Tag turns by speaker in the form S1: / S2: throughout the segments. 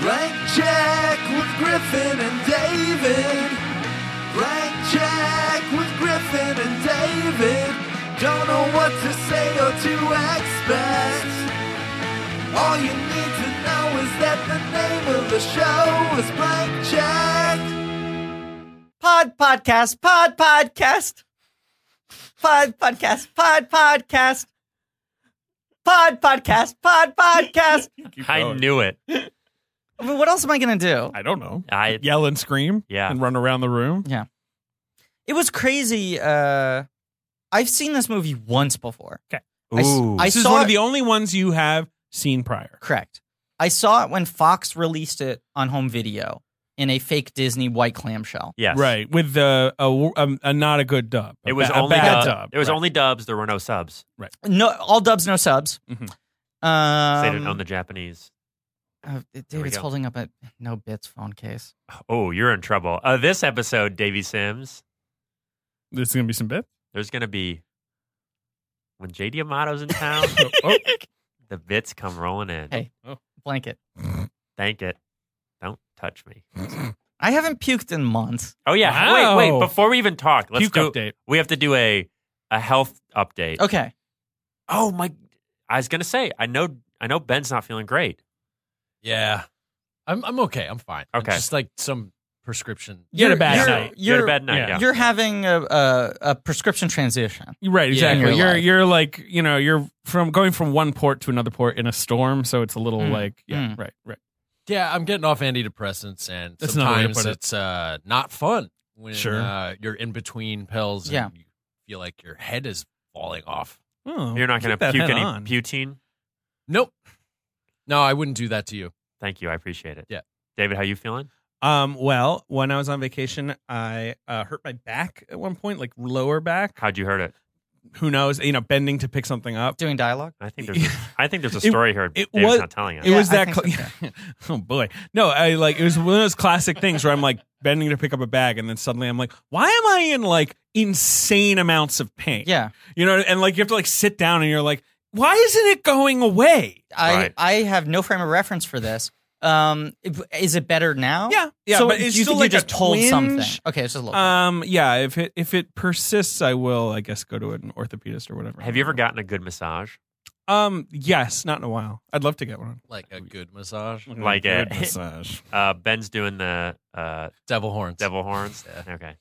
S1: Blank check with Griffin and David. Blank check with Griffin and David. Don't know what to say or to expect. All you need to know is that the name of the show is Blank Check.
S2: Pod podcast, pod podcast. Pod podcast, pod podcast. Pod podcast, pod podcast.
S3: I knew it.
S2: I mean, what else am I going to do?
S4: I don't know.
S3: I
S4: Yell and scream.
S3: Yeah.
S4: And run around the room.
S2: It was crazy. Uh, I've seen this movie once before. I s-
S3: ooh.
S2: I
S4: this is
S2: saw
S4: one
S2: it-
S4: of the only ones you have seen prior.
S2: Correct. I saw it when Fox released it on home video in a fake Disney white clamshell.
S3: yes.
S4: Right. With the a, a, a not a good dub. A
S3: It was
S4: ba- a
S3: only
S4: bad
S3: dub-
S4: dub.
S3: It was
S4: Right.
S3: only dubs. There were no subs.
S2: No, all dubs, no subs.
S4: Mhm.
S2: Um,
S3: they didn't own the Japanese.
S2: uh,
S3: we
S2: David's
S3: go.
S2: holding up a no bits phone case.
S3: Oh, you're in trouble. Uh, this episode, Davy Sims,
S4: There's gonna be some bit.
S3: there's going to be when JD Amato's in town,
S4: Oh,
S3: the bits come rolling in.
S2: Hey. Blanket.
S3: Thank it. Don't touch me.
S2: I haven't puked in months.
S3: Oh yeah.
S4: Wow.
S3: Wait, wait. Before we even talk, let's
S4: puke
S3: do.
S4: update.
S3: We have to do a a health update.
S2: Okay.
S3: Oh my! I was gonna say. I know. I know Ben's not feeling great.
S5: Yeah, I'm I'm okay. I'm fine. It's
S3: Okay.
S5: just like some prescription.
S4: You had a bad
S2: You're-
S4: night.
S3: You had a
S2: you're-
S3: bad night.
S4: yeah.
S3: Yeah.
S2: You're having a, a, a prescription transition.
S4: Right,
S5: Yeah.
S4: exactly.
S2: You're
S4: you're
S2: alive.
S4: you're like you know you're from going from one port to another port in a storm, so it's a little
S2: Mm.
S4: like yeah,
S2: Mm.
S4: right, right.
S5: Yeah, I'm getting off antidepressants, and
S4: That's another way to
S5: sometimes
S4: put it.
S5: it's uh, not fun when
S4: Sure.
S5: uh, you're in between pills. And
S2: Yeah.
S5: you feel like your head is falling off.
S4: Oh,
S3: You're not gonna
S4: keep that
S3: puke
S4: head
S3: any
S4: on.
S3: butene.
S5: Nope. No, I wouldn't do that to you.
S3: Thank you. I appreciate it.
S5: Yeah.
S3: David, how you feeling?
S4: Um, well, when I was on vacation, I uh, hurt my back at one point, like lower back.
S3: How'd you hurt it?
S4: Who knows? You know, bending to pick something up.
S2: Doing dialogue?
S3: I think there's. A, I think there's a
S4: It-
S3: story here.
S4: it
S3: David's
S4: was-
S3: not telling us.
S4: It was
S2: Yeah, I
S4: that.
S2: think
S4: cla- oh boy, no! I like it was one of those classic things where I'm like bending to pick up a bag, and then suddenly I'm like, why am I in like insane amounts of pain?
S2: Yeah.
S4: you know, and like you have to like sit down, and you're like, why isn't it going away?
S2: I,
S3: Right.
S2: I have no frame of reference for this. Um, is it better now?
S4: Yeah, yeah,
S2: so
S4: but
S2: do
S4: it's
S2: you
S4: still like
S2: think you
S4: a
S2: just told something.
S4: twinge.
S2: Okay, it's just a little.
S4: Um, yeah. If it if it persists, I will, I guess, go to an orthopedist or whatever.
S3: Have you ever gotten a good massage?
S4: Um, yes, not in a while. I'd love to get one.
S5: Like a good massage,
S3: Like a-
S4: Good massage.
S3: Uh, Ben's doing the uh,
S5: devil horns.
S3: devil horns.
S5: Yeah.
S3: Okay.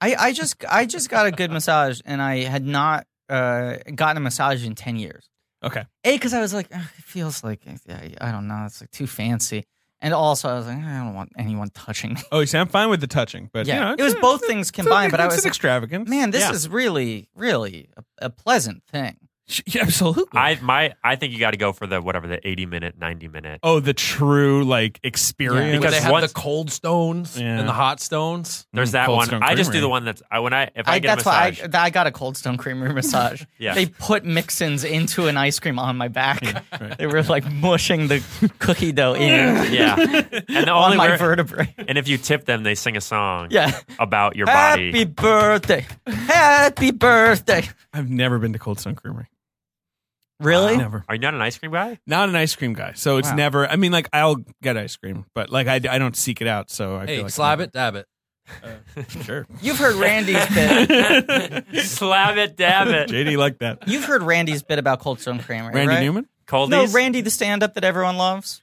S2: I, I just I just got a good massage and I had not uh, gotten a massage in ten years.
S4: Okay.
S2: A because I was like, "Ugh, it feels like I, I don't know, it's like too fancy, and also I was like, I don't want anyone touching me.
S4: Oh, you see, I'm fine with the touching, but
S2: yeah,
S4: you know,
S2: it was
S4: it's-
S2: both
S4: it's-
S2: things
S4: it's
S2: combined, but I
S4: it's
S2: was
S4: an
S2: like,
S4: extravagance.
S2: man, this
S3: Yeah.
S2: is really really a, a pleasant thing.
S4: Yeah, absolutely.
S3: I my I think you got to go for the whatever the 80 minute, 90 minute.
S4: oh, the true like experience.
S5: Because they
S3: Because
S5: have
S3: once-
S5: the cold stones
S4: Yeah.
S5: and the hot stones.
S3: There's
S4: Mm,
S3: that
S4: Cold
S3: one.
S4: Stone
S3: I just do
S4: Creamery.
S3: the one that's I when I if I,
S2: I,
S3: get
S2: that's
S3: a
S2: why I,
S3: massage.
S2: th- I got a Cold Stone Creamery massage.
S3: Yeah.
S2: They put mixins into an ice cream on my back.
S4: right.
S2: They were like mushing the cookie dough in
S3: yeah. And
S2: on
S3: the only
S2: my
S3: wor-
S2: vertebrae.
S3: and if you tip them, they sing a song
S2: Yeah.
S3: about your body.
S2: Happy birthday. Happy birthday.
S4: I've never been to Cold Stone Creamery.
S2: Really?
S4: Never.
S3: Are you not an ice cream guy?
S4: Not an ice cream guy, so it's
S2: Wow.
S4: never. I mean, like I'll get ice cream, but like I, I don't seek it out. So I
S5: hey,
S4: feel like
S5: slab it, dab it.
S4: Sure,
S2: You've heard Randy's bit.
S3: Slab it, dab it.
S4: JD like that.
S2: You've heard Randy's bit about Cold Stone Creamery,
S4: Randy
S2: right?
S4: Newman.
S3: Coldies.
S2: No, Randy the stand-up that everyone loves.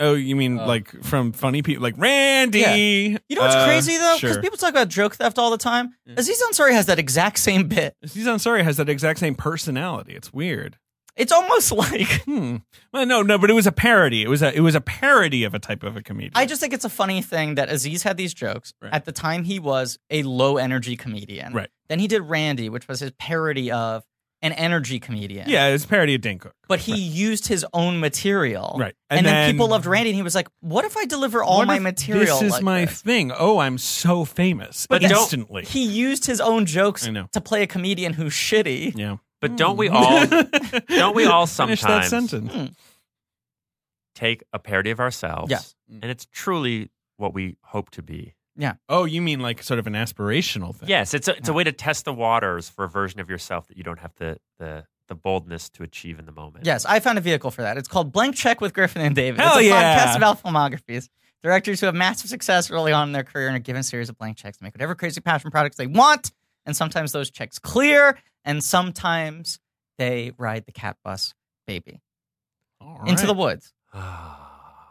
S4: Oh, you mean
S5: Uh,
S4: like from funny people, like Randy?
S2: Yeah. You know what's
S4: Uh,
S2: crazy though? Because
S4: Sure.
S2: people talk about joke theft all the time. Aziz Ansari has that exact same bit.
S4: Aziz Ansari has that exact same personality. It's weird.
S2: It's almost like
S4: Hmm. Well, no, no, but it was a parody. It was a it was a parody of a type of a comedian.
S2: I just think it's a funny thing that Aziz had these jokes.
S4: Right.
S2: At the time, he was a low energy comedian.
S4: Right.
S2: Then he did Randy, which was his parody of an energy comedian.
S4: yeah, it's a parody of Dane Cook.
S2: But he used his own material.
S4: Right.
S2: And,
S4: And
S2: then,
S4: then-
S2: people loved Randy, and he was like, what if I deliver all
S4: What
S2: my
S4: if
S2: material?
S4: This is
S2: like
S4: my
S2: this?
S4: thing. Oh, I'm so famous.
S3: But don't-
S4: instantly.
S2: He used his own jokes
S4: I know.
S2: to play a comedian who's shitty.
S4: yeah.
S3: But don't we all don't we all
S4: Hmm. finish that
S3: sometimes-
S4: sentence?
S3: take a parody of ourselves?
S2: Yeah.
S3: And it's truly what we hope to be.
S4: Oh, you mean like sort of an aspirational thing?
S3: Yes, it's a, it's a way to test the waters for a version of yourself that you don't have the the the boldness to achieve in the moment.
S2: Yes, I found a vehicle for that. It's called Blank Check with Griffin and David.
S4: Hell
S2: it's a
S4: yeah.
S2: podcast about filmographies. Directors who have massive success early on in their career in a given series of blank checks to make whatever crazy passion products they want. And sometimes those checks clear, and sometimes they ride the cat bus baby into the woods.
S3: Ah.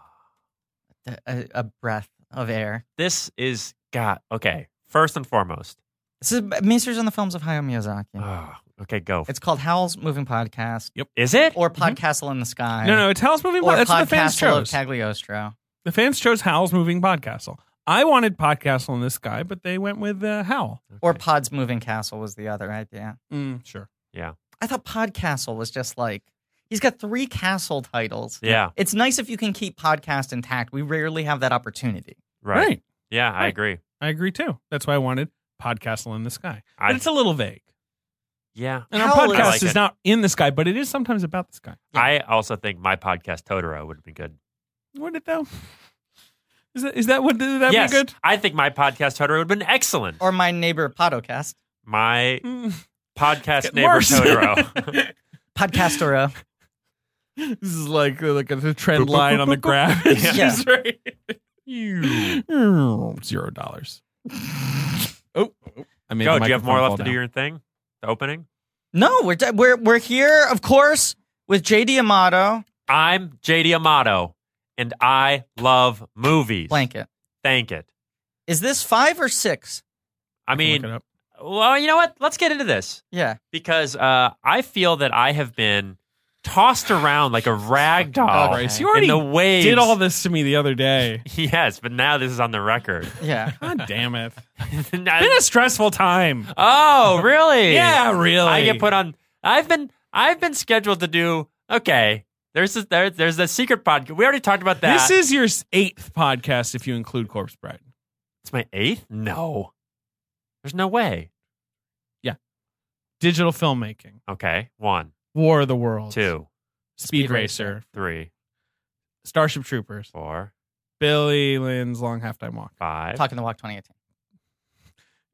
S2: A, a- a breath of air.
S3: this is God. Okay, first and foremost.
S2: This is Masters on the Films of Hayao Miyazaki.
S4: Oh.
S3: Ah, okay, go.
S2: It's called Howl's Moving Podcast
S3: is it?
S2: or Podcastle in the Sky.
S4: Mm-hmm. No, no, it's Howl's Moving
S2: Or
S4: Podcast. That's what the fans
S2: Podcastle of
S4: chose.
S2: Cagliostro.
S4: the fans chose Howl's Moving Podcastle. I wanted Podcastle in this guy, but they went with uh, Howl.
S2: Or Pod's Moving Castle was the other idea.
S4: Mm, sure.
S2: I thought Podcastle was just like he's got three castle titles.
S3: yeah,
S2: It's nice if you can keep podcast intact. We rarely have that opportunity.
S3: right.
S4: right.
S3: Yeah, I
S4: Right.
S3: agree.
S4: I agree too. That's why I wanted Podcastle in the Sky.
S3: I-
S4: But it's a little vague.
S3: Yeah.
S4: And our
S2: Howl is-
S4: podcast
S3: I like
S4: is
S3: it.
S4: not in the sky, but it is sometimes about the sky.
S3: I also think my podcast Totoro would be good.
S4: Would it though? Is that is that what would that
S3: yes,
S4: be good?
S3: I think my podcast Totoro would have been excellent.
S2: Or my neighbor Podcast.
S3: my
S4: Mm,
S3: podcast
S4: getting
S3: neighbor
S4: worse.
S3: Totoro.
S2: Podcastero.
S4: this is like uh, like a trend line on the graph.
S3: Yeah.
S4: It's right. Zero dollars. Oh, I mean,
S3: Joe, do you have more left to do your thing? The opening?
S2: no, we're de- we're we're here, of course, with JD Amato.
S3: I'm JD Amato, and I love movies.
S2: Blanket.
S3: Thank it.
S2: Is this five or six?
S3: I mean, well, you know what? Let's get into this
S2: Yeah.
S3: because uh, I feel that I have been tossed around like a rag doll
S2: Christ,
S4: Oh, you already
S3: in the waves.
S4: did all this to me the other day.
S3: Yes, but now this is on the record.
S2: Yeah.
S4: God damn it!
S3: And
S4: Been
S3: I-
S4: a stressful time.
S3: oh, really?
S4: Yeah, really.
S3: I get put on. I've been I've been scheduled to do okay. There's this, there, there's a secret podcast. We already talked about that.
S4: This is your s- eighth podcast if you include Corpse Bride.
S3: it's my eighth. No, there's no way.
S4: Digital filmmaking,
S3: Okay, one,
S4: War of the Worlds,
S3: two,
S4: Speed,
S2: Speed
S4: Racer,
S2: Racer.
S3: three,
S4: Starship Troopers,
S3: four,
S4: Billy Lynn's Long Halftime Walk,
S3: five,
S2: Talking the Walk 2018.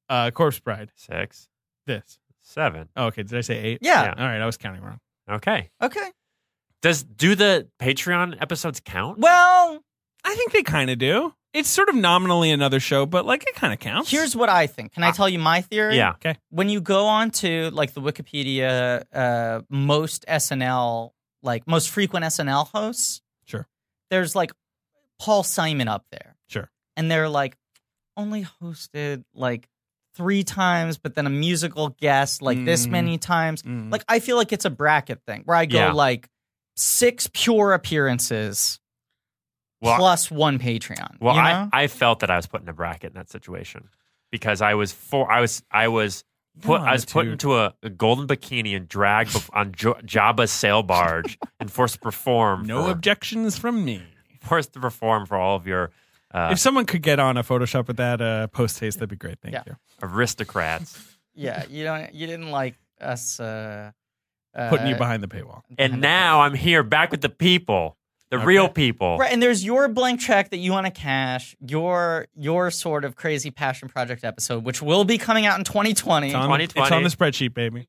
S4: uh, Corpse Bride.
S3: six,
S4: This.
S3: seven.
S4: Oh, okay, did I say eight?
S2: Yeah.
S3: Yeah.
S4: All right, I was counting wrong.
S3: Okay.
S2: Okay.
S3: Does do the Patreon episodes count?
S2: Well,
S4: I think they kind of do. It's sort of nominally another show, but like it kind of counts.
S2: here's what I think. Can I tell you my theory?
S3: Yeah.
S2: when you go on to like the Wikipedia, uh, most SNL, like most frequent SNL hosts,
S4: Sure.
S2: there's like Paul Simon up there,
S4: Sure.
S2: and they're like only hosted like three times, but then a musical guest like this
S4: Mm.
S2: many times.
S4: Mm.
S2: Like I feel like it's a bracket thing where I go
S3: Yeah.
S2: like six pure appearances
S3: Well,
S2: plus one Patreon.
S3: well,
S2: you
S3: I,
S2: know?
S3: I felt that I was put in a bracket in that situation because I was for I was I was put I was put
S4: Attitude.
S3: into a, a golden bikini and dragged bef- on jo- Jabba's sail barge and forced to perform.
S4: no
S3: for,
S4: objections from me.
S3: forced to perform for all of your uh,
S4: if someone could get on a Photoshop with that uh, post haste, that'd be great. Thank
S2: Yeah.
S4: you.
S3: aristocrats.
S2: yeah, you don't, you didn't like us uh, uh,
S4: Putting you behind the paywall.
S3: and now I'm here back with the people, the
S4: Okay.
S3: real people.
S2: Right, and there's your blank check that you want to cash, your your sort of crazy passion project episode, which will be coming out in 2020.
S4: It's on, it's
S3: 2020.
S4: on the spreadsheet, baby.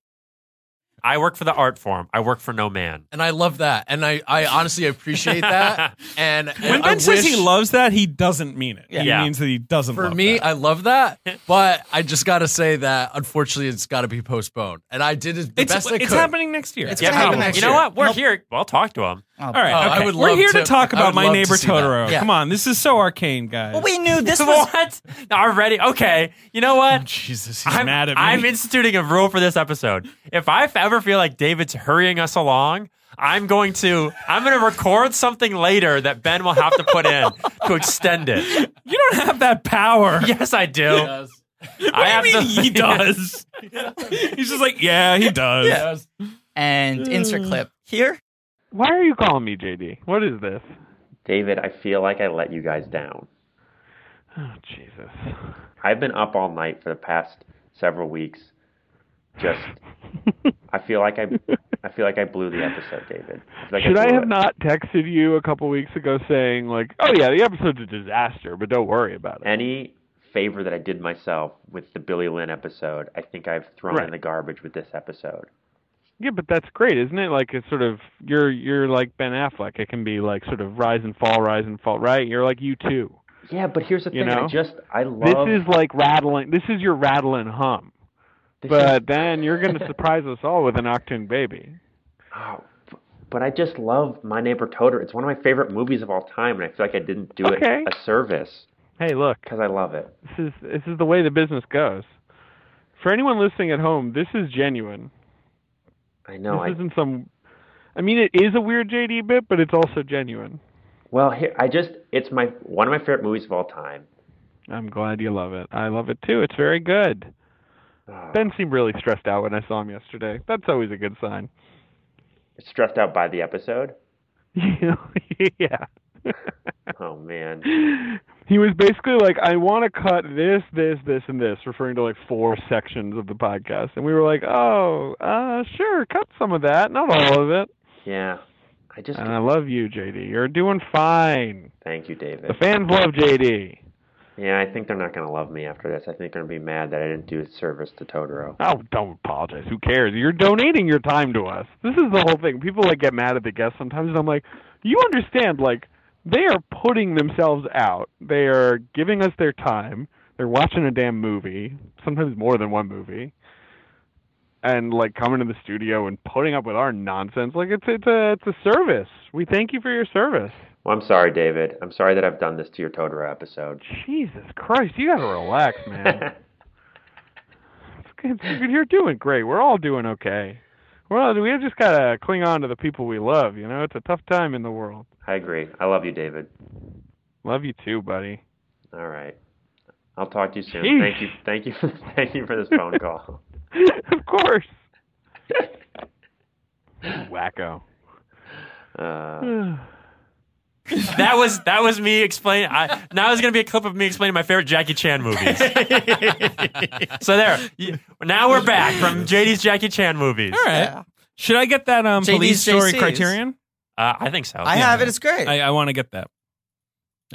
S3: I work for the art form. I work for no man.
S5: And I love that. And I, I honestly appreciate that. And, and
S4: When
S5: I
S4: Ben says he
S5: wish-
S4: loves that, he doesn't mean it.
S2: Yeah.
S4: He
S3: Yeah.
S4: means that he doesn't
S5: For
S4: love
S5: me,
S4: that.
S5: I love that, but I just got to say that unfortunately it's got to be postponed. And I did it the
S4: it's,
S5: best I could.
S4: it's happening next year.
S2: It's
S3: Yeah,
S2: gonna happen
S3: probably.
S2: next
S3: you know
S2: year.
S3: what? We're
S2: Nope.
S3: here. Well, talk to him.
S2: Oh,
S4: All right,
S5: Oh, I
S4: okay.
S5: would
S4: We're
S5: love
S4: here to,
S5: to-
S4: talk
S5: I
S4: about
S5: would
S4: my
S5: love to
S4: neighbor
S5: see that.
S4: Totoro.
S2: Yeah.
S4: Come on, this is so arcane, guys.
S2: But we knew this was.
S3: what? Already? Okay. You know what?
S4: Jesus, he's
S3: I'm,
S4: mad at me.
S3: I'm instituting a rule for this episode. If I f- ever feel like David's hurrying us along, I'm going to I'm going to record something later that Ben will have to put in to extend it.
S4: you don't have that power.
S3: Yes, I do.
S5: Yes.
S3: I
S4: I
S3: have
S4: mean,
S3: to-
S4: he does. He's just like, yeah, he does.
S5: Yes.
S2: And insert clip here.
S6: Why are you calling me JD? What is this?
S7: David, I feel like I let you guys down.
S6: Oh, Jesus.
S7: I've been up all night for the past several weeks. Just, I feel like I, I feel like I blew the episode, David. I feel like
S6: Should I
S7: blew
S6: have
S7: it.
S6: not texted you a couple weeks ago saying, like, oh, yeah, the episode's a disaster, but don't worry about it?
S7: Any favor that I did myself with the Billy Lynn episode, I think I've thrown
S6: Right.
S7: in the garbage with this episode.
S6: Yeah, but that's great, isn't it? Like it's sort of you're you're like Ben Affleck. It can be like sort of rise and fall, rise and fall, right? You're like you too.
S7: Yeah, but here's the
S6: You
S7: thing. I
S6: know?
S7: just I
S6: This
S7: love
S6: is like rattling. This is your rattling hum.
S7: this is-
S6: But then you're going to surprise us all with an Octane Baby.
S7: Oh, f- but I just love My Neighbor Totoro. It's one of my favorite movies of all time, and I feel like I didn't do it
S6: Okay.
S7: a service
S6: Hey, look,
S7: because I love it.
S6: this is this is the way the business goes. For anyone listening at home, this is genuine.
S7: I know.
S6: this
S7: I
S6: isn't some. I mean, it is a weird JD bit, but it's also genuine.
S7: well, here I just it's my one of my favorite movies of all time.
S6: I'm glad you love it. I love it too. It's very good.
S7: Ah,
S6: Ben seemed really stressed out when I saw him yesterday. That's always a good sign.
S7: stressed out by the episode.
S6: yeah.
S7: Oh man.
S6: he was basically like, I want to cut this, this, this, and this, referring to like four sections of the podcast. And we were like, oh, uh, sure, cut some of that, not all of it.
S7: Yeah. I
S2: Uh,
S7: just
S6: And I love you, JD. You're doing fine.
S7: thank you, David.
S6: The fans love JD.
S7: Yeah, I think they're not gonna love me after this. I think they're gonna be mad that I didn't do service to Totoro.
S6: Oh, don't apologize. Who cares? You're donating your time to us. This is the whole thing. People like get mad at the guests sometimes, and I'm like, you understand? Like they are putting themselves out. They are giving us their time. They're watching a damn movie, sometimes more than one movie, and like coming to the studio and putting up with our nonsense. Like it's it's a it's a service. We thank you for your service.
S7: Well, I'm sorry, David. I'm sorry that I've done this to your Totoro episode.
S6: Jesus Christ, you gotta relax, man. It's good. You're doing great. We're all doing okay. Well, we just gotta cling on to the people we love. You know, it's a tough time in the world.
S7: I agree. I love you, David.
S6: Love you too, buddy.
S7: All right. I'll talk to you soon.
S6: Sheesh.
S7: Thank you. Thank you. For, thank you for this phone call.
S6: of course. Wacko.
S7: Uh,
S6: That's
S3: That was that was me explaining. I, now is going to be a clip of me explaining my favorite Jackie Chan movies. so there. You- Now we're back from JD's Jackie Chan movies.
S4: All right.
S2: Yeah.
S4: Should I get that um,
S2: JD's
S4: police story
S2: JCs.
S4: criterion?
S3: Uh, I think so.
S2: I
S3: Yeah.
S2: have it. It's great.
S4: I, I want to get that.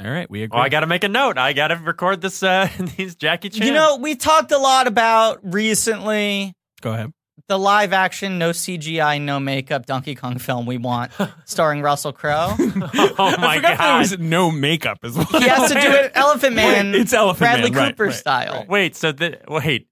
S4: All right, we
S6: Oh,
S4: agree.
S3: Well, Oh, I got to make a note. I got to record this. Uh, these Jackie Chan.
S2: you know, we talked a lot about recently
S4: Go ahead.
S2: the live action, no CGI, no makeup Donkey Kong film we want, starting Russell Crowe.
S3: oh my
S4: I forgot there
S3: god.
S4: was no makeup as well.
S2: He has to do it Elephant Man,
S4: It's Elephant
S2: Bradley
S4: Man, right,
S2: Cooper
S4: right,
S2: style.
S3: Wait. So the wait.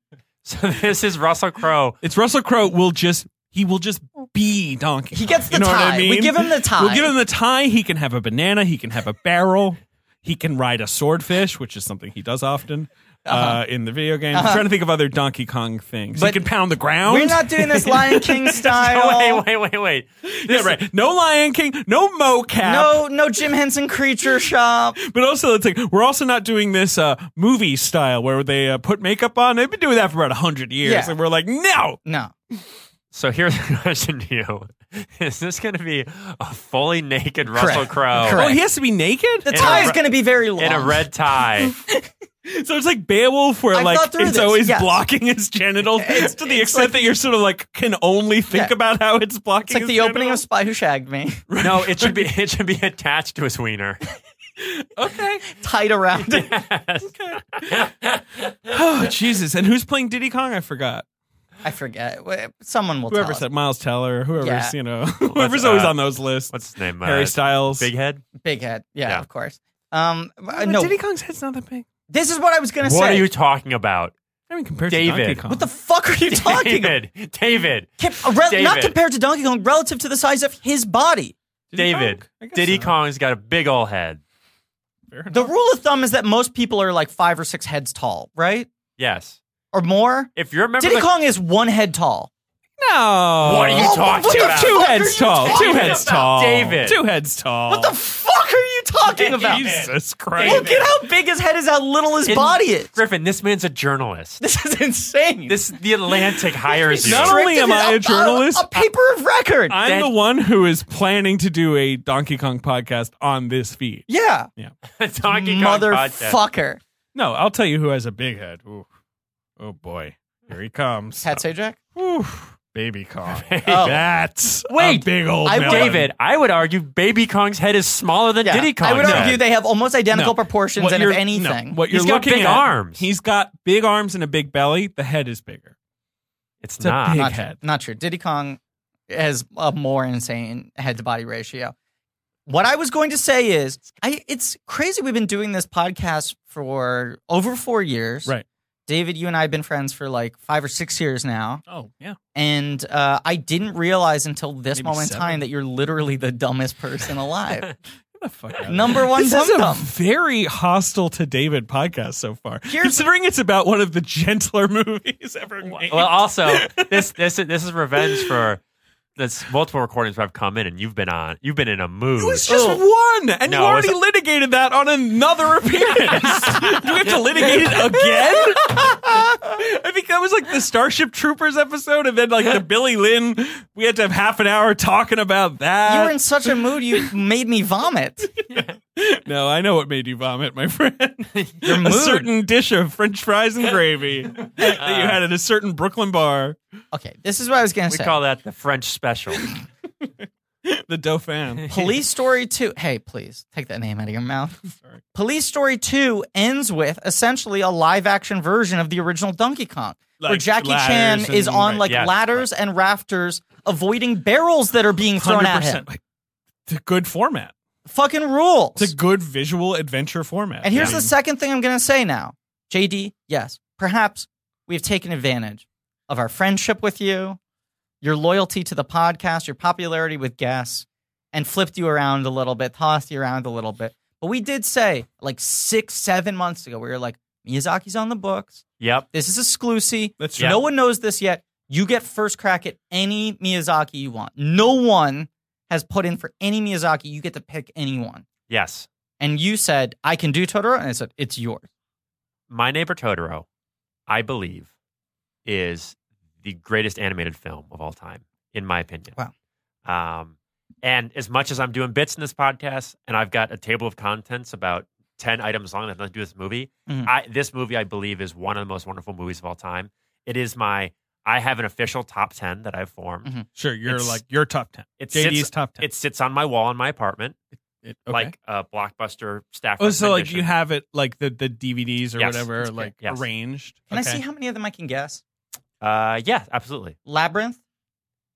S3: So this is Russell Crowe.
S4: It's Russell Crowe will just he will just be Donkey.
S2: He
S4: Kong,
S2: gets
S4: you
S2: the
S4: know What
S2: tie.
S4: I
S2: We
S4: mean?
S2: give him the tie.
S4: We'll give him the tie. He can have a banana. He can have a barrel. He can ride a swordfish, which is something he does often uh in the video game. I'm trying to think of other Donkey Kong things. he
S2: Uh-huh. But
S4: can pound the ground.
S2: We're not doing this Lion King style.
S3: Oh, wait, wait, wait, wait.
S4: yeah, right. No Lion King. No mocap.
S2: No, no Jim Henson creature shop.
S4: But also, it's like we're also not doing this uh, movie style where they uh, put makeup on. They've been doing that for about hundred years,
S2: Yeah.
S4: and we're like, no.
S2: No,
S3: So here's the question to you: Is this going to be a fully naked Russell
S2: Correct.
S3: Crowe
S2: Correct.
S4: Oh, he has to be naked.
S2: the
S3: a
S2: tie is
S3: re-
S2: going to be very long.
S3: in a red tie?
S4: So it's like Beowulf, where
S2: I've
S4: like
S2: thought
S4: it's
S2: through this,
S4: always
S2: yes.
S4: blocking his genitals to the extent that you're sort of like can only think
S2: Yeah.
S4: about how it's
S2: It's
S4: blocking.
S2: like the opening of Spy Who Shagged Me,
S3: no, it should be it should be attached to his wiener.
S4: of okay.
S2: tied around. it.
S4: Oh Jesus! And who's playing Diddy Kong? I forgot.
S2: I forget. Wait, Someone will
S4: Whoever
S2: tell.
S4: said Miles Teller, whoever's
S2: Yeah.
S4: you know, whoever's always
S3: uh,
S4: on those lists.
S3: What's his name?
S4: Harry
S3: Uh,
S4: Styles.
S3: Big head.
S2: us. Big head. Yeah,
S3: Yeah.
S2: of course. Um,
S4: Oh,
S2: no,
S4: Diddy Kong's head's not that big.
S2: this is what I was going to say.
S3: What are you talking about,
S4: I mean, compared to
S3: David.
S4: Donkey Kong.
S2: what the fuck are you talking about?
S3: David? David.
S2: Kim- uh, re- not
S3: David.
S2: compared to Donkey Kong, relative to the size of his body.
S4: Diddy
S3: David.
S4: Kong? I guess
S3: Diddy
S4: so.
S3: Kong's got a big old head.
S2: The rule of thumb is that most people are like five or six heads tall, right?
S3: Yes.
S2: Or more.
S3: If you remember,
S2: Diddy
S3: the-
S2: Kong is one head tall.
S4: No.
S3: What are you Oh, talking
S4: two,
S3: about?
S4: Two
S2: What are
S4: heads
S2: you
S4: tall.
S2: talking
S4: Two heads
S3: about?
S4: tall.
S3: David.
S4: Two heads tall.
S2: What the fuck are you talking about?
S4: Jesus Christ.
S2: Look at how big his head is, how little his
S3: In-
S2: body is.
S3: Griffin, this man's a journalist.
S2: This is insane.
S3: This the Atlantic hires you.
S4: Not
S2: Stripped
S4: only
S2: of
S4: am
S2: his-
S4: I a journalist,
S2: a, paper of record.
S4: I'm
S3: That-
S4: the one who is planning to do a Donkey Kong podcast on this feed.
S2: yeah,
S3: Donkey Kong podcast.
S2: motherfucker.
S4: No, I'll tell you who has a big head. Ooh. Oh boy. Here he comes.
S2: Pat Sajak.
S4: Ooh, baby Kong.
S2: Oh.
S4: That's
S3: Wait.
S4: a big old
S2: I-
S4: melon.
S3: David, I would argue Baby Kong's head is smaller than
S2: Yeah.
S3: Diddy Kong.
S2: I would argue they have almost identical
S4: No.
S2: proportions,
S4: What
S2: and
S4: you're-
S2: if
S4: no,
S2: anything,
S4: what you're
S3: He's got
S4: looking
S3: big
S4: at,
S3: arms.
S4: He's got big arms and a big belly. The head is bigger.
S3: it's
S4: It's a
S3: not.
S4: big
S2: not,
S4: head.
S2: not true. Diddy Kong has a more insane head to body ratio. What I was going to say is, I it's crazy. We've been doing this podcast for over four years.
S4: Right.
S2: David, you and I have been friends for like five or six years now.
S4: Oh yeah.
S2: And uh, I didn't realize until this
S4: Maybe
S2: moment in
S4: seven.
S2: time that you're literally the dumbest person alive.
S4: Get the fuck out of
S2: Number one
S4: This is
S2: dum
S4: a
S2: dum.
S4: very hostile to David podcast so far.
S2: Here's-
S4: Considering it's about one of the gentler movies ever made.
S3: Well, also this this is- this is revenge for this multiple recordings where I've come in and you've been on. You've been in a mood. Oh,
S4: it was just
S2: Oh.
S4: one, and
S3: No,
S4: you already
S3: it's-
S4: litigated that on another appearance. Do we have to litigate it again? I think that was like the Starship Troopers episode, and then like the Billy Lynn. We had to have half an hour talking about that.
S2: You were in such a mood, you made me vomit.
S4: No, I know what made you vomit, my friend.
S2: Your
S4: a
S2: mood.
S4: certain dish of French fries and gravy that you had at a certain Brooklyn bar,
S2: Okay, this is what I was going to
S3: we
S2: say.
S3: call that the French special.
S4: the Dauphin.
S2: Police Story 2. Hey, please take that name out of your mouth.
S4: Sorry.
S2: Police Story 2 ends with essentially a live action version of the original Donkey Kong, where
S4: Like
S2: Jackie Chan
S4: ladders
S2: is
S4: and-
S2: on
S4: right,
S2: like
S3: yeah,
S2: ladders and rafters avoiding barrels that are being thrown at him.
S4: 100%. Like, It's a good format.
S2: Fucking rules.
S4: It's a good visual adventure format.
S2: And here's
S4: I
S2: the
S4: mean,
S2: second thing I'm going to say now. JD, yes, perhaps we've taken advantage of our friendship with you, your loyalty to the podcast, your popularity with guests, and flipped you around a little bit, tossed you around a little bit. But we did say like six, seven months ago, we were like, Miyazaki's on the books.
S3: Yep.
S2: This is exclusive.
S4: That's
S3: Yeah.
S2: No one knows this yet. You get first crack at any Miyazaki you want. No one has put in for any Miyazaki. You get to pick anyone
S3: Yes.
S2: and you said I can do Totoro, and I said it's yours.
S3: My Neighbor Totoro, I believe, is the greatest animated film of all time, in my opinion. Wow. Um, and as much as I'm doing bits in this podcast, and I've got a table of contents about ten items long that have nothing to do with this movie,
S4: Mm-hmm.
S2: Mhm.
S3: I, this movie I believe is one of the most wonderful movies of all time. It is my I have an official top ten that I've formed.
S2: Mhm.
S4: sure, you're
S3: it's-
S4: like your top ten.
S3: it
S4: JD's
S3: sits-
S4: top ten.
S3: It sits on my wall in my apartment,
S4: It-
S3: like a blockbuster staff.
S4: oh, so like
S3: rendition.
S4: you have it like the the DVDs or
S3: Yes.
S4: whatever,
S2: That's great.
S4: like
S3: Yes.
S4: arranged.
S2: Can
S4: Okay.
S2: I see how many of them I can guess?
S3: Uh, yeah, absolutely.
S2: Labyrinth.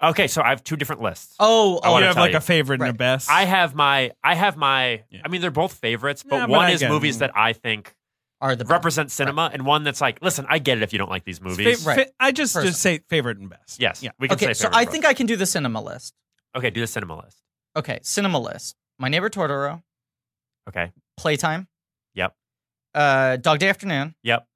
S3: Okay, so I have two different lists.
S2: Oh,
S3: I
S2: oh,
S4: you
S3: wanna
S4: have
S3: tell
S4: like
S3: you.
S4: a favorite
S2: Right.
S4: and a best.
S3: I have my I have my
S4: Yeah.
S3: I mean they're both favorites, but
S4: Yeah, but
S3: one
S4: I
S3: is
S4: get it.
S3: movies that I think
S2: are the
S3: represent cinema and one that's like, listen, I get it if you don't like these movies.
S4: Fa-
S2: Right.
S4: fa- I just
S2: First.
S4: just say favorite and best.
S3: Yes.
S4: Yeah.
S3: We can
S2: Okay,
S3: say
S2: so
S3: favorite
S2: I
S3: book.
S2: think I can do the cinema list.
S3: Okay, do the cinema list.
S2: Okay, cinema list. My neighbor Totoro,
S3: Okay.
S2: Playtime.
S3: Yep.
S2: Uh, Dog Day Afternoon.
S3: Yep.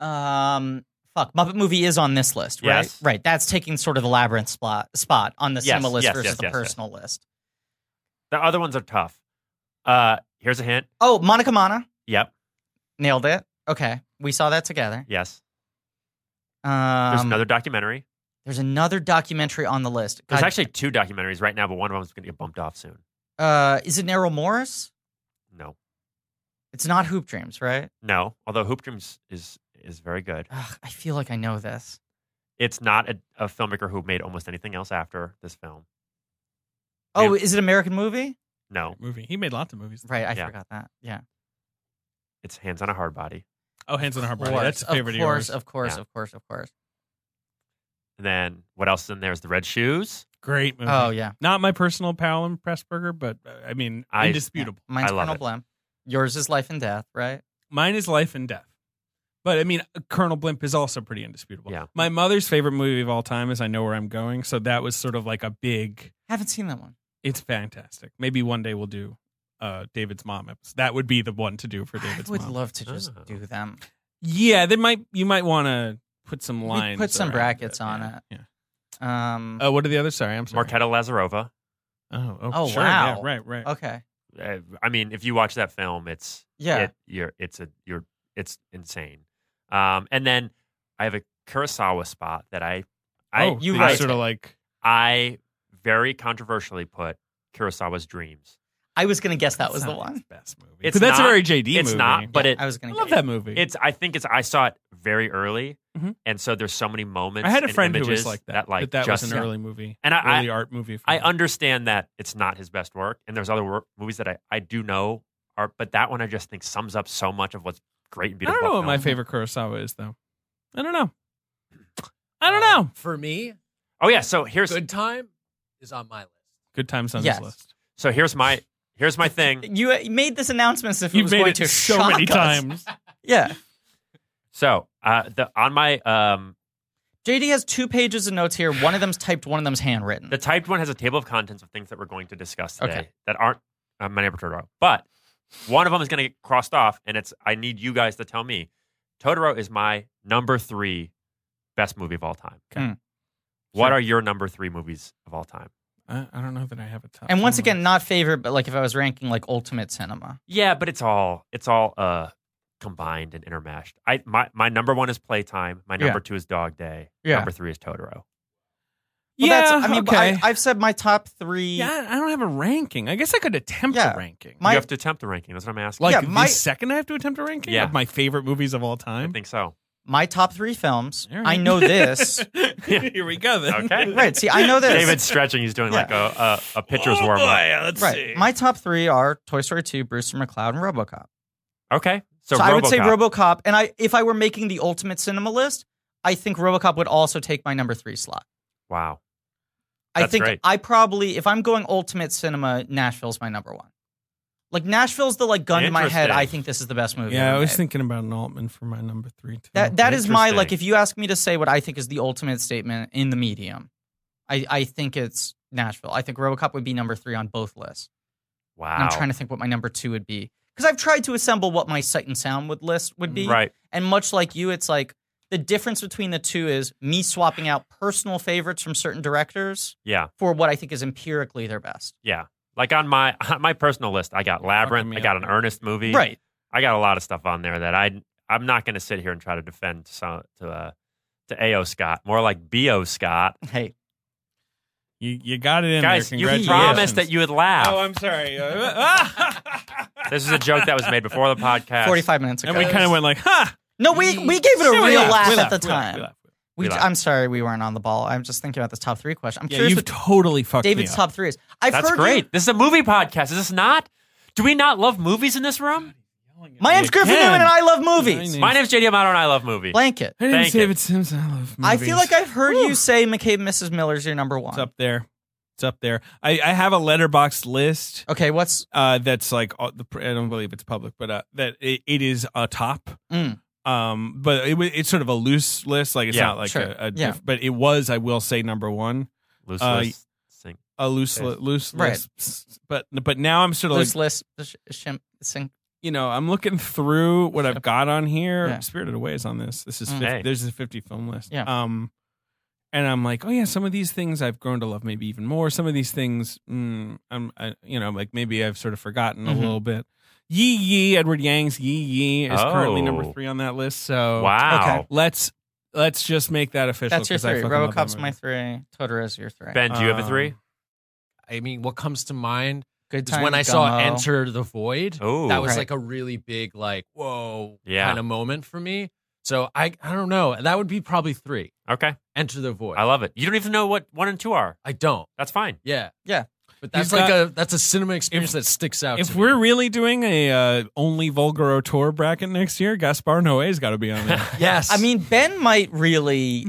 S2: Um, fuck, Muppet Movie is on this list, right?
S3: Yes.
S2: Right. That's taking sort of the labyrinth spot spot on the
S3: Yes,
S2: cinema list
S3: yes,
S2: versus
S3: yes,
S2: the
S3: yes, yes.
S2: personal list.
S3: The other ones are tough. Uh here's a hint.
S2: Oh, Monica Mana,
S3: Yep.
S2: nailed it. Okay, we saw that together.
S3: Yes.
S2: Um,
S3: There's another documentary.
S2: There's another documentary on the list.
S3: There's
S2: God-
S3: actually two documentaries right now, but one of them's gonna get bumped off soon.
S2: uh, is it Errol Morris?
S3: No.
S2: It's not Hoop Dreams, right?
S3: No. Although Hoop Dreams is is very good.
S2: Ugh, I feel like I know this.
S3: It's not a, a filmmaker who made almost anything else after this film.
S2: Oh,
S3: Yeah.
S2: is it American movie?
S3: No.
S4: Movie. He made lots of movies.
S2: Right, I
S3: Yeah.
S2: forgot that. Yeah,
S3: It's hands on a hard body.
S4: Oh, Hands on a Heart Body.
S2: Course,
S4: That's a favorite
S2: Of course,
S4: of yours.
S2: of course,
S3: Yeah.
S2: of course, of course.
S3: And then what else is in there is the red shoes.
S4: Great movie.
S2: Oh yeah,
S4: Not my personal pal and Pressburger, but uh, I mean,
S3: I-
S4: indisputable.
S2: Yeah. Mine's
S3: I love
S2: Colonel
S3: it.
S2: Blimp. Yours is Life and Death, right?
S4: Mine is Life and Death. But I mean, Colonel Blimp is also pretty indisputable.
S3: Yeah.
S4: My mother's favorite movie of all time is I Know Where I'm Going. So that was sort of like a big,
S2: Haven't seen that one.
S4: it's fantastic. Maybe one day we'll do uh, David's Mom episode. That would be the one to do for
S2: I
S4: David's
S2: would
S4: Mom.
S2: love to just
S3: Oh.
S2: do them.
S4: yeah, they might, you might want to put some
S2: We
S4: lines.
S2: put some
S4: around
S2: brackets on
S4: yeah,
S2: it. Um,
S4: Yeah. Uh, what are the others? Sorry, I'm sorry.
S3: Marketa Lazarova.
S4: Oh, oh,
S2: Oh,
S4: sure,
S2: wow.
S4: Yeah, right, right.
S2: okay,
S3: Uh, I mean, if you watch that film, it's
S2: yeah.
S3: it, you're it's a you're it's insane. Um, and then I have a Kurosawa spot that I I
S4: oh,
S2: you
S4: you
S2: write
S4: sort
S2: it.
S4: of like
S3: I very controversially put Kurosawa's Dreams.
S2: I was gonna guess that was the
S4: That's not
S2: one.
S4: his Best movie.
S3: It's
S4: But that's
S3: not-
S4: a very JD
S3: it's
S4: movie.
S3: not, but
S2: Yeah,
S3: it
S2: I was gonna.
S4: I love
S2: guess.
S4: that movie.
S3: it's I think it's I saw it very early,
S4: Mhm.
S3: and so there's so many moments.
S4: I had a
S3: and
S4: friend who was
S3: images
S4: like that.
S3: like
S4: that, that
S3: just
S4: was an early movie,
S3: And I- I-
S4: early art movie. For
S3: I
S4: him.
S3: understand that it's not his best work, and there's other work, movies that I, I do know are, but that one I just think sums up so much of what's great and
S4: I
S3: beautiful.
S4: don't know what
S3: about
S4: my
S3: film.
S4: favorite Kurosawa is though. I don't know. I don't know.
S3: Uh,
S5: Um, For me,
S3: Oh yeah, so here's
S5: good time. is on my list.
S4: Good Time Sons
S2: Yes.
S4: list.
S3: So here's my here's my thing.
S2: You uh, made this announcement as if it
S4: You've
S2: was
S4: made
S2: going
S4: it
S2: to
S4: so
S2: shock
S4: many
S2: us.
S4: times.
S2: Yeah.
S3: So uh, the on my um,
S2: JD has two pages of notes here. One of them's typed, one of them's handwritten.
S3: the typed one has a table of contents of things that we're going to discuss today
S2: Okay.
S3: that aren't uh, my neighbor Totoro, but one of them is going to get crossed off, and it's I need you guys to tell me. Totoro is my number three best movie of all time.
S2: Okay. Mm.
S3: What
S4: Sure.
S3: are your number three movies of all time?
S4: I, I don't know that I have a top.
S2: and once
S4: ten
S2: again,
S4: list.
S2: not favorite, but like if I was ranking like ultimate cinema.
S3: Yeah, but it's all it's all uh combined and intermeshed. I my my number one is Playtime. My
S2: Yeah.
S3: number two is Dog Day.
S2: Yeah.
S3: Number three is Totoro.
S2: Well,
S4: yeah,
S2: that's, I mean, but
S4: okay.
S2: I, I've said my top three.
S4: yeah, I don't have a ranking. I guess I could attempt
S2: Yeah.
S4: a ranking.
S2: My-
S3: you have to attempt the ranking. That's what I'm asking.
S4: like
S2: yeah,
S4: the
S2: my-
S4: second I have to attempt a ranking
S3: Yeah.
S4: of my favorite movies of all
S3: I
S4: time.
S3: think so.
S2: My top three films.
S4: All
S2: I
S4: right.
S2: know this.
S4: Here we go then.
S3: Okay.
S2: right. See, I know this.
S3: David's stretching. He's doing like a, a, a pitcher's
S4: oh,
S3: warm up.
S4: boy, let's
S2: right.
S4: see.
S2: My top three are Toy Story 2, Brewster McLeod, and RoboCop.
S3: Okay. So,
S2: I would say
S3: RoboCop.
S2: RoboCop. And I, if I were making the ultimate cinema list, I think RoboCop would also take my number three slot.
S3: Wow.
S2: I
S3: That's
S2: think
S3: great.
S2: I probably, if I'm going ultimate cinema, Nashville's my number one. Like Nashville's the like gun to my head.
S3: Interesting.
S2: I think this is the best movie.
S4: yeah,
S2: ever
S4: I was
S2: made.
S4: thinking about an Altman for my number three too.
S2: that that is my
S3: Interesting.
S2: like. If you ask me to say what I think is the ultimate statement in the medium, I I think it's Nashville. I think RoboCop would be number three on both lists.
S3: Wow.
S2: And I'm trying to think what my number two would be because I've tried to assemble what my sight and sound would list would be.
S3: Right.
S2: And much like you, it's like the difference between the two is me swapping out personal favorites from certain directors
S3: Yeah.
S2: for what I think is empirically their best.
S3: Yeah. Like on my on my personal list, I got Labyrinth.
S4: me
S3: I got
S4: up.
S3: an Ernest movie.
S2: Right.
S3: I got a lot of stuff on there that I I'm not going to sit here and try to defend some, to uh, to A.O. Scott. More like B.O. Scott.
S2: Hey,
S4: You, you got it in
S3: Guys,
S4: there.
S3: you
S4: Congratulations.
S3: promised that you would laugh.
S4: Oh, I'm sorry. Uh,
S3: this is a joke that was made before the podcast.
S2: 45 minutes ago.
S4: and we kind of went like, "Ha!"
S2: no, we, we gave it a
S4: So we
S2: real
S4: laughed,
S2: laugh
S4: we
S2: at
S4: laughed,
S2: the
S4: we laughed,
S2: time.
S4: we laughed.
S2: We
S3: We laughed.
S2: I'm sorry we weren't on the ball. I'm just thinking about this top three question. I'm
S4: Yeah,
S2: curious
S4: you've
S2: what
S4: totally fucked
S2: David's
S4: me up.
S2: top three is. I've
S3: That's
S2: heard
S3: great. This is a movie podcast. Is this not? Do we not love movies in this room?
S2: You, my name's Griffin
S4: Again.
S2: Newman and I love
S4: My
S2: movies.
S4: name-
S3: My name's JD Amato and I love movie.
S2: Blanket.
S4: I didn't
S3: Thank
S4: say
S3: you.
S4: it Sims. I love movies.
S2: I feel like I've heard you say McCabe and Mrs. Miller's your number one.
S4: it's up there. It's up there. I, I have a letterbox list
S2: Okay, what's
S4: uh, that's like all the. I don't believe it's public, but uh, that it, it is a top.
S2: Mm.
S4: Um, but it, wa- it's sort of a loose list. Like it's
S3: Yeah,
S4: not like
S2: sure.
S4: a, a
S2: Yeah.
S4: diff- but it was. I will say number one.
S3: Loose
S4: Uh,
S3: lips, sing.
S4: A loose, li-
S3: Okay.
S4: loose
S2: Right.
S4: list. S- But but now I'm sort of like
S2: loose list? The sh- shim- sing-
S4: you know I'm looking through what I've got on here.
S2: Yeah.
S4: Spirited Away is on this. This is
S2: Mm.
S4: 50,
S3: Hey.
S4: there's a 50 film list.
S2: Yeah.
S4: Um, and I'm like, oh yeah, some of these things I've grown to love maybe even more. Some of these things, mm, I'm I, you know like maybe I've sort of forgotten
S2: Mhm.
S4: a little bit. Yee Yee, Edward Yang's Yee Yee is currently number
S3: Oh.
S4: three on that list. So
S3: Wow.
S4: let's let's just make that official.
S2: That's your
S4: 'cause I
S2: three.
S4: fucking love that
S2: Robocop's
S4: movie.
S2: my three. Totoro's your three.
S3: Ben, do you have a three?
S4: Um,
S5: I mean, what comes to mind
S2: Good
S5: is
S2: time.
S5: when I saw
S2: Gummo.
S5: Enter the Void.
S3: Oh,
S5: Um, that was
S2: Right.
S5: like a really big, like, whoa
S3: Yeah.
S5: kind of moment for me. So I, I don't know. That would be probably three.
S3: okay.
S5: Enter the Void.
S3: I love it. You don't even know what one and two are.
S5: I don't.
S3: That's fine.
S5: Yeah.
S2: Yeah.
S5: But that's
S4: He's
S5: like
S4: got-
S5: a that's a cinema experience that sticks out.
S4: If
S5: to
S4: we're
S5: me.
S4: really doing a uh, only Vulgar tour bracket next year, Gaspar Noé's got to be on there.
S5: yes,
S2: I mean, Ben might really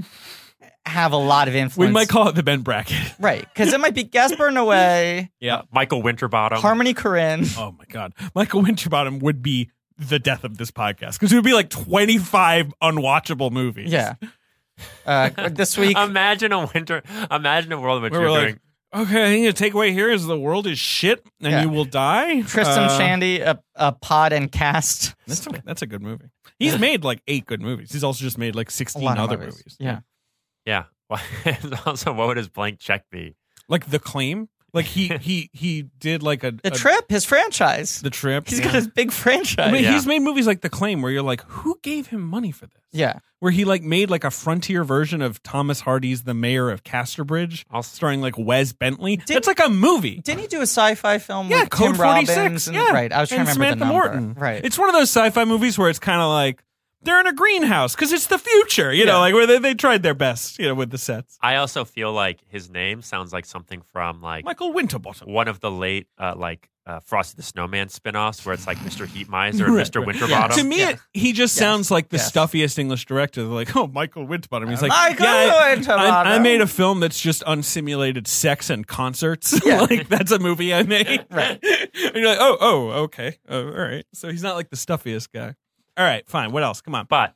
S2: have a lot of
S4: we
S2: influence.
S4: might call it the Ben bracket.
S2: right because it might be Gaspar Noé,
S4: Yeah.
S3: Michael Winterbottom.
S2: Harmony Korine.
S4: Oh my God. Michael Winterbottom would be the death of this podcast because it would be like 25 unwatchable movies.
S2: Yeah. Uh, this week,
S3: Imagine a winter. Imagine a world in which
S4: Where
S3: you're
S4: we're
S3: doing.
S4: like, okay, I think the takeaway here is the world is shit and
S2: Yeah.
S4: you will die.
S2: Tristan
S4: Uh,
S2: Shandy, a, a pod and cast.
S4: That's a, that's a good movie. He's made like eight good movies. He's also just made like
S2: A
S4: 16
S2: lot of
S4: other
S2: movies.
S4: movies.
S2: Yeah.
S3: yeah. also, what would his blank check be?
S4: Like The Claim. Like he he he did like a
S2: The
S4: a-
S2: Trip, his franchise.
S4: The Trip.
S2: He's
S4: yeah.
S2: got his big franchise.
S4: I mean,
S3: Yeah.
S4: he's made movies like The Claim where you're like, who gave him money for this?
S2: yeah.
S4: where he like made like a frontier version of Thomas Hardy's The Mayor of Casterbridge,
S3: I'll-
S4: starring like Wes Bentley. That's like a movie.
S2: Didn't he do a sci-fi film
S4: yeah,
S2: with
S4: Code
S2: Tim
S4: Forty
S2: Robbins?
S4: Six.
S2: And,
S4: Yeah,
S2: Right. I was trying
S4: and
S2: to remember
S4: Samantha
S2: the
S4: Morton.
S2: number. Right.
S4: It's one of those sci-fi movies where it's kind of like they're in a greenhouse because it's the future. You
S2: Yeah.
S4: know, like where they, they tried their best. You know, with the sets.
S3: I also feel like his name sounds like something from like
S4: Michael Winterbottom.
S3: one of the late uh, like uh, Frosty the Snowman spinoffs where it's like Mr. Heat Miser and Mr. Winterbottom.
S4: To me,
S2: Yeah.
S4: it, he just
S2: Yes.
S4: sounds like the
S2: Yes.
S4: stuffiest English director. They're like, oh, Michael Winterbottom. He's like,
S2: Michael
S4: yeah, I- I,
S2: Winterbottom."
S4: I made a film that's just unsimulated sex and concerts.
S2: Yeah.
S4: like, that's a movie I made.
S2: Right.
S4: and you're like, oh, oh, okay. Oh, all right. So he's not like the stuffiest guy. All right, fine. What else? Come on.
S3: But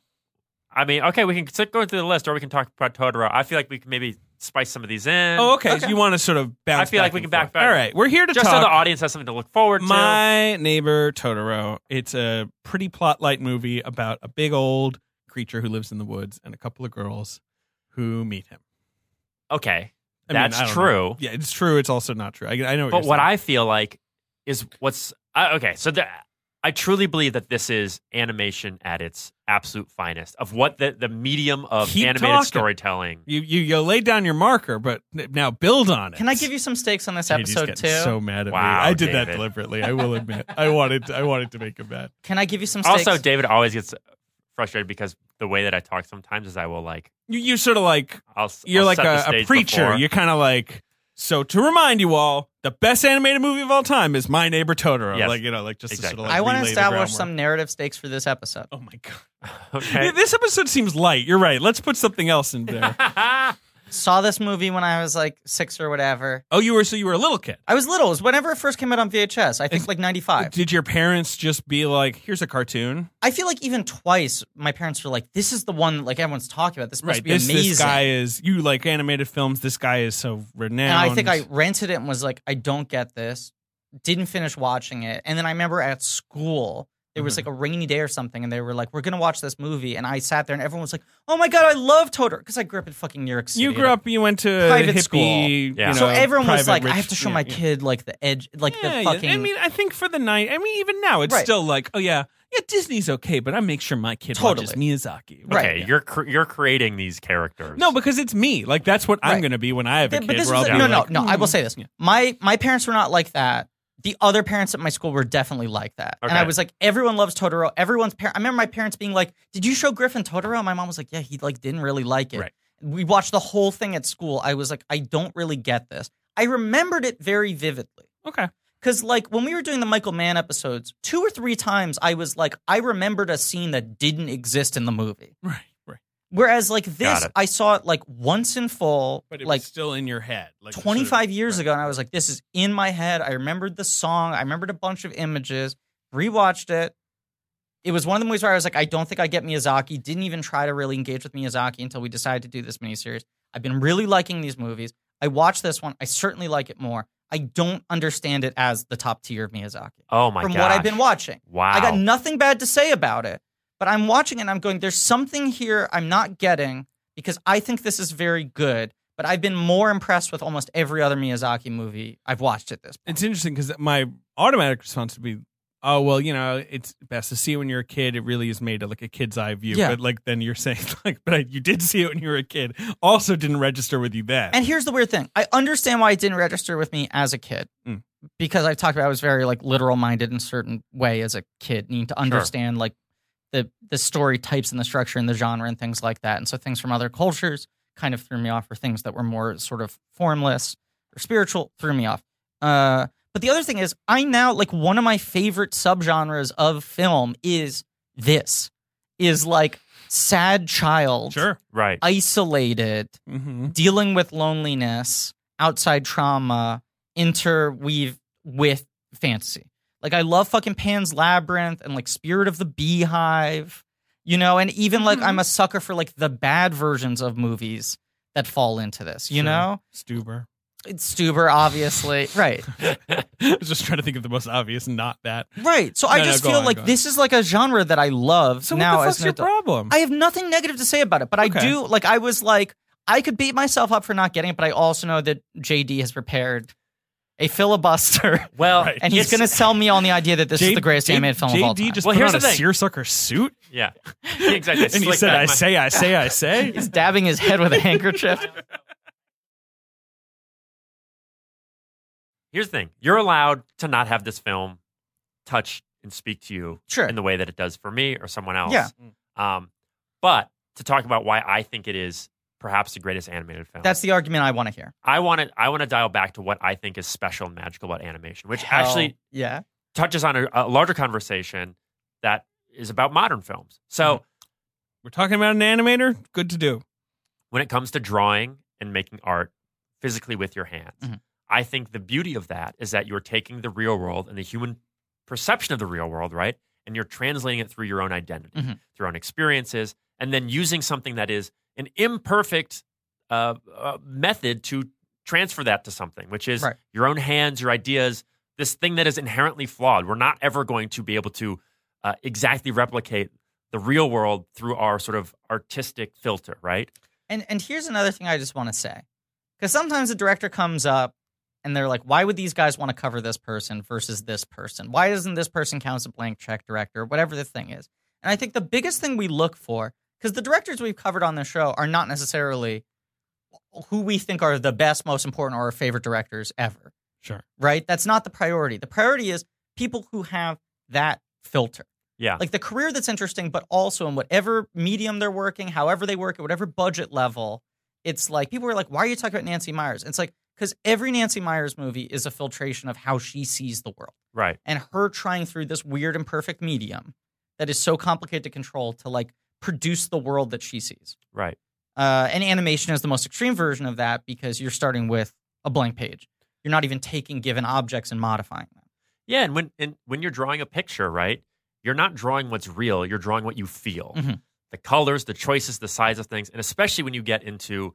S3: I mean, okay, we can sit going through the list, or we can talk about Totoro. I feel like we can maybe spice some of these in.
S4: Oh, okay. So you want to sort of bounce
S3: I feel like
S4: back
S3: we
S4: and
S3: can back-
S4: forth.
S3: back.
S4: All right. We're here to
S3: Just
S4: talk.
S3: so the audience has something to look forward to.
S4: My neighbor Totoro. It's a pretty plot light movie about a big old creature who lives in the woods and a couple of girls who meet him.
S3: okay,
S4: I mean,
S3: that's
S4: I don't know.
S3: true.
S4: Yeah, it's true. It's also not true. I, I know.
S3: But
S4: you're
S3: what
S4: saying.
S3: I feel like is what's I okay. So the, I truly believe that this is animation at its absolute finest of what the, the medium of
S4: Keep
S3: animated
S4: talking.
S3: storytelling.
S4: you you you laid down your marker, but n- now build on it.
S2: Can I give you some stakes on this
S4: Dude, he's
S2: episode
S4: getting
S2: too?
S4: So mad at
S3: Wow,
S4: me. I did that
S3: David.
S4: deliberately. I will admit. I wanted I wanted to make him mad.
S2: Can I give you some stakes?
S3: Also, David always gets frustrated because the way that I talk sometimes is I will like
S4: You you sort of like
S3: I'll s-
S4: you're
S3: I'll
S4: like
S3: set the
S4: a, a
S3: stage
S4: preacher.
S3: before.
S4: You're kind of like so. To remind you all, the best animated movie of all time is My Neighbor Totoro.
S3: Yes.
S4: Like you know, like just to
S3: Exactly.
S4: sort of like
S2: I want to
S4: relay the
S2: establish
S4: groundwork.
S2: some narrative stakes for this episode.
S4: Oh my god!
S3: okay.
S4: Yeah, this episode seems light. You're right. Let's put something else in there.
S2: Saw this movie when I was like six or whatever.
S4: oh, you were so you were a little kid.
S2: I was little. It was whenever it first came out on VHS. I think like '95.
S4: Did your parents just be like, "Here's a cartoon"?
S2: I feel like even twice, my parents were like, "This is the one like everyone's talking about. This must be
S4: This,
S2: amazing."
S4: this guy is you like animated films. This guy is so
S2: and
S4: renowned.
S2: I think I rented it and was like, "I don't get this." Didn't finish watching it, and then I remember at school. It was
S4: Mm-hmm.
S2: like a rainy day or something, and they were like, "We're gonna watch this movie," and I sat there, and everyone was like, "Oh my god, I love Totoro!" Because I grew up in fucking New York City.
S4: You grew up. You went to
S2: Private
S4: hippie,
S2: school.
S4: you
S3: Yeah.
S4: know,
S2: so everyone was
S4: private
S2: like,
S4: rich-
S2: "I have to show
S4: yeah,
S2: my
S4: yeah.
S2: kid like the edge, like
S4: Yeah,
S2: the
S4: yeah.
S2: fucking."
S4: I mean, I think for the night. I mean, even now, it's
S2: Right.
S4: still like, oh yeah, yeah, Disney's okay, but I make sure my kid watches
S2: Totally.
S4: Miyazaki.
S2: Right.
S3: okay, you're cr- you're creating these characters.
S4: No, because it's me. Like that's what I'm
S2: Right.
S4: going to be when I have a
S2: Th-
S4: kid.
S2: but this
S4: where I'll
S2: was,
S4: be
S2: no, no,
S4: like,
S2: no. I will
S4: "Mm."
S2: say this:
S4: Yeah.
S2: my my parents were not like that. The other parents at my school were definitely like that, and
S3: Okay.
S2: I was like, everyone loves Totoro. Everyone's parent. I remember my parents being like, "Did you show Griffin Totoro?" And my mom was like, "Yeah, he like didn't really like it."
S4: Right.
S2: We watched the whole thing at school. I was like, I don't really get this. I remembered it very vividly.
S4: Okay.
S2: Because, like, when we were doing the Michael Mann episodes, two or three times I was like, I remembered a scene that didn't exist in the movie.
S4: Right. Right.
S2: Whereas, like,
S3: Got
S2: this,
S3: it.
S2: I saw it like once in full,
S4: But it
S2: like
S4: was still in your head. Like the sort of-
S2: 25 years
S4: right.
S2: ago and I was like, this is in my head. I remembered the song. I remembered a bunch of images, rewatched it. It was one of the movies where I was like, I don't think I get Miyazaki. Didn't even try to really engage with Miyazaki until we decided to do this miniseries. I've been really liking these movies. I watched this one. I certainly like it more. I don't understand it as the top tier of Miyazaki
S3: Oh my god.
S2: from what I've been watching.
S3: Wow.
S2: I got nothing bad to say about it, but I'm watching it and I'm going, there's something here I'm not getting because I think this is very good, but I've been more impressed with almost every other Miyazaki movie I've watched at this point.
S4: It's interesting because my automatic response would be, "Oh well, you know, it's best to see it when you're a kid. It really is made to like a kid's eye view."
S2: Yeah.
S4: But like then you're saying, like, but I, you did see it when you were a kid. Also, didn't register with you then.
S2: And here's the weird thing I understand why it didn't register with me as a kid.
S4: Mm.
S2: Because I've talked about I was very like literal minded in a certain way as a kid, needing to understand like the the story types and the structure and the genre and things like that. And so things from other cultures kind of threw me off, or things that were more sort of formless or spiritual threw me off. Uh, but the other thing is, I now like one of my favorite subgenres of film is this is like sad child,
S4: sure.
S3: right.
S2: isolated,
S4: Mm-hmm.
S2: dealing with loneliness, outside trauma, interweave with fantasy. Like I love fucking Pan's Labyrinth and like Spirit of the Beehive, you know, and even like I'm a sucker for like the bad versions of movies that fall into this, you
S4: Sure.
S2: know?
S4: Stuber.
S2: It's Stuber, obviously. right.
S4: I was just trying to think of the most obvious, not that.
S2: Right. So I
S4: No, no,
S2: just
S4: go
S2: feel
S4: on, go
S2: like
S4: on.
S2: this is like a genre that I love
S4: So
S2: now
S4: what the
S2: as
S4: fuck's
S2: an
S4: your
S2: adult.
S4: problem?
S2: I have nothing negative to say about it, but
S4: Okay.
S2: I do like I was like I could beat myself up for not getting it, but I also know that JD has prepared a filibuster
S3: Well,
S4: Right.
S2: and he's
S3: it's-
S2: going to sell me on the idea that this
S4: J-
S2: is the greatest
S4: J-
S2: animated film
S4: JD
S2: of all time.
S4: just
S3: Well,
S4: put
S3: here's
S4: on a
S3: the thing.
S4: seersucker suit,
S3: Yeah. exactly.
S4: and he
S3: Slick
S4: said,
S3: back
S4: "I
S3: my-
S4: say, I say, I say."
S2: he's dabbing his head with a handkerchief.
S3: Here's the thing. You're allowed to not have this film touch and speak to you
S2: Sure.
S3: in the way that
S4: Mm.
S3: it does for me or someone else.
S2: Yeah.
S3: Um, but to talk about why I think it is perhaps the greatest animated film.
S2: That's the argument I want to hear.
S3: I want to I want to dial back to what I think is special and magical about animation, which
S2: Hell
S3: actually
S2: yeah.
S3: touches on a, a larger conversation that is about modern films. So
S4: We're talking about an animator. Good to do.
S3: when it comes to drawing and making art physically with your hands.
S2: Mhm.
S3: I think the beauty of that is that you're taking the real world and the human perception of the real world, right? And you're translating it through your own identity,
S2: Mhm.
S3: through your own experiences, and then using something that is an imperfect uh, uh, method to transfer that to something, which is
S2: Right.
S3: your own hands, your ideas, this thing that is inherently flawed. We're not ever going to be able to uh, exactly replicate the real world through our sort of artistic filter, right?
S2: And and here's another thing I just want to say. Cuz sometimes the director comes up and they're like, "Why would these guys want to cover this person versus this person? Why doesn't this person count as a blank check director, whatever the thing is?" And I think the biggest thing we look for cuz the directors we've covered on the show are not necessarily who we think are the best, most important or our favorite directors ever.
S4: Sure.
S2: Right? That's not the priority. The priority is people who have that filter.
S3: Yeah.
S2: Like the career that's interesting, but also in whatever medium they're working, however they work, at whatever budget level, it's like people are like, why are you talking about Nancy Myers? It's like, because every Nancy Myers movie is a filtration of how she sees the world
S3: Right.
S2: and her trying through this weird and perfect medium that is so complicated to control to like produce the world that she sees.
S3: Right.
S2: Uh, and animation is the most extreme version of that because you're starting with a blank page. You're not even taking given objects and modifying them.
S3: Yeah, and when and when you're drawing a picture, right? You're not drawing what's real, you're drawing what you feel.
S2: Mhm.
S3: The colors, the choices, the size of things, and especially when you get into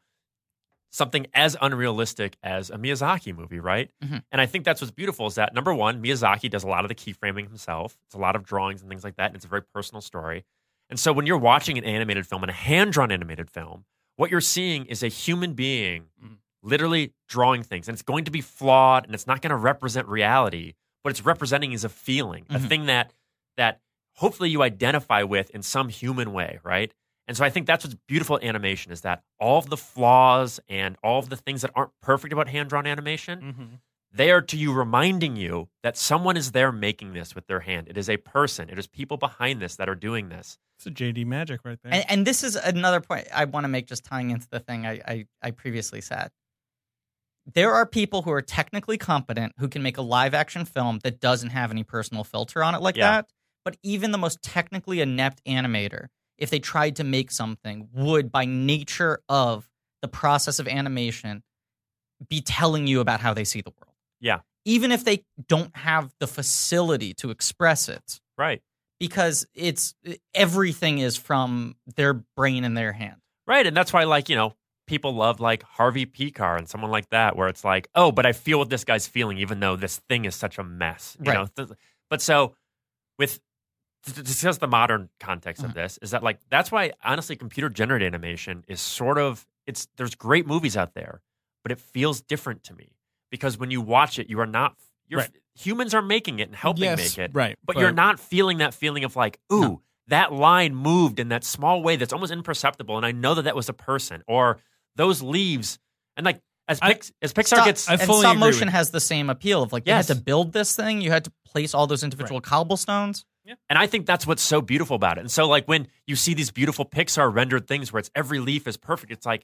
S3: something as unrealistic as a Miyazaki movie, right?
S2: Mhm.
S3: And I think that's what's beautiful is that number 1, Miyazaki does a lot of the keyframing himself. It's a lot of drawings and things like that, and it's a very personal story. And so when you're watching an animated film and a hand-drawn animated film, what you're seeing is a human being literally drawing things and it's going to be flawed and it's not going to represent reality what it's representing is a feeling a
S2: Mhm.
S3: thing that that hopefully you identify with in some human way right and so i think that's what's beautiful in animation is that all of the flaws and all of the things that aren't perfect about hand-drawn animation
S4: Mm-hmm.
S3: they are to you reminding you that someone is there making this with their hand it is a person it is people behind this that are doing this
S4: It's a JD magic right there.
S2: And, and this is another point I want to make, just tying into the thing I, I, I previously said. There are people who are technically competent who can make a live action film that doesn't have any personal filter on it like
S3: Yeah.
S2: that. But even the most technically inept animator, if they tried to make something, would by nature of the process of animation be telling you about how they see the world.
S3: Yeah.
S2: Even if they don't have the facility to express it
S3: right
S2: because it's everything is from their brain and their hand.
S3: Right. And that's why, like, you know, people love like Harvey Picar and someone like that, where it's like, oh, but I feel what this guy's feeling, even though this thing is such a mess. You
S2: Right.
S3: know? Th- But so with to to discuss the modern context
S4: Mm-hmm.
S3: of this, is that like that's why honestly computer generated animation is sort of it's there's great movies out there, but it feels different to me. Because when you watch it, you are not you're
S4: Right.
S3: humans are making it and helping
S4: yes,
S3: make it
S4: right.
S3: but, you're not feeling that feeling of like, ooh, that line moved in that small way that's almost imperceptible, and I know that that was a person or those leaves, and like as
S4: I-
S3: Pix, as Pixar
S2: Stop-
S3: gets,
S4: I
S2: and
S4: fully
S2: stop
S4: agree with
S2: motion
S4: you.
S2: has the same appeal of like
S3: Yes.
S2: you had to build this thing, you had to place all those individual cobblestones.
S3: and I think that's what's so beautiful about it. And so like when you see these beautiful Pixar rendered things where it's every leaf is perfect, it's like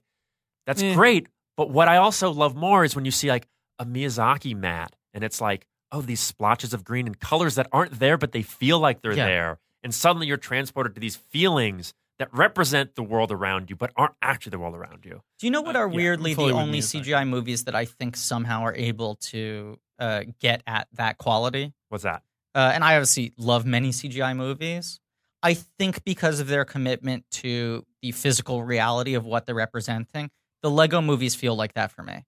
S3: that's
S4: Eh.
S3: great. But what I also love more is when you see like a Miyazaki mat, and it's like, oh, these splotches of green and colors that aren't there, but they feel like they're
S2: Yeah.
S3: there, and suddenly you're transported to these feelings that represent the world around you, but aren't actually the world around you.
S2: Do you know what
S4: Uh,
S2: are
S4: yeah, I'm
S2: weirdly the
S4: fully with
S2: only
S4: you, sorry.
S2: CGI movies that I think somehow are able to uh, get at that quality?
S3: What's that?
S2: Uh, and I obviously love many CGI movies. I think because of their commitment to the physical reality of what they're representing, the Lego movies feel like that for me.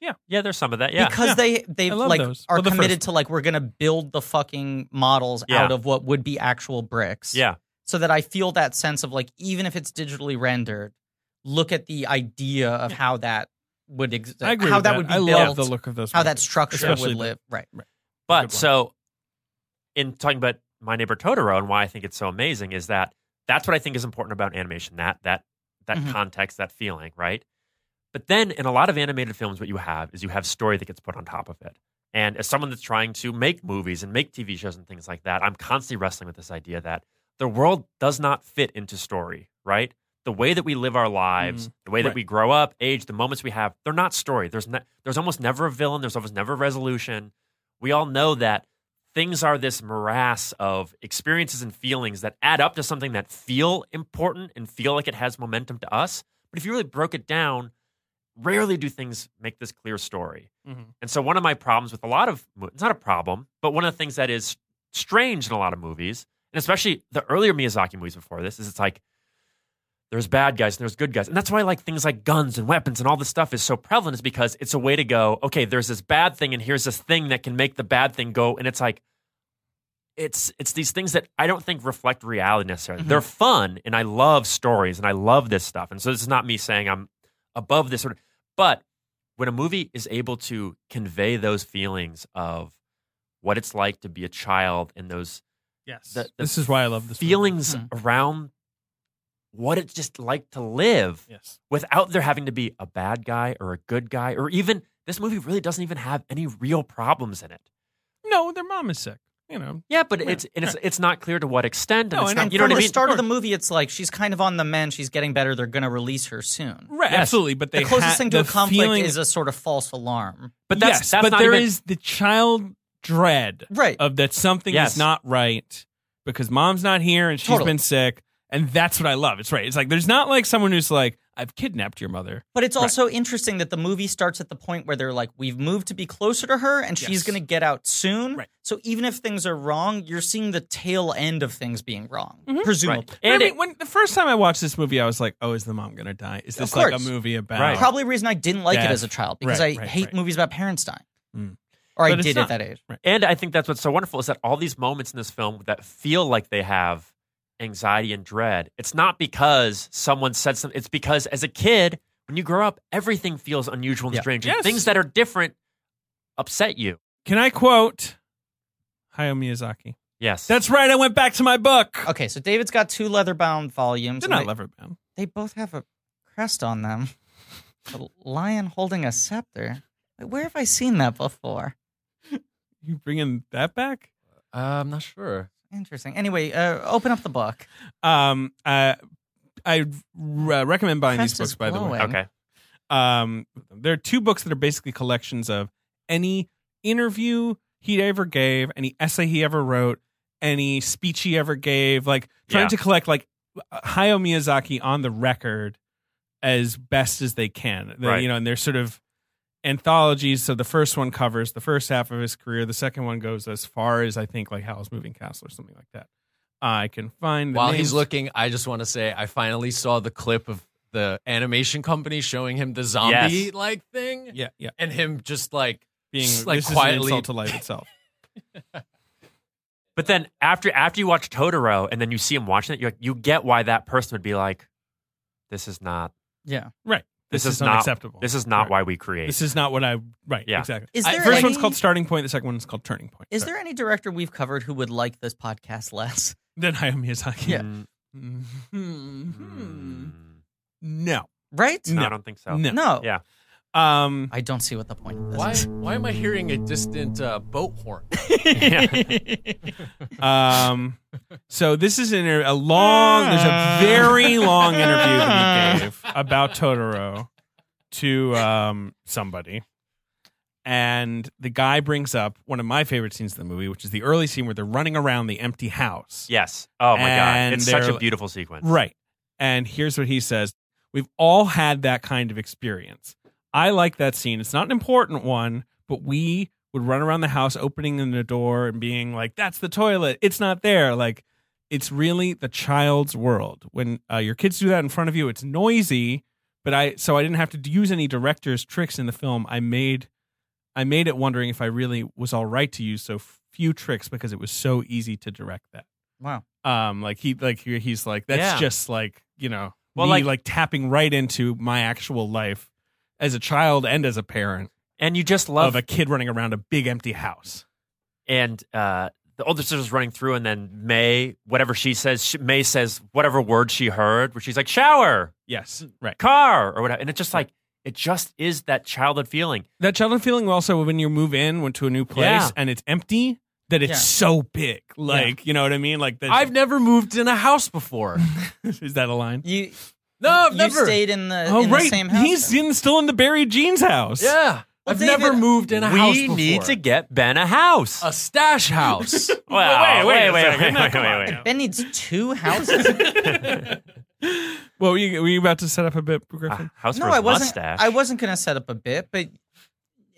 S3: Yeah, yeah. There's some of that. Yeah,
S2: because
S4: Yeah.
S2: they they
S4: I love
S2: like
S4: those.
S2: are
S4: Well, the
S2: committed
S4: first
S2: to like we're gonna build the fucking models
S3: Yeah.
S2: out of what would be actual bricks.
S3: yeah,
S2: So that I feel that sense of like even if it's digitally rendered, look at the idea of how that would exist.
S4: I agree.
S2: How
S4: with
S2: would be
S4: I love
S2: built.
S4: the look of those.
S2: how that
S4: movies.
S2: structure
S4: Especially
S2: would
S4: the-
S2: live. Right.
S4: Good one.
S3: But so, in talking about my neighbor Totoro and why I think it's so amazing is that that's what I think is important about animation that that that
S2: Mhm.
S3: context, that feeling, right? But then in a lot of animated films, what you have is you have story that gets put on top of it. And as someone that's trying to make movies and make TV shows and things like that, I'm constantly wrestling with this idea that the world does not fit into story, right? the way that we live our lives, the way that
S4: Right.
S3: we grow up, age, the moments we have, they're not story. There's ne- there's almost never a villain. There's almost never a resolution. We all know that things are this morass of experiences and feelings that add up to something that feel important and feel like it has momentum to us. But if you really broke it down, rarely do things make this clear story.
S4: Mhm.
S3: And so one of my problems with a lot of mo- it's not a problem, but one of the things that is strange in a lot of movies, and especially the earlier Miyazaki movies before this, is it's like there's bad guys and there's good guys. And that's why I like things like guns and weapons and all this stuff is so prevalent is because it's a way to go, okay, there's this bad thing and here's this thing that can make the bad thing go and it's like it's it's these things that I don't think reflect reality necessarily.
S2: Mhm.
S3: They're fun and I love stories and I love this stuff. And so this is not me saying I'm above this sort of but when a movie is able to convey those feelings of what it's like to be a child and those
S4: Yes.
S3: The- the
S4: this is why I love this movie.
S3: feelings
S4: hmm.
S3: around what it's just like to live
S4: Yes.
S3: without there having to be a bad guy or a good guy or even this movie really doesn't even have any real problems in it.
S4: No, their mom is sick. You know.
S3: Yeah, but it's and it's it's not clear to what extent.
S4: No,
S3: And it's
S4: I
S3: not,
S4: know.
S3: you know
S2: From
S3: what I
S2: the
S3: mean?
S2: start of the movie, it's like she's kind of on the mend. She's getting better. They're going to release her soon.
S4: Right.
S3: Yes.
S4: Absolutely. But they
S2: the closest
S4: ha-
S2: thing to a
S4: the
S2: conflict
S4: feeling-
S2: is a sort of false alarm.
S3: but that's
S4: yes,
S3: that's
S4: but
S3: not
S4: there is
S3: even,
S4: the child dread
S2: Right.
S4: of that something
S3: Yes.
S4: is not right because mom's not here and she's
S2: Totally.
S4: been sick, and that's what I love. It's right. It's like there's not like someone who's like I've kidnapped your mother.
S2: But it's also interesting that the movie starts at the point where they're like, we've moved to be closer to her and she's
S4: Yes.
S2: going to get out soon.
S4: Right.
S2: So even if things are wrong, you're seeing the tail end of things being wrong,
S4: Mm-hmm.
S2: presumably.
S3: right.
S4: And
S3: And
S4: I mean,
S3: it-
S4: when the first time I watched this movie, I was like, "Oh, is the mom gonna die? Is this
S2: Of
S4: like a
S2: course.
S4: movie about?"
S3: Right.
S2: Probably a reason I didn't like
S4: Yeah.
S2: it as a child because
S4: Right,
S2: I
S4: right,
S2: hate
S4: right.
S2: movies about parents dying.
S4: Mm.
S2: Or I
S4: But it's
S2: did
S4: not.
S2: at that age.
S3: and I think that's what's so wonderful is that all these moments in this film that feel like they have anxiety and dread. It's not because someone said something. It's because as a kid, when you grow up, everything feels unusual and
S2: Yeah.
S3: strange.
S4: Yes.
S3: And things that are different upset you.
S4: Can I quote Hayao Miyazaki?
S3: Yes.
S4: That's right. I went back to my book.
S2: Okay, so David's got two leather bound volumes.
S4: They're
S2: and
S4: not
S2: they-
S4: lever bound.
S2: they both have a crest on them. A lion holding a scepter. Wait, Where have I seen that before?
S4: You bringing that back?
S5: Uh, I'm not sure.
S2: Interesting. Anyway, uh, open up the book.
S4: Um, uh, I re- recommend buying
S2: Crest
S4: these books.
S2: is
S4: By the way,
S2: glowing.
S3: okay.
S4: um, there are two books that are basically collections of any interview he ever gave, any essay he ever wrote, any speech he ever gave. Like trying
S3: Yeah.
S4: to collect like Hayao Miyazaki on the record as best as they can. The-
S3: Right.
S4: You know, and they're sort of anthologies. So the first one covers the first half of his career. The second one goes as far as I think like Howl's Moving Castle or something like that. I can find the
S5: While he's
S4: names.
S5: looking, I just want to say I finally saw the clip of the animation company showing him the zombie like thing
S4: Yeah, yeah.
S5: and him just like
S4: Being
S5: Just, like,
S4: this is
S5: quietly-
S4: an insult to life itself.
S3: But then after after you watch Totoro and then you see him watching it, you you get why that person would be like, "This is not.
S2: Yeah.
S4: This, is,
S3: not
S4: unacceptable.
S3: This is not
S4: Right.
S3: why we create."
S4: This is not what I right.
S3: Yeah.
S4: Exactly.
S2: Is
S5: I-
S2: there
S4: First
S2: any,
S4: one's called Starting Point. The second one's called Turning Point.
S2: Is there any director we've covered who would like this podcast less?
S4: then Hayao Miyazaki?
S2: Yeah.
S3: Mm,
S4: Mhm.
S3: mm,
S4: No.
S2: Right?
S4: No.
S3: I don't think so.
S4: No.
S2: No.
S3: Yeah.
S4: Um.
S2: I don't see what the point of this
S5: why
S2: is.
S5: why am I hearing a distant uh, boat horn?
S4: Um. so this is an, inter- a long. There's
S2: Ah.
S4: a very long interview that he gave about Totoro to um somebody, and the guy brings up one of my favorite scenes of the movie, which is the early scene where they're running around the empty house.
S3: Yes. Oh my
S4: And
S3: god! It's such
S4: they're-
S3: a beautiful sequence.
S4: Right. And here's what he says We've all had that kind of experience. I like that scene. It's not an important one, but we would run around the house opening the door and being like, that's the toilet. It's not there. Like, it's really the child's world. When uh, your kids do that in front of you, it's noisy. But I, so I didn't have to use any director's tricks in the film. I made, I made it wondering if I really was all right to use so few tricks because it was so easy to direct that
S2: Wow.
S4: um like he like he- he's like that's
S3: Yeah.
S4: just like you know
S3: Well,
S4: me, like,
S3: like-
S4: tapping right into my actual life as a child and as a parent
S3: And you just
S4: of
S3: love
S4: a kid running around a big empty house
S3: and uh, the older sister's running through, and then May, whatever she says, she, May says whatever word she heard, where she's like shower,
S4: yes right
S3: car, or whatever, and it's just like it just is that childhood feeling.
S4: that childhood feeling also when you move in went to a new place
S3: Yeah.
S4: and it's empty that it's
S2: Yeah.
S4: so big like you know what i mean like that
S5: I've never moved in a house before.
S4: is that a line
S2: You
S5: No, I've
S2: you
S5: never.
S2: stayed in the,
S4: Oh,
S2: in
S4: right.
S2: the same house.
S4: He's in, still in the Barry Jeans house.
S5: yeah. I've
S2: David,
S5: never moved in a
S3: we
S5: house before.
S3: need to get Ben a house.
S5: a stash house.
S3: Well,
S4: wait, wait a
S3: wait,
S4: second. No,
S3: wait,
S4: come
S3: wait,
S4: on
S3: wait.
S4: now.
S2: Ben needs two houses.
S4: Well, were you, were you about to set up a bit, Griffin?
S3: A house
S2: no,
S3: for his
S2: I wasn't.
S3: mustache.
S2: I wasn't going to set up a bit, but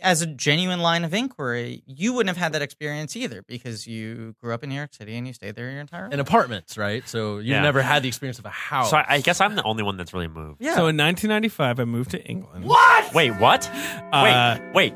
S2: as a genuine line of inquiry, you wouldn't have had that experience either because you grew up in New York City and you stayed there your entire life.
S5: in apartments, right? So you've
S3: Yeah.
S5: never had the experience of a house.
S3: So I, I guess I'm the only one that's really moved.
S2: Yeah.
S4: So in 1995, I moved to England.
S3: Wait, what?
S4: Uh,
S3: wait, wait,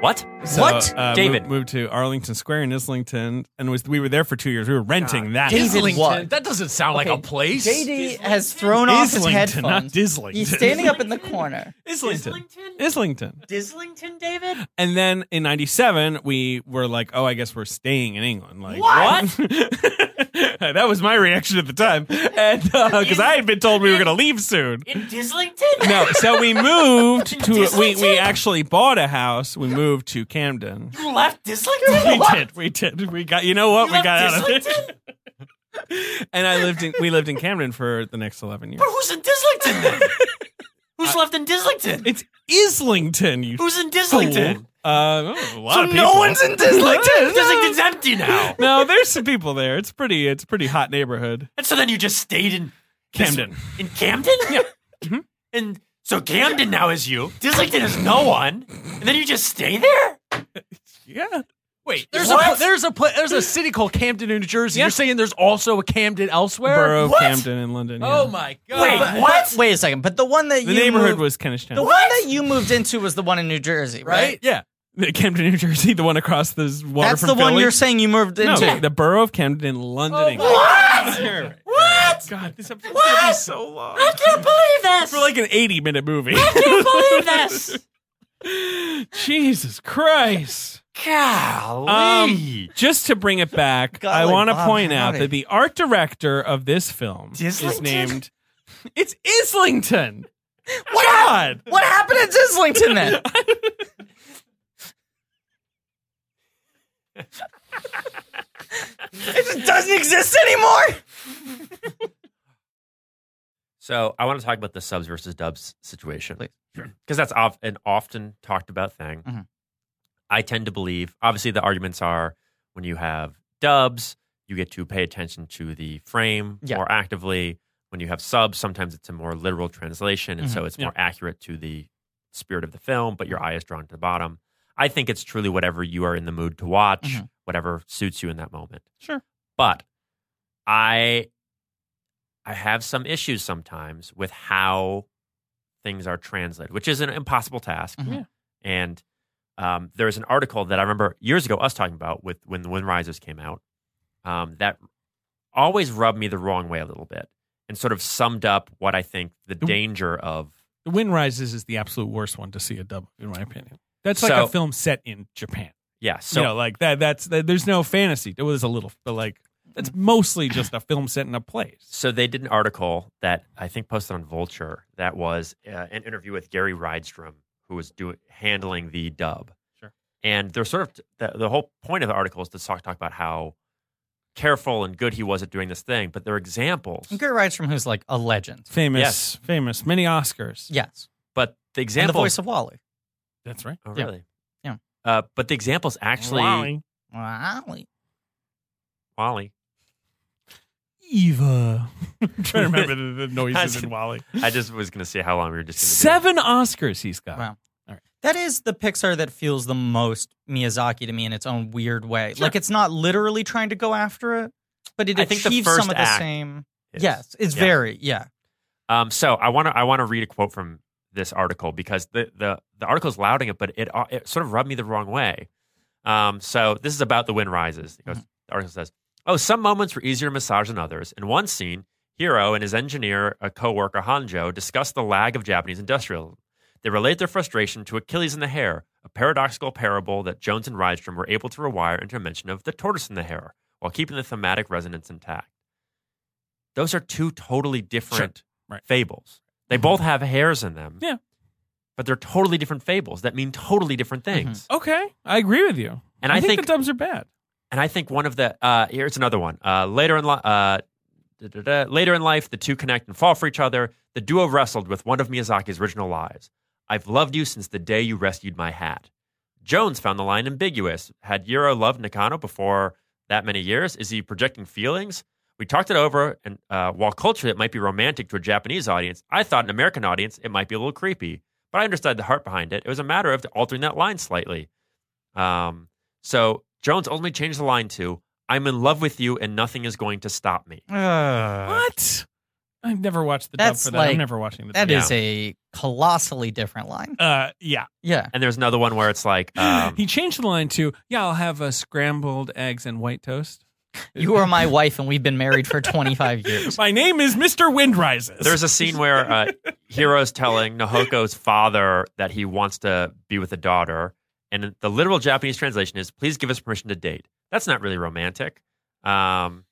S3: what?
S4: So,
S3: what?
S4: uh,
S3: David.
S4: moved, moved to Arlington Square in Islington, and was we were there for two years. We were renting that.
S2: David what?
S5: That doesn't sound like a place.
S2: JD has thrown off his
S4: Islington, not
S2: headphones.
S4: Dislington.
S2: He's standing up in the corner.
S4: Islington. Islington.
S2: Dislington, David?
S4: And then in '97, we were like, "Oh, I guess we're staying in England." Like
S3: What?
S4: that was my reaction at the time, and because I had been told we were going to leave soon.
S2: In Dislington?
S4: No, so we moved to we we actually bought a house. We moved to Camden.
S2: You left Dislington?
S4: We did, we did, we got. You know what? we got out of it. and I lived in we lived in Camden for the next eleven years.
S2: Who's in Dislington then? Who's left in Dislington?
S4: It's Islington. You
S2: Who's in
S4: fool. Uh, oh, a lot of people.
S2: in Dislington.
S4: Dislington's
S2: empty now.
S4: no, there's some people there. It's pretty. It's a pretty hot neighborhood.
S2: And so then you just stayed in
S4: Camden.
S2: in Camden. Yeah. And so Camden now is you. Dislington is no one. And then you just stay there.
S4: Yeah.
S5: Wait, there's a
S2: What?
S5: there's a pla- there's a city called Camden, New Jersey. You're saying there's also a Camden elsewhere?
S4: Borough
S2: What?
S4: Camden in London. yeah.
S5: Oh my god.
S2: Wait, what? Wait a second. But the one that
S4: The
S2: you
S4: neighborhood
S2: moved,
S4: was Kentish Town.
S2: the one that you moved into was the one in New Jersey,
S5: Right?
S2: right?
S5: Yeah.
S4: The Camden, New Jersey, the one across the s- water
S2: That's
S4: from
S2: the
S4: Philly.
S2: one you're saying you moved
S4: No,
S2: into.
S4: the borough of Camden in London, England.
S2: What? What?
S4: God, this episode's gonna be so long.
S2: I can't believe this.
S4: For like an 80 minute movie.
S2: I can't believe this.
S4: Jesus Christ. Um,
S3: Golly.
S4: Just to bring it back, I
S2: Golly,
S4: want to
S2: Bob,
S4: point out
S2: howdy.
S4: that the art director of this film is
S2: Islington?
S4: named. It's Islington. God.
S2: What happened at Dislington then? it just doesn't exist anymore.
S3: so I want to talk about the subs versus dubs situation.
S2: Please.
S3: Because that's of, an often talked about thing.
S2: Mhm.
S3: I tend to believe, obviously, the arguments are when you have dubs, you get to pay attention to the frame
S2: Yeah.
S3: more actively. When you have subs, sometimes it's a more literal translation. And so
S2: Mm-hmm.
S3: it's more accurate to the spirit of the film, but your eye is drawn to the bottom. I think it's truly whatever you are in the mood to watch,
S2: Mhm.
S3: whatever suits you in that moment.
S4: Sure.
S3: But I I have some issues sometimes with how things are translated, which is an impossible task.
S2: Mhm. Yeah.
S3: And um, there's an article that I remember years ago us talking about with when the Wind Rises came out um, that always rubbed me the wrong way a little bit and sort of summed up what I think the
S4: The-
S3: danger of
S4: The Wind Rises is the absolute worst one to see a dub, in my opinion. That's like
S3: So-
S4: a film set in Japan.
S3: yeah. So
S4: you know, like that. That's that, there's no fantasy. There was a little, but like it's mostly just a film set in a place.
S3: So they did an article that I think posted on Vulture that was uh, an interview with Gary Rydstrom, who was doing handling the dub.
S4: Sure.
S3: And they're sort of the, the whole point of the article is to talk, talk about how careful and good he was at doing this thing, but they're examples.
S2: Gary Rydstrom, who's like a legend.
S4: Famous,
S3: Yes.
S4: famous, many Oscars.
S2: Yes.
S3: But the
S2: And the
S3: examples,
S2: voice of Wally.
S4: that's right.
S3: oh,
S2: yeah.
S3: really,
S2: Yeah.
S3: Uh, but the examples actually,
S4: Wally.
S2: Wally.
S3: Wally.
S4: Eva. I'm trying to remember the, the noises in Wally.
S3: I just was going to say how long we were just gonna do it.
S4: Seven Oscars he's got.
S2: Wow. That is the Pixar that feels the most Miyazaki to me in its own weird way. Like it's not literally trying to go after it, but it
S3: I think
S2: achieves
S3: the first
S2: some of the
S3: act
S2: same.
S3: Yes.
S2: Yes, it's
S3: Yeah.
S2: very yeah.
S3: Um, so I want to I want to read a quote from this article because the the the article is lauding it, but it uh, it sort of rubbed me the wrong way. Um, so this is about the wind rises. It goes, The article says, "Oh, some moments were easier to massage than others. In one scene, Hiro and his engineer, a coworker Hanjo, discuss the lag of Japanese industrialism. They relate their frustration to Achilles and the Hare, a paradoxical parable that Jones and Rydstrom were able to rewire into a mention of the tortoise and the hare, while keeping the thematic resonance intact. Those are two totally different
S4: Right.
S3: fables. They both have hares in them.
S4: Yeah.
S3: But they're totally different fables that mean totally different things.
S4: Okay, I agree with you. Mm-hmm.
S3: And
S4: I,
S3: I
S4: think,
S3: think-
S4: the dubs are bad.
S3: And I think one of the uh, here's another one. Uh, later in li- uh, Da-da-da. Later in life, the two connect and fall for each other. The duo wrestled with one of Miyazaki's original lies. I've loved you since the day you rescued my hat. Jones found the line ambiguous. Had Euro loved Nakano before that many years? Is he projecting feelings? We talked it over, and uh, while culturally it might be romantic to a Japanese audience, I thought an American audience it might be a little creepy. But I understood the heart behind it. It was a matter of altering that line slightly. Um, so Jones only changed the line to "I'm in love with you, and nothing is going to stop me."
S4: What? I've never watched the
S2: That's
S4: dub for that.
S2: like-
S4: I'm never watching the
S2: That
S4: dub.
S2: is a colossally different line.
S4: Uh, yeah.
S2: Yeah.
S3: And there's another one where it's like, um,
S4: he changed the line to, "Yeah, I'll have uh, scrambled eggs and white toast."
S2: You are my wife, and we've been married for 25 years.
S4: My name is Mister Windrises.
S3: There's a scene where uh, Hiro's telling Nahoko's father that he wants to be with a daughter, and the literal Japanese translation is "Please give us permission to date." That's not really romantic. Um,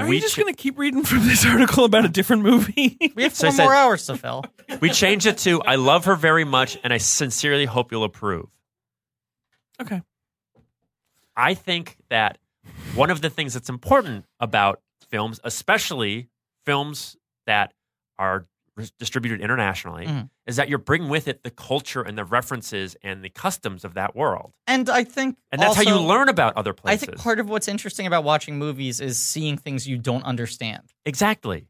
S4: Are
S3: we
S4: you just
S3: ch-
S4: gonna keep reading from this article about a different movie?
S2: We have
S3: So
S2: four
S3: I said-
S2: more hours to fill.
S3: we changed it to "I love her very much, and I sincerely hope you'll approve."
S4: Okay.
S3: I think that one of the things that's important about films, especially films that are res- distributed internationally,
S2: Mhm.
S3: is that you're bringing with it the culture and the references and the customs of that world.
S2: And I think
S3: And that's how you
S2: also-
S3: learn about other
S2: I
S3: places.
S2: think part of what's interesting about watching movies is seeing things you don't understand.
S3: exactly.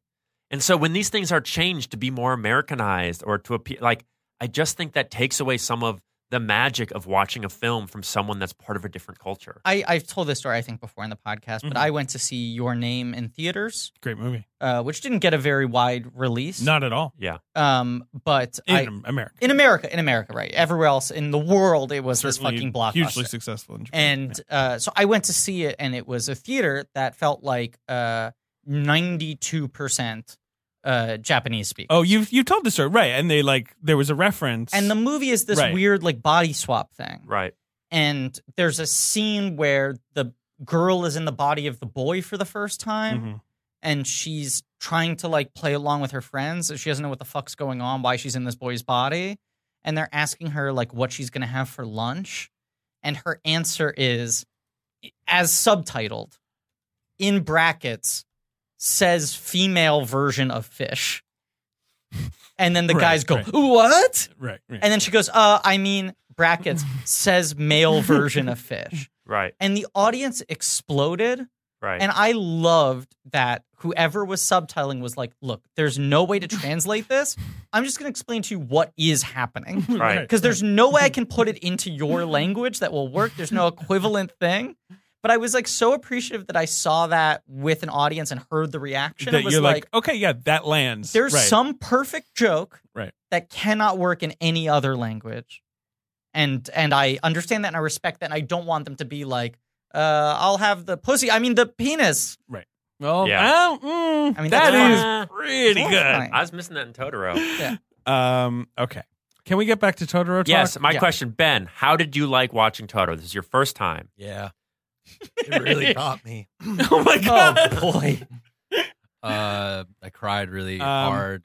S3: And so when these things are changed to be more Americanized or to appear like, I just think that takes away some of the magic of watching a film from someone that's part of a different culture.
S2: I, I've told this story, I think, before in the podcast,
S4: Mhm.
S2: but I went to see Your Name in theaters,
S4: Great movie.
S2: uh, which didn't get a very wide release.
S4: Not at all.
S2: Um, but
S4: In
S2: I,
S4: America,
S2: in America, in America, right? Everywhere else in the world, it was
S4: Certainly
S2: this fucking blockbuster.
S4: hugely successful in Japan.
S2: and uh, so I went to see it, and it was a theater that felt like uh, ninety-two percent uh, Japanese speak.
S4: oh, you've you told the story right, and they like there was a reference,
S2: And the movie is this
S4: Right.
S2: weird like body swap thing,
S3: Right.
S2: and there's a scene where the girl is in the body of the boy for the first time,
S4: Mhm.
S2: and she's trying to like play along with her friends. and She doesn't know what the fuck's going on, why she's in this boy's body. And they're asking her like what she's gonna have for lunch. And her answer is as subtitled in brackets says female version of fish. And then the
S4: Right,
S2: guys go,
S4: right.
S2: What?
S4: right, right.
S2: And then she goes, uh, I mean brackets says male version of fish.
S3: Right.
S2: And the audience exploded.
S3: Right.
S2: And I loved that whoever was subtitling was like, look, there's no way to translate this. I'm just going to explain to you what is happening.
S3: right.
S2: Because there's no way I can put it into your language that will work. There's no equivalent thing. But I was like so appreciative that I saw that with an audience and heard the reaction.
S4: that
S2: it was
S4: you're
S2: like,
S4: like, okay, yeah, that lands.
S2: there's
S4: right.
S2: some perfect joke
S4: Right.
S2: that cannot work in any other language. And and I understand that and I respect that and I don't want them to be like, uh, I'll have the pussy. I mean the penis.
S5: Well,
S3: Yeah.
S4: Oh, mm,
S2: I mean,
S4: that
S2: that's
S4: is pretty good.
S2: Horrifying.
S3: I was missing that in Totoro.
S4: Um, okay. Can we get back to Totoro? Talk?
S3: Yes, my
S2: Yeah.
S3: question, Ben. How did you like watching Toto? This is your first time.
S5: yeah. It really caught me.
S4: Oh my god.
S2: Oh boy.
S5: Uh, I cried really
S4: Um,
S5: hard.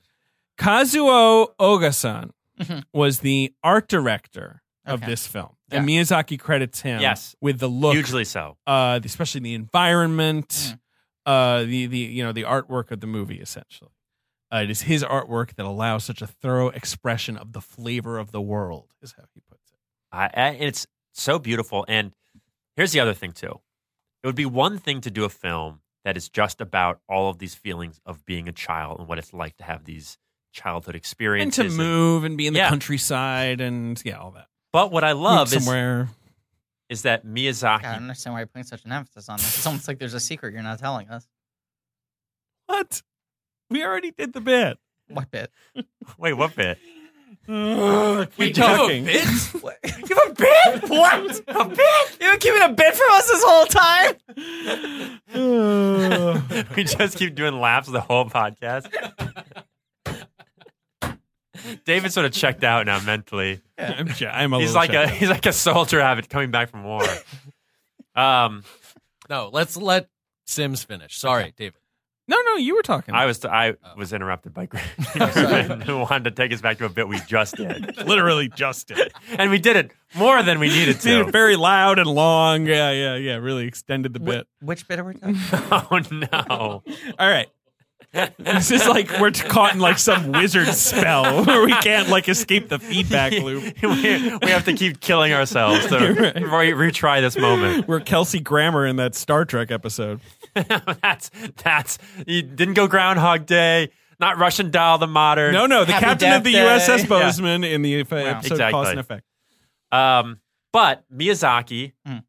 S4: Kazuo Ogasan
S2: Mhm.
S4: was the art director of
S2: Okay.
S4: this film, and Miyazaki credits him
S3: Yes.
S4: with the look,
S3: Hugely so.
S4: uh, especially the environment,
S2: Mm.
S3: Mm-hmm.
S4: uh, the the you know the artwork of the movie. Essentially, uh, it is his artwork that allows such a thorough expression of the flavor of the world, is how he puts it.
S3: I, I, it's so beautiful. And here's the other thing too. It would be one thing to do a film that is just about all of these feelings of being a child and what it's like to have these childhood
S4: And
S3: experiences.
S4: to move and be in the
S3: Yeah.
S4: countryside and yeah, all that.
S3: But what I love
S4: Move
S3: is,
S4: somewhere.
S3: is that Miyazaki.
S2: God, I don't understand why you're putting such an emphasis on this. It's almost like there's a secret you're not telling us.
S4: What? We already did the bit.
S2: What bit?
S3: Wait, what bit?
S4: we
S2: What? Give a bit? What? A bit? You've been keeping a bit from us this whole time?
S3: we just keep doing laughs the whole podcast. David sort of checked out now mentally.
S4: I'm, ch- I'm a
S3: He's
S4: little
S3: like a
S4: checked
S3: he's like a soldier abbot coming back from war. um,
S5: No, let's let Sims finish. Sorry, David.
S4: No, no, you were talking.
S3: I was I
S4: Oh.
S3: was interrupted by Griffin, who wanted to take us back to a bit we just did,
S4: literally just did.
S3: and we did it more than we needed
S4: Did
S3: to.
S4: it very loud and long. Yeah, yeah, yeah. Really extended the bit.
S2: Which bit are we talking? about?
S3: oh no!
S4: All right. this is like we're caught in like some wizard spell where we can't like escape the feedback loop.
S3: we, we have to keep killing ourselves to re- retry this moment.
S4: We're Kelsey Grammer in that Star Trek episode.
S3: that's that's you didn't go Groundhog Day, not Russian Doll the modern.
S4: No, no, the
S2: Happy
S4: captain
S2: Death
S4: of the
S2: Day.
S4: USS
S2: Yeah.
S4: Bozeman in the episode Cause
S3: Exactly.
S4: and Effect.
S3: Um, but Miyazaki
S4: Hmm.
S2: Mm.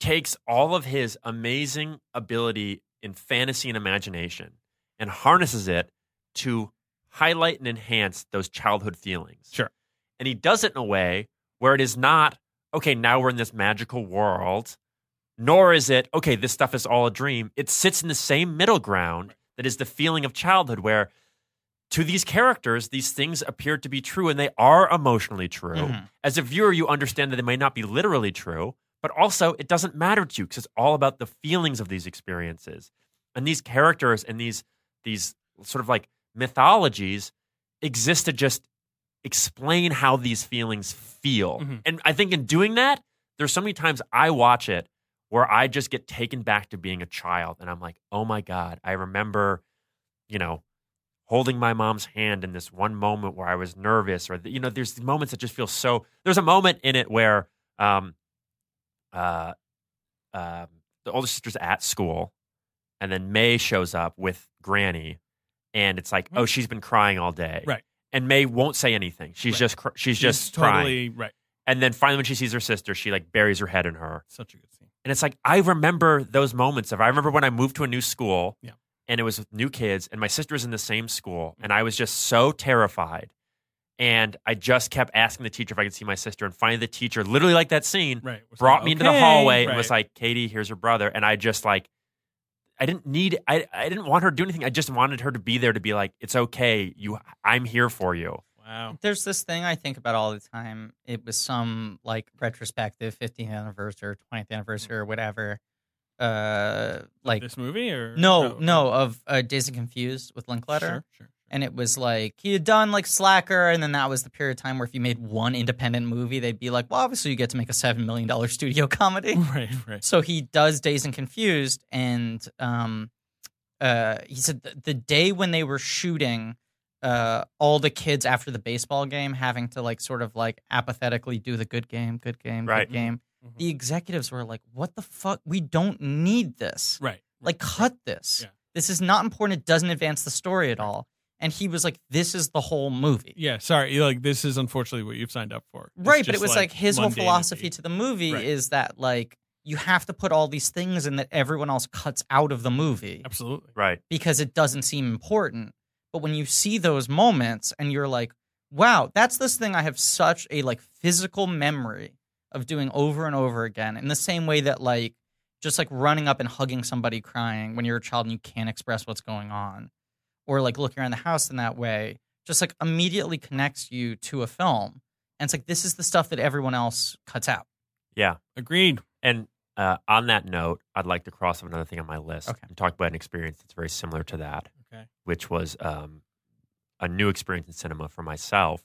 S3: takes all of his amazing ability in fantasy and imagination and harnesses it to highlight and enhance those childhood feelings.
S4: Sure.
S3: And he does it in a way where it is not, okay, now we're in this magical world, nor is it, okay, this stuff is all a dream. It sits in the same middle ground that is the feeling of childhood, where to these characters, these things appear to be true and they are emotionally true
S2: Mhm.
S3: as a viewer, you understand that they may not be literally true, but also it doesn't matter to you because it's all about the feelings of these experiences. And these characters and these these sort of like mythologies exist to just explain how these feelings feel.
S4: Mhm.
S3: And I think in doing that, there's so many times I watch it where I just get taken back to being a child and I'm like, oh my God, I remember, you know, holding my mom's hand in this one moment where I was nervous, or you know, there's moments that just feel so. There's a moment in it where, um, uh, um, the older sister's at school, and then May shows up with Granny, and it's like, oh, she's been crying all day,
S4: Mm-hmm. Right.
S3: And May won't say anything. She's
S4: Right.
S3: just cr- she's,
S4: She's
S3: just crying.
S4: totally right.
S3: And then finally, when she sees her sister, she like buries her head in her,
S4: Such a good scene.
S3: and it's like I remember those moments of I remember when I moved to a new school
S4: Yeah.
S3: and it was with new kids and my sister was in the same school and I was just so terrified. And I just kept asking the teacher if I could see my sister and finally the teacher, literally like that scene,
S4: Right. We're
S3: brought
S4: saying,
S3: me into the
S4: okay,
S3: hallway
S4: right.
S3: and was like, Katie, here's her brother. And I just like I didn't need I I didn't want her to do anything. I just wanted her to be there to be like, it's okay, you I'm here for you.
S4: "Wow,
S2: There's this thing I think about all the time. It was some like retrospective 15th anniversary or 20th anniversary or whatever. Uh, like
S4: this movie or
S2: no,
S4: oh,
S2: no, of uh, Days and Confused with Linkletter.
S4: Sure, sure.
S2: and it was like he had done like Slacker, and then that was the period of time where if you made one independent movie, they'd be like, well, obviously you get to make a seven million dollar studio comedy.
S4: Right, right.
S2: So he does Days and Confused, and um, uh, he said th- the day when they were shooting, uh, all the kids after the baseball game having to like sort of like apathetically do the good game, good game,
S3: Right.
S2: good game.
S4: Mm-hmm.
S2: The executives were like, "What the fuck? We don't need this.
S4: Right.
S2: Like, cut this.
S4: Yeah.
S2: This is not important. It doesn't advance the story at all." And he was like, "This is the whole movie."
S4: Yeah, sorry. you- Like this is unfortunately what you've signed up for. It's
S2: right but it
S4: just,
S2: was like, his whole
S4: mundanity.
S2: philosophy to the movie
S4: Right.
S2: is that like you have to put all these things in that everyone else cuts out of the movie
S4: Absolutely.
S3: Right.
S2: because it doesn't seem important but when you see those moments and you're like wow that's this thing i have such a like physical memory of doing over and over again in the same way that like just like running up and hugging somebody crying when you're a child and you can't express what's going on or like looking around the house in that way just like immediately connects you to a film and it's like this is the stuff that everyone else cuts out
S3: Yeah.
S4: Agreed.
S3: And uh, on that note, I'd like to cross off another thing on my list
S2: Okay.
S3: and talk about an experience that's very similar to that,
S4: Okay.
S3: which was um, a new experience in cinema for myself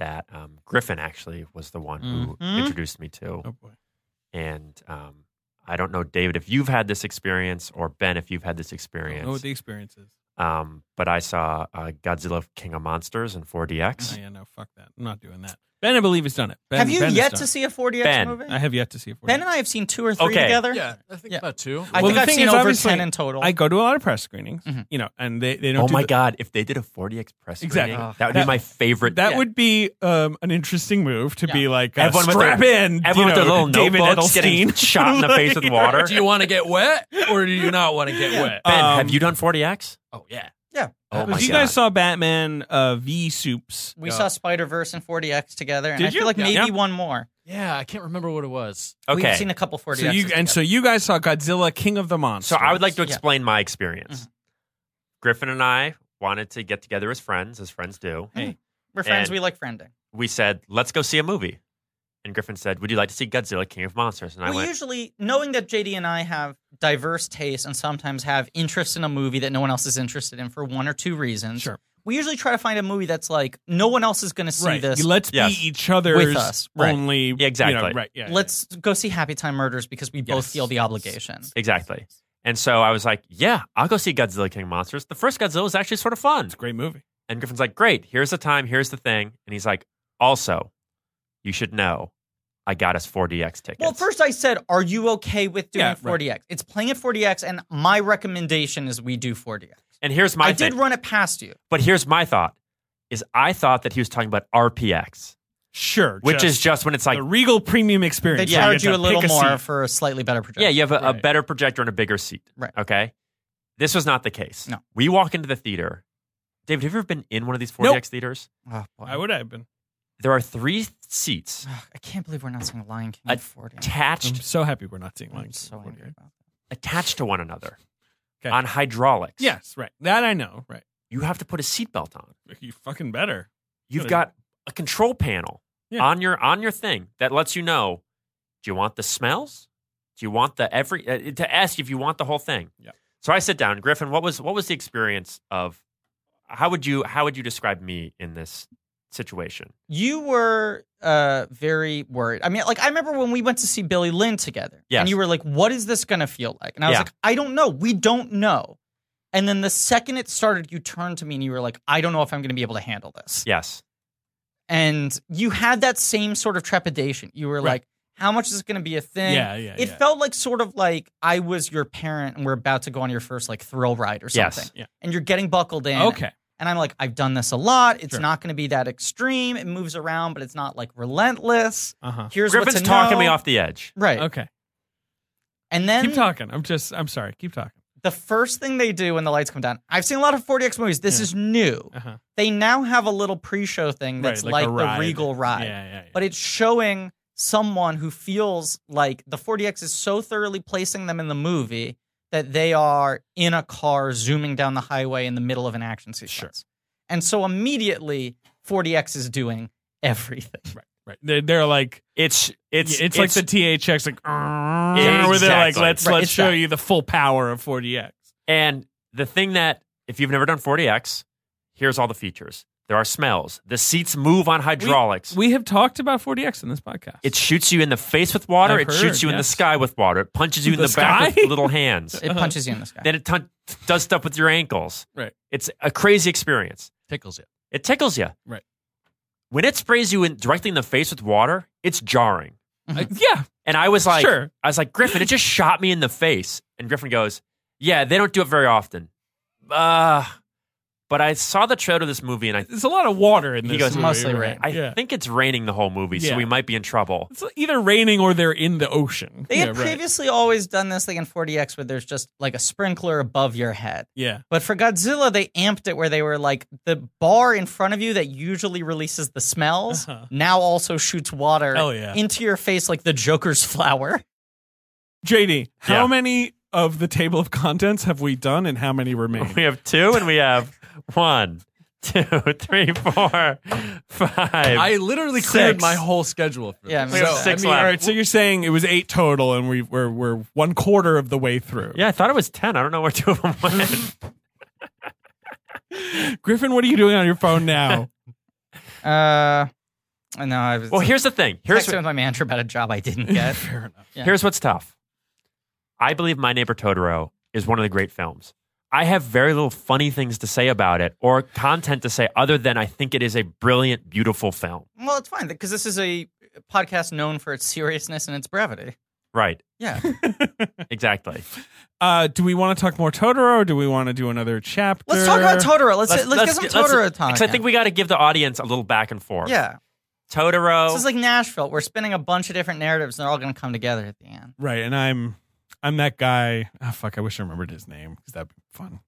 S3: that um, Griffin actually was the one
S2: Mhm.
S3: who introduced me to.
S4: Mm-hmm. Oh boy.
S3: And um, I don't know, David, if you've had this experience or Ben, if you've had this
S4: I
S3: experience,
S4: don't know what the experience is.
S3: um, but I saw uh, Godzilla King of Monsters in 4DX.
S4: Oh, yeah, no, fuck that. I'm not doing that. Ben, I believe, has done it. Ben,
S2: have you
S4: ben has
S2: yet
S4: done
S2: to
S4: it.
S2: see a 4dx
S3: Ben,
S2: movie
S4: I have yet to see it. For
S2: ben
S4: you.
S2: and i have seen two or three
S3: Okay.
S2: together
S5: Yeah, I think
S2: Yeah.
S5: about two.
S2: i
S4: Well,
S2: think
S4: the
S2: i've
S4: thing
S2: seen
S4: is,
S2: over
S4: obviously,
S2: 10 in total
S4: I go to a lot of press screenings,
S2: Mhm.
S4: you know, and they, they don't.
S3: Mm-hmm. Oh
S4: do
S3: my
S4: the-
S3: God, if they did a 4DX press
S4: Exactly.
S3: screening, that would
S4: That-
S3: be my favorite.
S4: That
S3: Yeah.
S4: would be um, an interesting move to be like uh,
S3: Everyone with
S4: strap
S3: their-
S4: in,
S3: Everyone
S4: you
S3: with their
S4: know,
S3: little
S4: David
S3: notebooks getting
S4: Edelstein.
S3: shot in the face with water.
S5: Do you want to get wet or do you not want to get wet?
S3: Ben,
S4: Um,
S3: have you done 40X?
S5: Oh yeah.
S3: Oh my
S4: If you
S3: God.
S4: guys saw Batman uh, v Soups,
S2: We saw Spider Verse and 40x together, and
S4: Did
S2: I feel
S4: you?
S2: like
S4: Yeah.
S2: maybe
S4: Yeah.
S2: one more.
S5: Yeah, I can't remember what it was.
S2: We've
S3: okay.
S2: seen a couple 40x.
S4: so you and so you guys saw Godzilla, King of the Monsters.
S3: so I would like to
S2: Yeah.
S3: explain my experience. Griffin and I wanted to get together as friends, as friends do.
S2: we're friends.
S3: and-
S2: we like friending.
S3: We said, let's go see a movie. and Griffin said, "Would you like to see Godzilla King of Monsters?" And I
S2: well,
S3: went,
S2: usually, knowing that JD and I have diverse tastes and sometimes have interest in a movie that no one else is interested in for one or two reasons,
S4: Sure.
S2: we usually try to find a movie that's like no one else is going to see
S4: right.
S2: this.
S4: Let's
S3: Yes.
S4: be each other's
S2: With us, right.
S4: only. you know,
S3: Exactly.
S4: right. Yeah.
S2: Let's go see Happy Time Murders because we both
S4: Yes.
S2: feel the obligation.
S3: "Exactly." And so I was like, "Yeah, I'll go see Godzilla King of Monsters." The first Godzilla was actually sort of fun.
S4: It's a great movie.
S3: And Griffin's like, "Great, here's the time, here's the thing." And he's like, "Also, you should know, I got us 4DX tickets."
S2: Well, first I said, "Are you okay with doing
S4: Yeah, right.
S2: 4DX?" It's playing at 4DX, and my recommendation is we do 4DX.
S3: and here's my
S2: I
S3: thing.
S2: did run it past you.
S3: but here's my thought: is I thought that he was talking about RPX,
S4: Sure.
S3: which is just when it's like
S4: the Regal Premium
S2: They
S4: Experience. where
S2: charge
S4: get
S2: you a
S4: to
S2: little
S4: pick
S2: more
S4: seat.
S2: for a slightly better projection.
S3: Yeah, you have a, a
S4: Right.
S3: better projector and a bigger seat.
S2: Right.
S3: Okay. This was not the case.
S2: No.
S3: We walk into the theater. David, have you ever been in one of these 4DX
S4: Nope.
S3: theaters?
S2: Oh, boy.
S4: I would have been.
S3: There are three seats
S2: Ugh, I can't believe we're not seeing Lion King
S3: A
S2: at 4DX.
S4: I'm
S3: attached
S4: so happy we're not seeing Lion
S2: I'm
S4: King.
S2: so
S4: What do
S2: angry
S4: you-
S2: about that.
S3: attached to one another
S4: Okay.
S3: on hydraulics.
S4: Yes, right. That I know. Right.
S3: You have to put a seatbelt on.
S4: You fucking better.
S3: You've
S4: Good.
S3: got a control panel
S4: Yeah.
S3: on your on your thing that lets you know do you want the smells? Do you want the every uh, to ask if you want the whole thing?
S4: Yeah.
S3: So I sit down, Griffin, what was what was the experience of how would you how would you describe me in this situation?
S2: You were uh, very worried. I mean, like I remember when we went to see Billy Lynn together,
S3: Yes.
S2: and you were like, "What is this going to feel like?" And I was
S3: Yeah.
S2: like, "I don't know. We don't know." And then the second it started, you turned to me and you were like, "I don't know if I'm going to be able to handle this."
S3: Yes.
S2: And you had that same sort of trepidation. You were
S4: Right.
S2: like, "How much is this going to be a thing?"
S4: Yeah, yeah,
S2: It
S4: yeah.
S2: felt like sort of like I was your parent and we're about to go on your first like thrill ride or
S3: Yes.
S2: something.
S4: Yeah.
S2: And you're getting buckled in.
S4: Okay.
S2: And I'm like, I've done this a lot. It's
S4: Sure.
S2: not going to be that extreme. It moves around, but it's not like relentless.
S4: Uh huh.
S2: Here's what
S3: Griffin's
S2: to
S3: talking
S2: know.
S3: me off the edge.
S2: Right.
S4: Okay.
S2: And then
S4: Keep talking. I'm just. I'm sorry. Keep talking.
S2: the first thing they do when the lights come down, I've seen a lot of 40X movies. This
S4: Yeah.
S2: is new.
S4: Uh huh.
S2: They now have a little pre show thing that's
S4: Right, like a
S2: like,
S4: ride.
S2: the Regal
S4: Yeah,
S2: ride,
S4: yeah. yeah.
S2: but it's showing someone who feels like the 40X is so thoroughly placing them in the movie that they are in a car zooming down the highway in the middle of an action sequence.
S4: Sure.
S2: And so immediately 40X is doing everything.
S4: right. They're, they're like.
S3: It's it's
S4: It's, it's, like the THX, like, where they're like,
S3: Exactly.
S4: let's
S2: Right,
S4: let's
S2: it's
S4: show
S2: that.
S4: you the full power of 40x.
S3: and the thing that if you've never done 40x, here's all the features. There are smells. The seats move on hydraulics.
S4: We have talked about 40x in this podcast.
S3: it shoots you in the face with water.
S4: I've
S3: it shoots
S4: heard,
S3: you in the
S4: yes.
S3: sky with water. It punches you in
S4: The
S3: the, back
S4: sky?
S3: with little hands.
S4: Uh-huh.
S2: It punches you in the sky.
S3: then it tun does stuff with your ankles.
S4: Right.
S3: It's a crazy experience.
S5: Tickles you.
S3: It tickles you.
S4: Right.
S3: When it sprays you in directly in the face with water, it's jarring.
S4: Uh, yeah,
S3: And I was like,
S4: Sure.
S3: I was like, Griffin, it just shot me in the face. And Griffin goes, Yeah, they don't do it very often. Uh, but I saw the trailer of this movie and I,
S4: there's a lot of water in
S3: He
S4: this.
S3: goes,
S4: movie,
S2: mostly
S4: right?
S2: rain.
S3: I
S4: yeah.
S3: think it's raining the whole movie, so
S4: Yeah.
S3: we might be in trouble.
S4: it's either raining or they're in the ocean.
S2: They
S4: yeah,
S2: had
S4: right.
S2: previously always done this thing in 40X where there's just like a sprinkler above your head.
S4: Yeah,
S2: But for Godzilla, they amped it where they were like the bar in front of you that usually releases the smells
S4: Uh-huh.
S2: now also shoots water
S4: Hell yeah.
S2: into your face like the Joker's flower.
S4: JD, how
S3: Yeah.
S4: many of the table of contents have we done, and how many remain?
S3: We have two and we have one, two, three, four, five.
S5: I literally cleared
S3: Six.
S5: my whole schedule for
S2: Yeah,
S5: this.
S2: we have
S5: So,
S3: six
S5: I mean,
S3: left.
S4: All right, so you're saying it was eight total, and we we're we're one quarter of the way through.
S3: yeah, I thought it was 10. I don't know where two of them went.
S4: Griffin, what are you doing on your phone now?
S2: Uh, no, I was
S3: well, here's the thing. Here's,
S2: texting with my manager about a job I didn't get.
S4: Fair enough.
S2: Yeah.
S3: Here's what's tough. I believe My Neighbor Totoro is one of the great films. I have very little funny things to say about it or content to say other than I think it is a brilliant, beautiful film.
S2: well, it's fine because this is a podcast known for its seriousness and its brevity.
S3: Right.
S2: Yeah.
S3: Exactly.
S4: Uh, do we want to talk more Totoro? Or do we want to do another chapter?
S2: Let's talk about Totoro. Let's let's, get some Totoro
S3: let's-
S2: time.
S3: Because I think we got to give the audience a little back and forth.
S2: yeah.
S3: Totoro.
S2: This is like Nashville. We're spinning a bunch of different narratives, and they're all going to come together at the end.
S4: Right, and I'm I'm that guy. Oh, fuck, I wish I remembered his name because that'd be fun.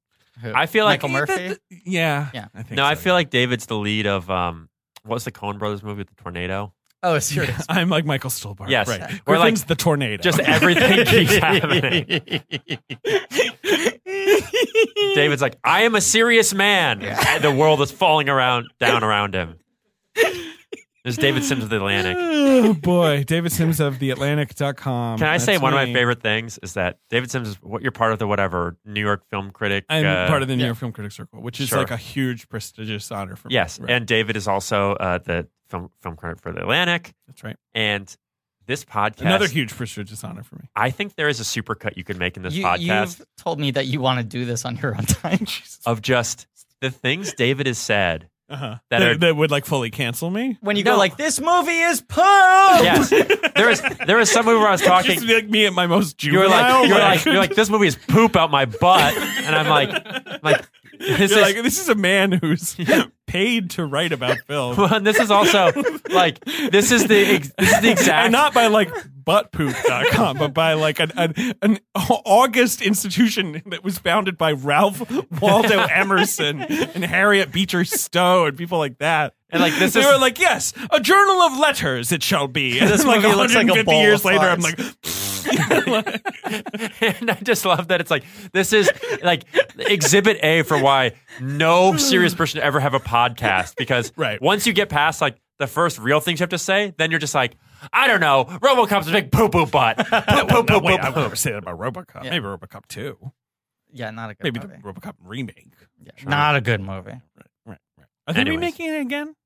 S3: I feel like
S2: Michael Murphy.
S4: Yeah,
S2: Yeah.
S4: I think
S3: No,
S4: so,
S3: I feel
S4: yeah.
S3: like David's the lead of um, what was the Coen Brothers movie with the tornado?
S2: oh, serious.
S4: I'm like Michael Stolbar.
S3: Yes.
S4: right.
S3: We're
S4: We're
S3: like-
S4: like the tornado.
S3: Just everything keeps happening. David's like, I am a serious man. And The world is falling around down around him. This is David Sims of the Atlantic.
S4: Oh, boy. David Sims of theatlantic.com.
S3: Can I say
S4: That's
S3: one of my
S4: me.
S3: favorite things is that David Sims is what you're part of the whatever New York film critic.
S4: I'm
S3: uh,
S4: part of the New York Film Critics Circle, which is
S3: Sure.
S4: like a huge prestigious honor for me.
S3: Yes,
S4: Right.
S3: and David is also uh, the film film critic for the Atlantic,
S4: That's right.
S3: and this podcast.
S4: Another huge prestigious honor for me.
S3: I think there is a supercut you could make in this
S2: you,
S3: podcast
S2: You've told me that you want to do this on your own time.
S3: of just the things David has said.
S4: Uh-huh.
S3: That
S4: That,
S3: are-
S4: that would like fully cancel me.
S2: When you
S3: No.
S2: go like, this movie is poo. Yeah.
S3: Yes, there is there is some movie where I was talking.
S4: Just like me at my most
S3: You were
S4: juvenile.
S3: like, you were like, you were like, this movie is poop out my butt, and I'm like, I'm like this
S4: You're
S3: is
S4: like, this is a man who's paid to write about film.
S3: Well, and this is also like this is the ex- this is the exact
S4: and not by like buttpoop.com, but by like an, an an august institution that was founded by Ralph Waldo Emerson and Harriet Beecher Stowe and people like that.
S3: And, like, this
S4: they
S3: is-
S4: were like, yes, a journal of letters it shall be. And
S2: This
S4: like
S2: movie looks like
S4: 150
S2: a bowl
S4: years
S2: of
S4: later, I'm
S2: farts.
S4: like,
S3: and I just love that it's like this is like exhibit A for why no serious person should ever have a podcast because
S4: Right.
S3: once you get past like the first real things you have to say, then you're just like, I don't know, RoboCop's a big poo poo butt. Poo poo
S4: no,
S3: poo poo
S4: wait, I would
S3: poo.
S4: never say that about RoboCop.
S2: Yeah.
S4: Maybe RoboCop 2.
S2: not a good
S4: Maybe the
S2: movie.
S4: RoboCop remake.
S2: Yeah, Not a good movie.
S4: Right, right. Are they
S3: Anyways.
S4: remaking it again?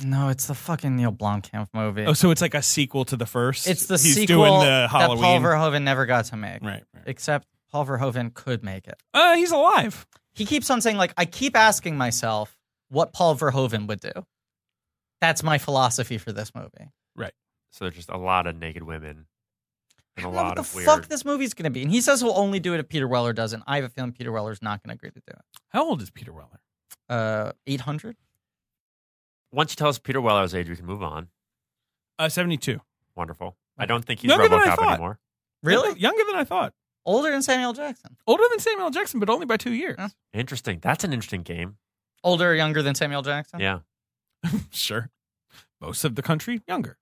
S2: No, it's the fucking Neil Blomkamp movie.
S4: Oh, so it's like a sequel to the first.
S2: it's the
S4: He's
S2: sequel
S4: doing the Halloween.
S2: that Paul Verhoeven never got to make.
S4: right, right.
S2: Except Paul Verhoeven could make it.
S4: Uh, he's alive.
S2: He keeps on saying, like, I keep asking myself what Paul Verhoeven would do. That's my philosophy for this movie.
S3: So there's just a lot of naked women and a
S2: I don't know
S3: lot
S2: what
S3: of
S2: the
S3: weird.
S2: fuck this movie's gonna be. And he says he'll only do it if Peter Weller doesn't. I have a feeling Peter Weller's not gonna agree to do it.
S4: How old is Peter Weller?
S2: Uh, eight hundred.
S3: Once you tell us Peter Weller's age, we can move on.
S4: Uh, 72.
S3: Wonderful. I don't think he's
S4: Younger than I
S3: RoboCop
S4: thought.
S3: anymore.
S2: Really?
S4: Younger than I thought.
S2: Older than Samuel Jackson.
S4: Older than Samuel L. Jackson, but only by two years.
S2: Huh?
S3: Interesting. That's an interesting game.
S2: Older or younger than Samuel Jackson?
S3: Yeah.
S4: Sure. Most of the country, younger.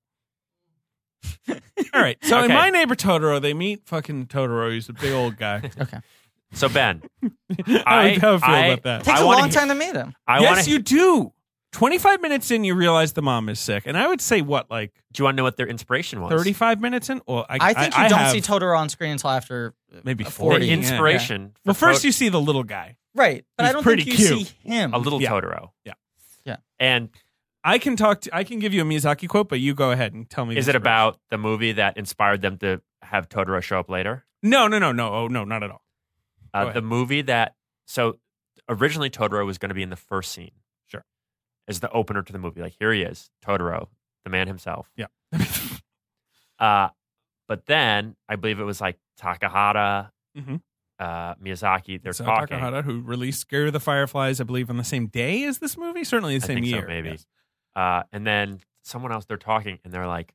S4: All right. So in
S3: Okay.
S4: My Neighbor Totoro, they meet fucking Totoro. He's a big old guy.
S3: So Ben,
S4: I,
S3: I-
S4: don't know how I
S3: I-
S4: feel about
S2: It
S4: that.
S2: takes
S3: I
S2: a
S3: wanna
S2: long
S3: hear-
S2: time to meet him.
S3: I want
S4: yes,
S3: to
S4: you do. 25 minutes in, you realize the mom is sick. And I would say, what, like
S3: Do you want to know what their inspiration was?
S4: 35 minutes in? Well, I,
S2: I think you
S4: I
S2: don't
S4: have
S2: see Totoro on screen until after
S4: Maybe
S2: uh,
S4: 40.
S3: The
S4: Yeah,
S3: inspiration. for
S4: Well, first
S3: Tot-
S4: you see the little guy.
S2: Right. But
S4: He's
S2: I don't
S4: pretty
S2: think you
S4: cute.
S2: see him.
S3: a little
S4: Mm-hmm. Yeah.
S3: Totoro.
S4: Yeah.
S2: Yeah.
S3: And
S4: I can talk to, I can give you a Miyazaki quote, but you go ahead and tell me.
S3: is
S4: the
S3: it
S4: inspiration.
S3: about the movie that inspired them to have Totoro show up later?
S4: No, no, no, no. Oh, no, not at all. Go
S3: Uh,
S4: ahead.
S3: the movie that so originally Totoro was going to be in the first scene.
S4: Sure.
S3: As the opener to the movie, like here he is, Totoro, the man himself.
S4: Yeah.
S3: uh, but then I believe it was like Takahata,
S4: Mhm.
S3: uh, Miyazaki. They're
S4: So
S3: talking.
S4: Takahata, who released Scare the Fireflies, I believe, on the same day as this movie. Certainly the
S3: I
S4: same
S3: think so,
S4: year.
S3: maybe.
S4: yes.
S3: Uh, and then someone else, they're talking, and they're like,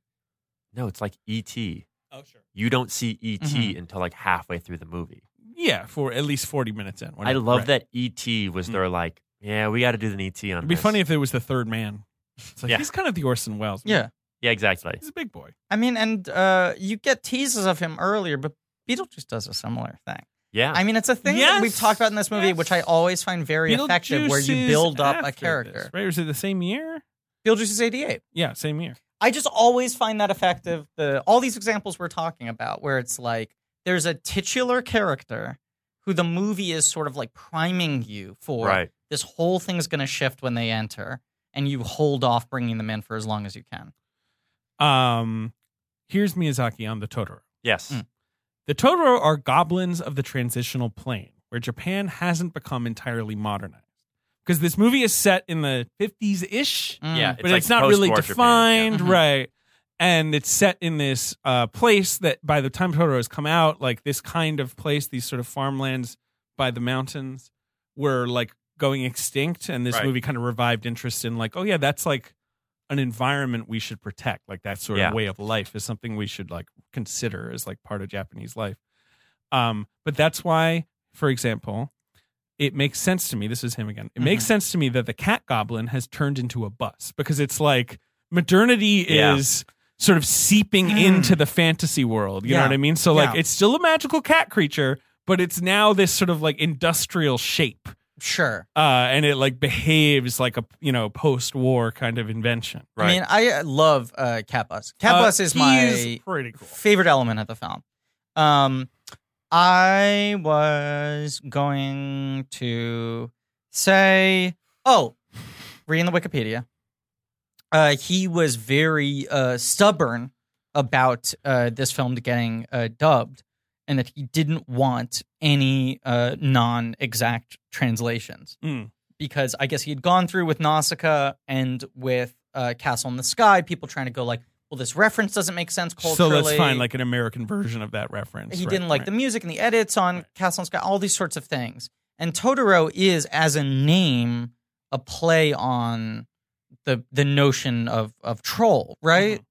S3: "No, it's like E.T."
S4: Oh, sure.
S3: You don't see E.T.
S2: Mhm.
S3: until like halfway through the movie.
S4: Yeah, for at least 40 minutes in.
S3: I
S4: whatever.
S3: love
S4: Right.
S3: that E.T. was
S4: Mm.
S3: there like, yeah, we got to do an E.T. on
S4: It'd be
S3: this."
S4: funny if it was the third man. It's like,
S3: Yeah.
S4: he's kind of the Orson Welles. man.
S2: Yeah.
S3: yeah, exactly.
S4: He's a big boy.
S2: I mean, and uh, you get teases of him earlier, but Beetlejuice does a similar thing.
S3: Yeah.
S2: I mean, it's a thing that we've
S4: Yes,
S2: talked about in this movie,
S4: yes.
S2: which I always find very effective, where
S4: Beetlejuice
S2: you
S4: is
S2: build up
S4: after
S2: a
S4: this,
S2: character.
S4: right? Was it the same year?
S2: Beetlejuice is 88.
S4: Yeah, same year.
S2: I just always find that effective. The all these examples we're talking about, where it's like there's a titular character who the movie is sort of like priming you for.
S3: right.
S2: This whole thing's going to shift when they enter, and you hold off bringing them in for as long as you can.
S4: Um, here's Miyazaki on the Totoro.
S3: Yes.
S2: Mm.
S4: The Totoro are goblins of the transitional plane, where Japan hasn't become entirely modernized. Because this movie is set in the 50s ish,
S2: Mm.
S3: Yeah.
S4: but
S3: like Mm-hmm.
S4: it's, not really
S3: post-war Japan.
S4: defined,
S2: Mhm.
S4: right? And it's set in this uh, place that by the time Totoro has come out, like this kind of place, these sort of farmlands by the mountains were like going extinct. And this
S3: Right.
S4: movie kind of revived interest in, like, oh, yeah, that's like an environment we should protect. Like that sort
S3: Yeah.
S4: of way of life is something we should like consider as like part of Japanese life. Um, but that's why, for example, it makes sense to me. This is him again. It
S2: Mm-hmm.
S4: makes sense to me that the cat goblin has turned into a bus because it's like modernity
S3: Yeah.
S4: is sort of seeping into the fantasy world. You know
S2: Hmm. Yeah.
S4: what I mean? So like
S2: Yeah.
S4: it's still a magical cat creature, but it's now this sort of like industrial shape
S2: Sure.
S4: uh, and it like behaves like a you know post-war kind of invention.
S2: I mean, I love uh, Catbus. Catbus
S4: Uh,
S2: is my
S4: he's pretty cool.
S2: favorite element of the film. Um, I was going to say, oh, reading the Wikipedia, uh, he was very uh, stubborn about uh, this film getting uh, dubbed, and that he didn't want any uh, non-exact translations
S4: Mm.
S2: because I guess he had gone through with Nausicaa and with uh, Castle in the Sky, people trying to go like. Well, this reference doesn't make sense
S4: So
S2: culturally.
S4: let's find like an American version of that reference.
S2: He
S4: Right,
S2: didn't like
S4: right.
S2: the music and the edits on Castle and Sky, all these sorts of things. And Totoro is, as a name, a play on the the notion of of troll,
S4: Mm-hmm.
S2: right?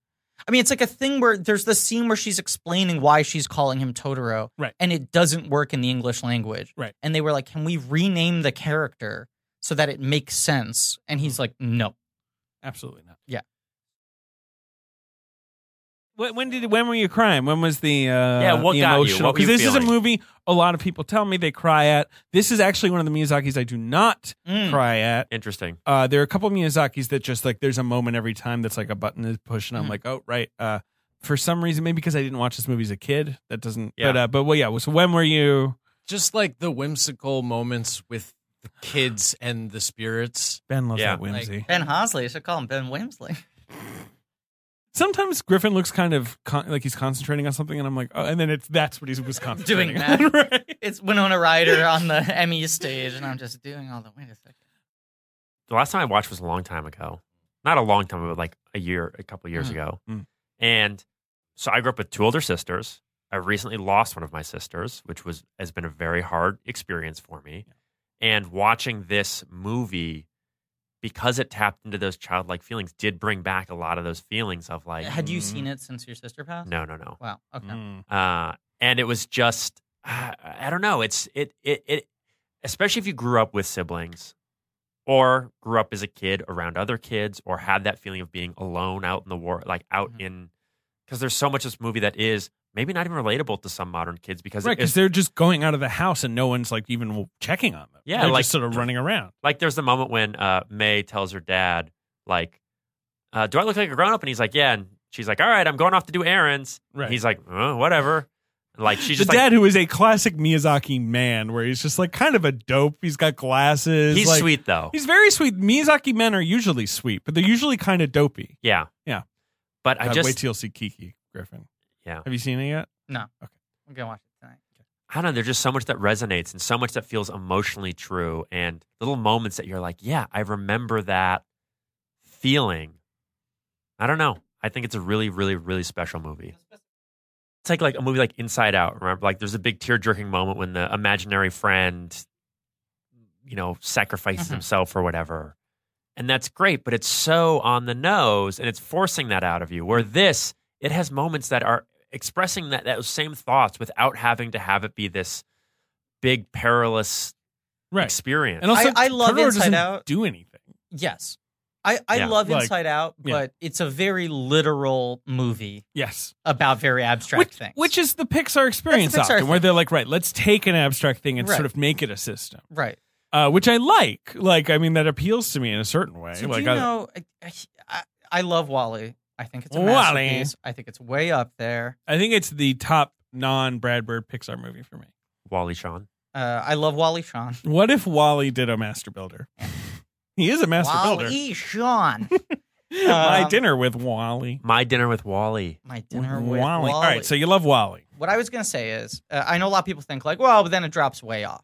S2: I mean, it's like a thing where there's the scene where she's explaining why she's calling him Totoro,
S4: Right.
S2: And it doesn't work in the English language,
S4: Right.
S2: And they were like, "Can we rename the character so that it makes sense?" And
S4: Mm-hmm.
S2: he's like, "No."
S4: Absolutely not.
S2: Yeah.
S4: When, when did when were you crying? When was the uh,
S3: Yeah, what
S4: the
S3: got you?
S4: emotional?
S3: What were you
S4: this is a
S3: feeling?
S4: movie a lot of people tell me they cry at. This is actually one of the Miyazaki's I do not
S3: Hmm.
S2: Mm.
S4: cry at.
S3: Interesting.
S4: Uh, there are a couple of Miyazaki's that just like there's a moment every time that's like a button is pushed and I'm
S3: Hmm.
S2: Mm.
S4: like oh right. Uh, for some reason maybe because I didn't watch this movie as a kid that doesn't.
S3: Yeah.
S4: But uh, but well yeah. So when were you
S5: Just like the whimsical moments with the kids and the spirits.
S4: Ben loves
S3: Yeah.
S4: that whimsy.
S2: Ben Hosley, I should call him Ben Wimsley.
S4: Sometimes Griffin looks kind of con- like he's concentrating on something, and I'm like, oh, and then it's that's what he was concentrating
S2: Doing
S4: on,
S2: that.
S4: right?
S2: It's Winona Ryder on the Emmy stage, and I'm just doing all the. Wait a second.
S3: The last time I watched was a long time ago. Not a long time ago, but like a year, a couple years
S2: Mm.
S3: ago.
S4: Mm.
S3: And so I grew up with two older sisters. I recently lost one of my sisters, which was has been a very hard experience for me. And watching this movie, because it tapped into those childlike feelings, did bring back a lot of those feelings of like,
S2: Had you
S4: Mm.
S2: seen it since your sister passed?
S3: no, no, no.
S2: Wow. Okay.
S4: Mm.
S3: uh, and it was just uh, I don't know. It's it it it especially if you grew up with siblings or grew up as a kid around other kids or had that feeling of being alone out in the war like out
S4: Mm-hmm.
S2: Mhm.
S3: in because there's so much of this movie that is maybe not even relatable to some modern kids because
S4: Right,
S3: it is
S4: because they're just going out of the house and no one's like even checking on them.
S3: Yeah,
S4: they're
S3: like-
S4: just sort of running around.
S3: like there's the moment when uh, May tells her dad like uh, do I look like a grown up and he's like yeah and she's like all right I'm going off to do errands
S4: Right.
S3: he's like oh, whatever like she's
S4: the
S3: just like
S4: dad, who is a classic Miyazaki man, where he's just like kind of a dope. He's got glasses.
S3: he's
S4: like-
S3: sweet though
S4: He's very sweet. Miyazaki men are usually sweet, but they're usually kind of dopey.
S3: yeah
S4: Yeah.
S3: but I
S4: God,
S3: just
S4: wait till you see Kiki Griffin.
S3: Yeah.
S4: have you seen it yet?
S2: I'm gonna watch it tonight.
S3: I don't know. There's just so much that resonates and so much that feels emotionally true and little moments that you're like, yeah, I remember that feeling. I don't know. I think it's a really, really, really special movie. Take like a movie like Inside Out. Remember, like there's a big tear jerking moment when the imaginary friend, you know, sacrifices
S2: Mhm.
S3: himself or whatever. And that's great, but it's so on the nose and it's forcing that out of you. Where this, it has moments that are expressing that those same thoughts without having to have it be this big perilous
S4: Right.
S3: experience.
S4: And also,
S2: I- I love
S4: Totoro
S2: Inside
S4: doesn't
S2: Out.
S4: Do anything.
S2: Yes. I, I
S3: Yeah.
S2: love
S4: Like-
S2: Inside Out, but
S4: yeah.
S2: it's a very literal movie
S4: Yes.
S2: about very abstract
S4: which,
S2: things.
S4: which is the Pixar experience
S2: Pixar
S4: often, where
S2: thing.
S4: they're like, right, let's take an abstract thing and
S2: Right.
S4: sort of make it a system,
S2: right.
S4: uh, which I like. Like, I mean, that appeals to me in a certain way.
S2: So
S4: like,
S2: do you
S4: I,
S2: know? I, I, I love Wally. I think it's a
S4: Wall-E.
S2: masterpiece. I think it's way up there.
S4: I think it's the top non Brad Bird Pixar movie for me.
S3: Wally Shawn.
S2: Uh, I love Wally Shawn.
S4: What if Wally did a master builder? he is a master builder.
S2: Wally Shawn.
S4: My
S2: Um,
S4: dinner with Wally.
S3: My dinner with Wally.
S2: My dinner with
S4: Wally. All right, so you love Wally.
S2: what I was going to say is, uh, I know a lot of people think like, well, but then it drops way off.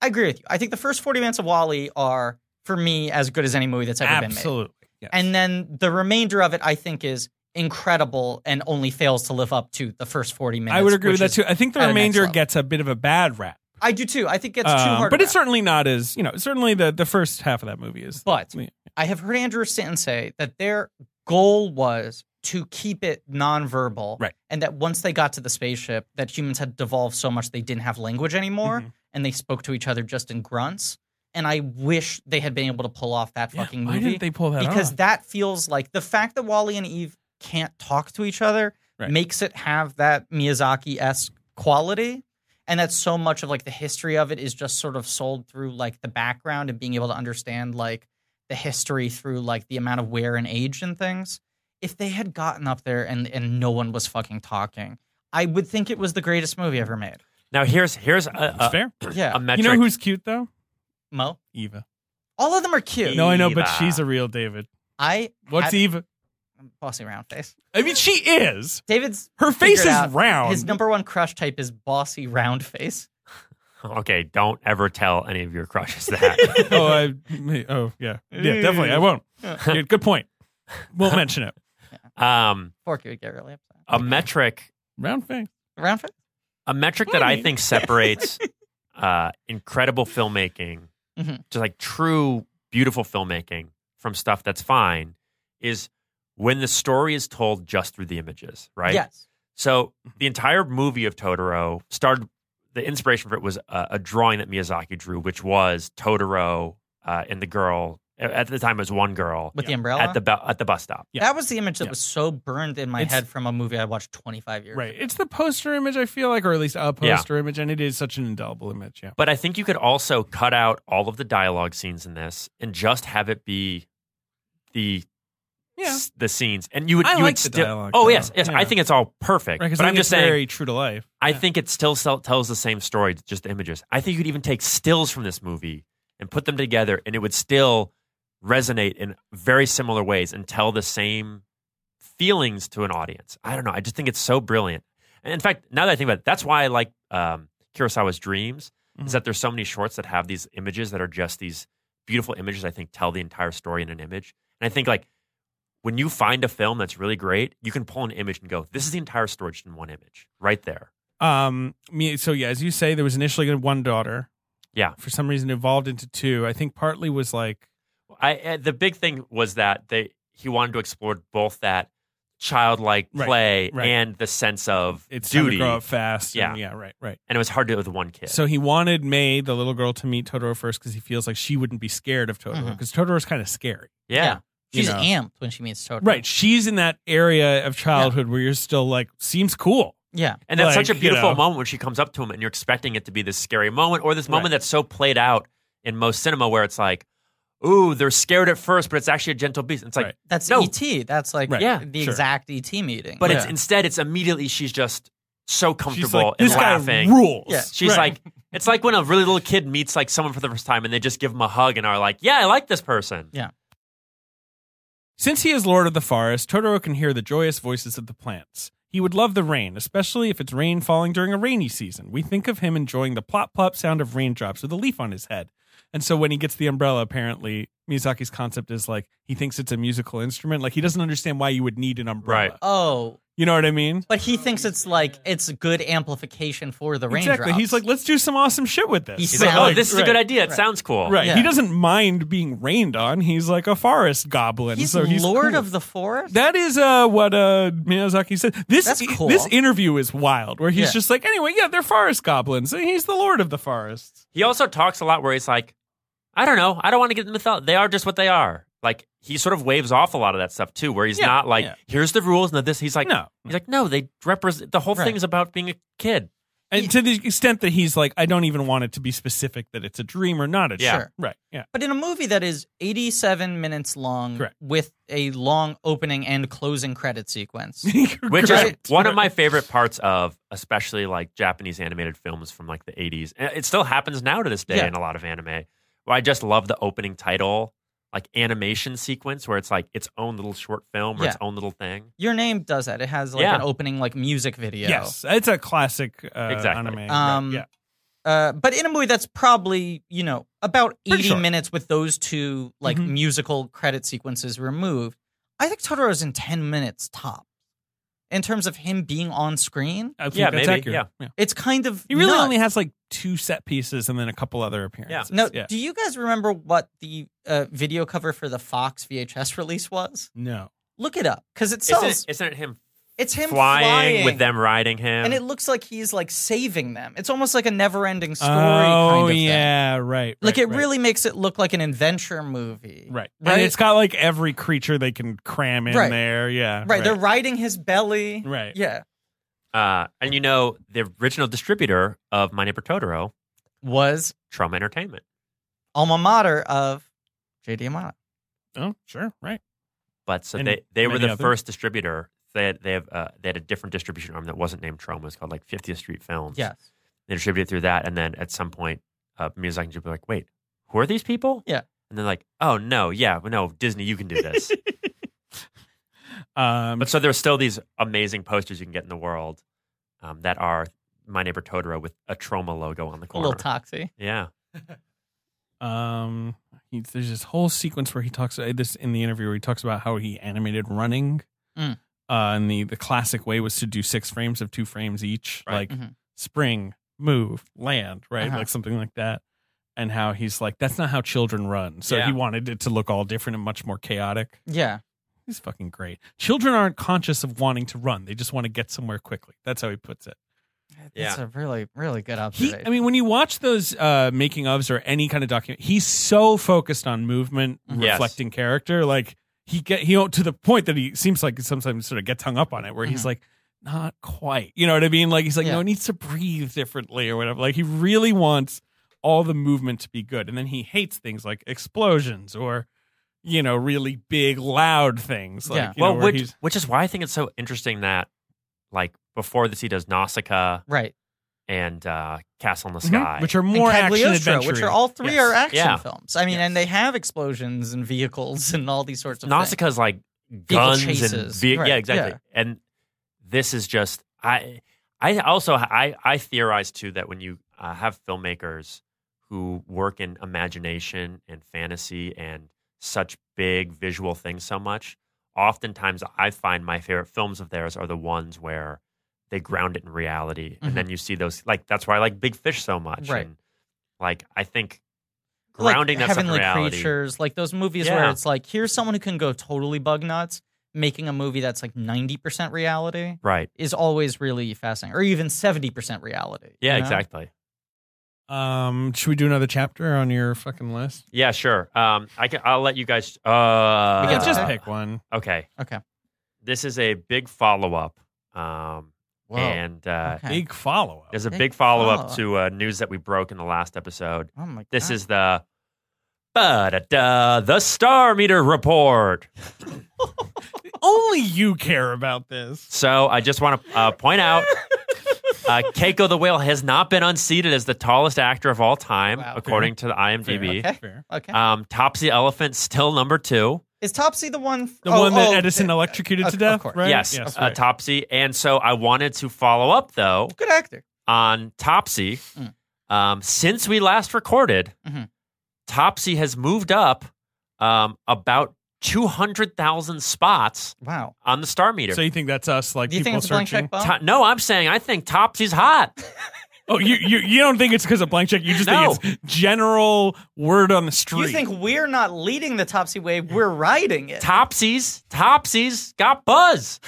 S2: I agree with you. I think the first 40 minutes of Wally are, for me, as good as any movie that's ever been made.
S4: Absolutely. Yes.
S2: And then the remainder of it, I think, is incredible and only fails to live up to the first 40 minutes.
S4: I would agree with that
S2: which
S4: too.
S2: is-
S4: I think the
S2: at an
S4: remainder
S2: excellent-
S4: gets a bit of a bad rap.
S2: I do too. I think it's too
S4: Um,
S2: hard.
S4: but
S2: to
S4: it's
S2: wrap.
S4: certainly not as, you know, certainly the, the first half of that movie is.
S2: But
S4: Yeah.
S2: I have heard Andrew Stanton say that their goal was to keep it nonverbal,
S4: Right.
S2: and that once they got to the spaceship, that humans had devolved so much they didn't have language anymore,
S4: Mm-hmm.
S2: and they spoke to each other just in grunts. And I wish they had been able to pull off that fucking
S4: Why
S2: movie
S4: didn't they pull that
S2: because
S4: off?
S2: that feels like the fact that Wally and Eve can't talk to each other
S4: Right.
S2: makes it have that Miyazaki esque quality. and that so much of like the history of it is just sort of sold through like the background and being able to understand like the history through like the amount of wear and age and things. If they had gotten up there and and no one was fucking talking, I would think it was the greatest movie ever made.
S3: Now here's here's a,
S4: It's
S3: a,
S4: fair.
S2: Yeah,
S3: a Uh, metric.
S4: You know who's cute though?
S2: Mo.
S4: Eva.
S2: All of them are cute.
S4: No, I know, but
S3: Eva.
S4: she's a real David.
S2: I
S4: What's
S2: had-
S4: Eva?
S2: bossy round face.
S4: I mean, she is.
S2: David's
S4: Her face
S2: figured
S4: is
S2: out
S4: round.
S2: His number one crush type is bossy round face.
S3: okay, don't ever tell any of your crushes that.
S4: oh, I, me- oh, yeah, yeah, definitely. I won't. Yeah, good point. Won't mention it.
S3: um,
S2: Forky would get really upset.
S4: Uh,
S3: a metric
S4: Round face.
S2: Round face.
S3: a metric that I
S4: Funny.
S3: think separates uh, incredible filmmaking,
S4: Mm-hmm.
S2: Mhm.
S3: just like true beautiful filmmaking from stuff that's fine, is when the story is told just through the images, right?
S2: Yes.
S3: So
S4: Mm-hmm.
S3: the entire movie of Totoro started. The inspiration for it was a, a drawing that Miyazaki drew, which was Totoro uh, and the girl. At the time, it was one girl
S2: With the
S4: Yeah.
S2: umbrella.
S3: at the bu- at the bus stop.
S4: Yeah.
S2: That was the image that
S4: Yeah.
S2: was so burned in my
S4: It's-
S2: head from a movie I watched 25 years
S4: Right.
S2: ago.
S4: It's the poster image. I feel like, or at least a
S3: Yeah.
S4: poster image, and it is such an indelible image. Yeah.
S3: But I think you could also cut out all of the dialogue scenes in this and just have it be the
S4: Yeah.
S3: s- the scenes, and you would
S4: I
S3: you
S4: like
S3: would
S4: the
S3: still-
S4: dialogue,
S3: Oh
S4: though.
S3: yes, yes, I
S4: Yeah.
S3: think it's all perfect.
S4: Right. 'cause
S3: but
S4: I
S3: I'm
S4: think
S3: just
S4: it's
S3: saying,
S4: very true to life.
S3: I
S4: Yeah.
S3: think it still sell, tells the same story, just the images. I think you could even take stills from this movie and put them together, and it would still resonate in very similar ways and tell the same feelings to an audience. I don't know. I just think it's so brilliant. And in fact, now that I think about it, that's why I like um, Kurosawa's Dreams is
S4: Mhm.
S3: that there's so many shorts that have these images that are just these beautiful images. I think tell the entire story in an image. And I think like when you find a film that's really great, you can pull an image and go, "This is the entire story just in one image, right there."
S4: Um. Me. So yeah, as you say, there was initially gonna be one daughter.
S3: Yeah.
S4: For some reason, evolved into two. I think partly was like
S3: I uh, the big thing was that they he wanted to explore both that childlike
S4: Right,
S3: play
S4: right.
S3: and the sense of
S4: it's time
S3: duty,
S4: to grow up fast. and-
S3: Yeah.
S4: yeah. Right. Right.
S3: and it was hard to do it with one kid.
S4: So he wanted May, the little girl, to meet Totoro first because he feels like she wouldn't be scared of Totoro
S3: Mm-hmm.
S2: Mhm.
S4: because Totoro's kind of scary.
S3: yeah.
S2: Yeah. She's
S4: You know.
S2: amped when she meets Totoro.
S4: Right. She's in that area of childhood where you're still like, seems cool.
S2: Yeah.
S3: and that's
S4: Like,
S3: such a
S4: you
S3: beautiful
S4: know.
S3: moment when she comes up to him, and you're expecting it to be this scary moment or this moment
S4: Right.
S3: that's so played out in most cinema where it's like, ooh, they're scared at first, but it's actually a gentle beast. It's like,
S4: Right.
S2: That's
S3: No.
S2: ET. That's like
S4: Right.
S2: yeah,
S3: Yeah,
S2: the
S4: sure.
S2: exact ET meeting.
S3: but it's
S4: Yeah.
S3: instead it's immediately she's just so
S4: She's
S3: comfortable
S4: like, this
S3: and
S4: guy
S3: laughing.
S4: rules.
S2: Yeah.
S3: She's
S4: Right.
S3: like, it's like when a really little kid meets like someone for the first time, and they just give him a hug and are like, "Yeah, I like this person."
S4: Since he is Lord of the Forest, Totoro can hear the joyous voices of the plants. He would love the rain, especially if it's rain falling during a rainy season. We think of him enjoying the plop plop sound of raindrops with a leaf on his head. And so when he gets the umbrella, apparently Miyazaki's concept is like he thinks it's a musical instrument. Like he doesn't understand why you would need an umbrella.
S3: Right.
S2: oh,
S4: You know what I mean?
S2: but he thinks it's like it's good amplification for the raindrops.
S4: Exactly. He's like, let's do some awesome shit with this.
S2: He's
S3: He's
S2: So,
S3: like, "Oh,
S2: like,
S3: this is a
S4: right.
S3: good idea. It
S2: right.
S3: sounds cool."
S4: Right.
S2: Yeah.
S4: He doesn't mind being rained on. He's like a forest goblin.
S2: he's
S4: so he's
S2: lord
S4: cool.
S2: of the forest.
S4: That is uh, what uh, Miyazaki said. This
S2: That's cool.
S4: this interview is wild, where he's
S2: Yeah.
S4: just like, anyway, yeah, they're forest goblins. and He's the lord of the forest.
S3: He also talks a lot where he's like, "I don't know. I don't want to get in the thought. They are just what they are." Like he sort of waves off a lot of that stuff too, where he's
S4: Yeah,
S3: not like,
S4: yeah.
S3: "Here's the rules." No, this. He's like,
S4: No.
S3: He's like, "No, they represent the whole
S2: Right.
S3: thing is about being a kid."
S4: And to the extent that he's like, I don't even want it to be specific that it's a dream or not a dream.
S3: Yeah.
S2: Sure.
S4: Right. Yeah.
S2: But in a movie that is 87 minutes long
S4: Correct.
S2: with a long opening and closing credit sequence.
S3: Which
S2: Right.
S3: is one of my favorite parts of, especially like Japanese animated films from like the 80s. And It still happens now to this day
S2: Yeah.
S3: in a lot of anime. Where I just love the opening title, like animation sequence, where it's like its own little short film or
S2: Yeah.
S3: its own little thing.
S2: Your name does that. It has like
S3: Yeah.
S2: an opening like music video.
S4: Yes, it's a classic uh,
S3: Exactly.
S4: anime.
S2: Um,
S4: yeah.
S2: Uh, but in a movie that's probably, you know, about 80
S4: Pretty short.
S2: minutes with those two like
S4: Mhm.
S2: musical credit sequences removed, I think Totoro's in 10 minutes top. In terms of him being on screen,
S4: I think
S3: Yeah,
S4: that's
S3: maybe,
S4: accurate.
S3: yeah.
S2: it's kind of
S4: Uh, He really
S2: nuts.
S4: only has like two set pieces and then a couple other appearances.
S2: No,
S4: Yeah.
S2: do you guys remember what the uh, video cover for the Fox VHS release was?
S4: No.
S2: Look it up cuz it sells.
S3: Isn't it, isn't it him,
S2: it's him
S3: flying,
S2: flying,
S3: with them riding him?
S2: and it looks like he's like saving them. It's almost like a never-ending story
S4: oh
S2: kind of thing.
S4: yeah, right.
S2: Like
S4: right,
S2: it
S4: right.
S2: really makes it look like an adventure movie.
S4: Right.
S2: Right.
S4: And it's got like every creature they can cram in
S2: Right.
S4: there. Yeah.
S2: Right, They're riding his belly.
S4: Right.
S2: Yeah.
S3: Uh, and you know, the original distributor of My Neighbor Totoro,
S2: was
S3: Trauma Entertainment.
S2: alma mater of J.D. Amata.
S4: Oh, sure, right.
S3: But so
S4: And
S3: they, they were
S4: many
S3: the
S4: others.
S3: first distributor. They had, they, have, uh, they had a different distribution arm that wasn't named Trauma. It's called like 50th Street Films.
S2: Yes.
S3: They distributed through that. And then at some point, uh, Miyazaki and Ghibli were like, wait, who are these people?
S2: Yeah.
S3: And they're like, oh, no, yeah, no, Disney, you can do this.
S4: Um,
S3: But so there's still these amazing posters you can get in the world um, that are My Neighbor Totoro with a trauma logo on the
S2: A
S3: corner.
S2: little toxy.
S3: Yeah.
S4: um he, there's this whole sequence where he talks uh, this in the interview where he talks about how he animated running
S2: Mm.
S4: uh and the the classic way was to do six frames of two frames each
S3: Right.
S4: like
S2: Mhm.
S4: spring move land right
S2: Uh-huh.
S4: like something like that and how he's like that's not how children run so
S3: Yeah.
S4: he wanted it to look all different and much more chaotic
S2: Yeah.
S4: he's fucking great children aren't conscious of wanting to run they just want to get somewhere quickly that's how he puts it
S2: That's a really, really good
S4: He,
S2: observation.
S4: I mean, when you watch those uh, making ofs or any kind of document, he's so focused on movement,
S2: Mm-hmm.
S3: Mhm. Yes.
S4: reflecting character. Like he get he to the point that he seems like he sometimes sort of gets hung up on it, where he's
S2: Mhm.
S4: like, not quite. You know what I mean? Like he's like,
S2: Yeah.
S4: no, it needs to breathe differently or whatever. Like he really wants all the movement to be good, and then he hates things like explosions or you know really big loud things. Like,
S2: Yeah.
S4: you know,
S3: well,
S4: where
S3: which,
S4: he's-
S3: which is why I think it's so interesting that, like, before this, he does Nausicaa
S2: right.
S3: and uh, Castle in the
S4: Mhm.
S3: Sky.
S4: which are
S2: And
S4: more action
S2: Cagliostro,
S4: adventure,
S2: which are all three are action
S3: Yeah.
S2: films. I mean, and they have explosions and vehicles and all these sorts of things.
S3: Nausicaa's like guns and
S2: chases,
S3: ve-
S2: right,
S3: yeah, exactly. And this is just I. I also I I theorize too that when you uh, have filmmakers who work in imagination and fantasy and such big visual things so much, oftentimes I find my favorite films of theirs are the ones where they ground it in reality, and then you see those like that's why I like Big Fish so much.
S2: Mm-hmm. Right.
S3: And, like I think
S2: Like
S3: grounding that stuff in
S2: heavenly
S3: reality.
S2: creatures, like those movies
S3: Yeah.
S2: where it's like, here's someone who can go totally bug nuts, making a movie that's like ninety percent reality
S3: Right.
S2: is always really fascinating, or even seventy percent reality.
S3: Yeah.
S2: you know?
S3: Exactly.
S4: Um, should we do another chapter on your fucking list?
S3: Yeah, sure. Um, I can. I'll let you guys. Uh,
S2: We can
S4: just
S2: Uh,
S4: pick one.
S3: Okay.
S2: Okay.
S3: This is a big follow up. Um,
S2: Whoa.
S3: and uh,
S2: Okay.
S4: Big follow up.
S3: there's a
S2: Big
S3: big, follow up
S2: follow-up.
S3: to uh, news that we broke in the last episode.
S2: oh my
S3: This
S2: God.
S3: is the. Ba-da-da, the Star Meter Report.
S4: Only you care about this.
S3: So I just want to uh, point out uh, Keiko the Whale has not been unseated as the tallest actor of all time,
S2: Wow.
S3: according to the IMDb.
S2: Okay.
S4: Fair.
S2: Okay.
S3: Um, Topsy Elephant still number two.
S2: is Topsy the one?
S4: The
S2: one
S4: one that Edison electrocuted to
S2: Oh, of
S4: death,
S2: course.
S4: right?
S3: Yes,
S4: yes
S3: uh,
S4: right.
S3: Topsy. And so I wanted to follow up though
S2: good actor.
S3: on Topsy.
S2: Mm.
S3: Um, since we last recorded,
S4: Mm-hmm.
S2: Mhm.
S3: Topsy has moved up um, about two hundred thousand spots
S2: Wow.
S3: on the star meter.
S4: So you think that's us, like
S2: Do you
S4: people
S2: think it's a blank
S4: searching?
S2: check bomb?
S3: To- no, I'm saying I think Topsy's hot.
S4: oh, you, you you don't think it's because of blank check? You just
S3: No.
S4: think it's general word on the street.
S2: You think we're not leading the Topsy wave? We're riding it.
S3: Topsy's Topsy's got buzz.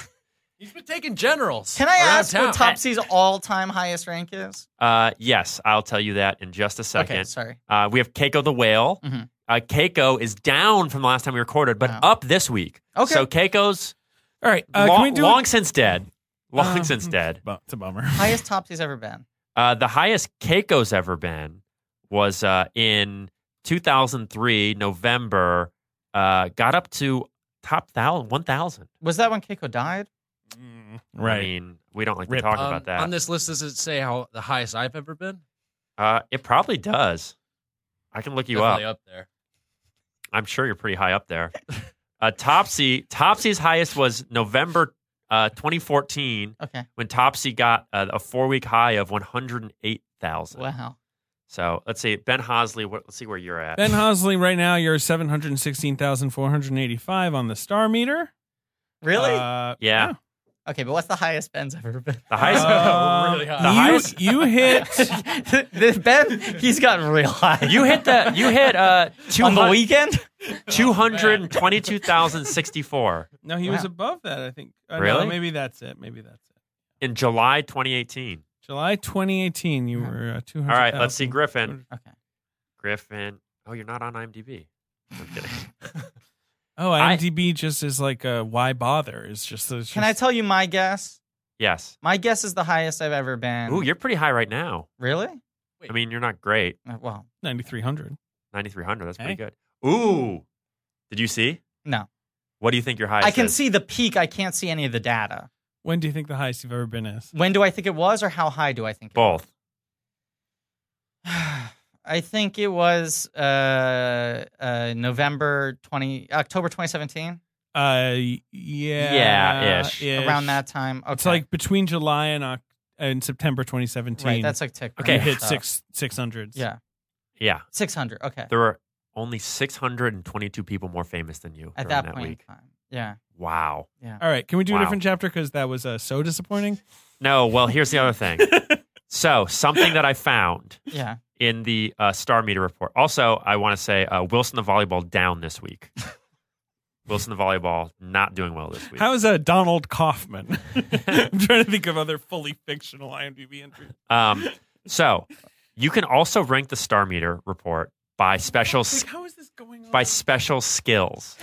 S5: He's been taking generals.
S2: Can I
S5: around
S2: ask
S5: town.
S2: what Topsy's all-time highest rank is?
S3: Uh, yes, I'll tell you that in just a second.
S2: Okay, sorry.
S3: Uh, we have Keiko the whale.
S4: Mm-hmm.
S2: Mhm.
S3: Uh, Keiko is down from the last time we recorded, but
S2: Wow.
S3: up this week.
S2: Okay.
S3: So Keiko's
S4: All right, uh,
S3: long,
S4: can we do
S3: long
S4: it?
S3: since dead. Long
S4: Uh,
S3: since dead.
S4: Bu- It's a bummer.
S2: Highest Topsy's ever been.
S3: Uh, the highest Keiko's ever been was uh, in 2003 November. Uh, got up to top thousand, 1,000.
S2: Was that when Keiko died?
S4: Mm,
S3: I
S4: Right.
S3: mean, we don't like to
S4: Rip.
S3: talk
S5: Um,
S3: about that.
S5: On this list, does it say how the highest I've ever been?
S3: uh, it probably does. I can look you up.
S5: Definitely up there.
S3: I'm sure you're pretty high up there. uh, Topsy Topsy's highest was November uh, 2014
S2: Okay.
S3: when Topsy got uh, a four week high of 108,000.
S2: Wow.
S3: So let's see, Ben Hosley. What, let's see where you're at.
S4: Ben Hosley, right now you're seven hundred sixteen thousand four hundred eighty-five on the star meter.
S2: Really?
S4: Uh,
S3: yeah,
S2: okay, but what's the highest Ben's ever been?
S3: the highest.
S4: Uh,
S5: Really high.
S4: you
S3: The highest-
S4: you hit
S2: The- the ben, he's gotten real high.
S3: you hit the you hit uh
S2: Oh. on the weekend?
S3: two hundred twenty two thousand sixty four
S4: No, he
S2: Wow.
S4: was above that, I think. Uh, no,
S3: Really?
S4: maybe that's it. Maybe that's it.
S3: in July 2018.
S4: July 2018, you were uh, 200.
S3: Uh-huh. All right, let's see Griffin.
S2: Oh. Okay.
S3: Griffin. Oh, you're not on IMDb. I'm kidding.
S4: Oh,
S3: I-
S4: IMDb just is like, uh, why bother? It's just, it's
S2: Can I
S4: just-
S2: tell you my guess?
S3: Yes.
S2: My guess is the highest I've ever been.
S3: Ooh, you're pretty high right now.
S2: really?
S3: I mean, you're not great.
S2: Uh, Well,
S4: 9,300.
S3: 9,300. That's
S4: Hey.
S3: pretty good. Ooh. Did you see?
S2: no.
S3: What do you think your highest
S2: I can
S3: is?
S2: see the peak. I can't see any of the data.
S4: When do you think the highest you've ever been is?
S2: When do I think it was, or how high do I think it
S3: Both.
S2: I think it was uh, uh, November 20, October 2017,
S4: Uh, yeah.
S3: Yeah, ish.
S2: around that time. Okay.
S4: It's like between July and Oc- and September 2017.
S2: right, that's like tick.
S4: you
S3: Okay.
S4: hit
S2: Uh,
S4: six six hundreds.
S2: Yeah,
S3: Yeah.
S2: 600. Okay.
S3: There were only 622 people more famous than you
S2: At
S3: during
S2: that point
S3: week.
S2: in time. Yeah.
S3: Wow.
S4: All right. Can we do a
S3: Wow.
S4: different chapter because that was uh, so disappointing?
S3: No, well, here's the other thing. so, something that I found
S2: Yeah.
S3: in the uh, Star Meter report. Also, I want to say uh, Wilson the volleyball down this week. Wilson the volleyball not doing well this week.
S4: How is uh, Donald Kaufman? I'm trying to think of other fully fictional IMDb entries.
S3: Um, so, you can also rank the Star Meter report by special s-
S4: Like, how is this going on?
S3: by special skills.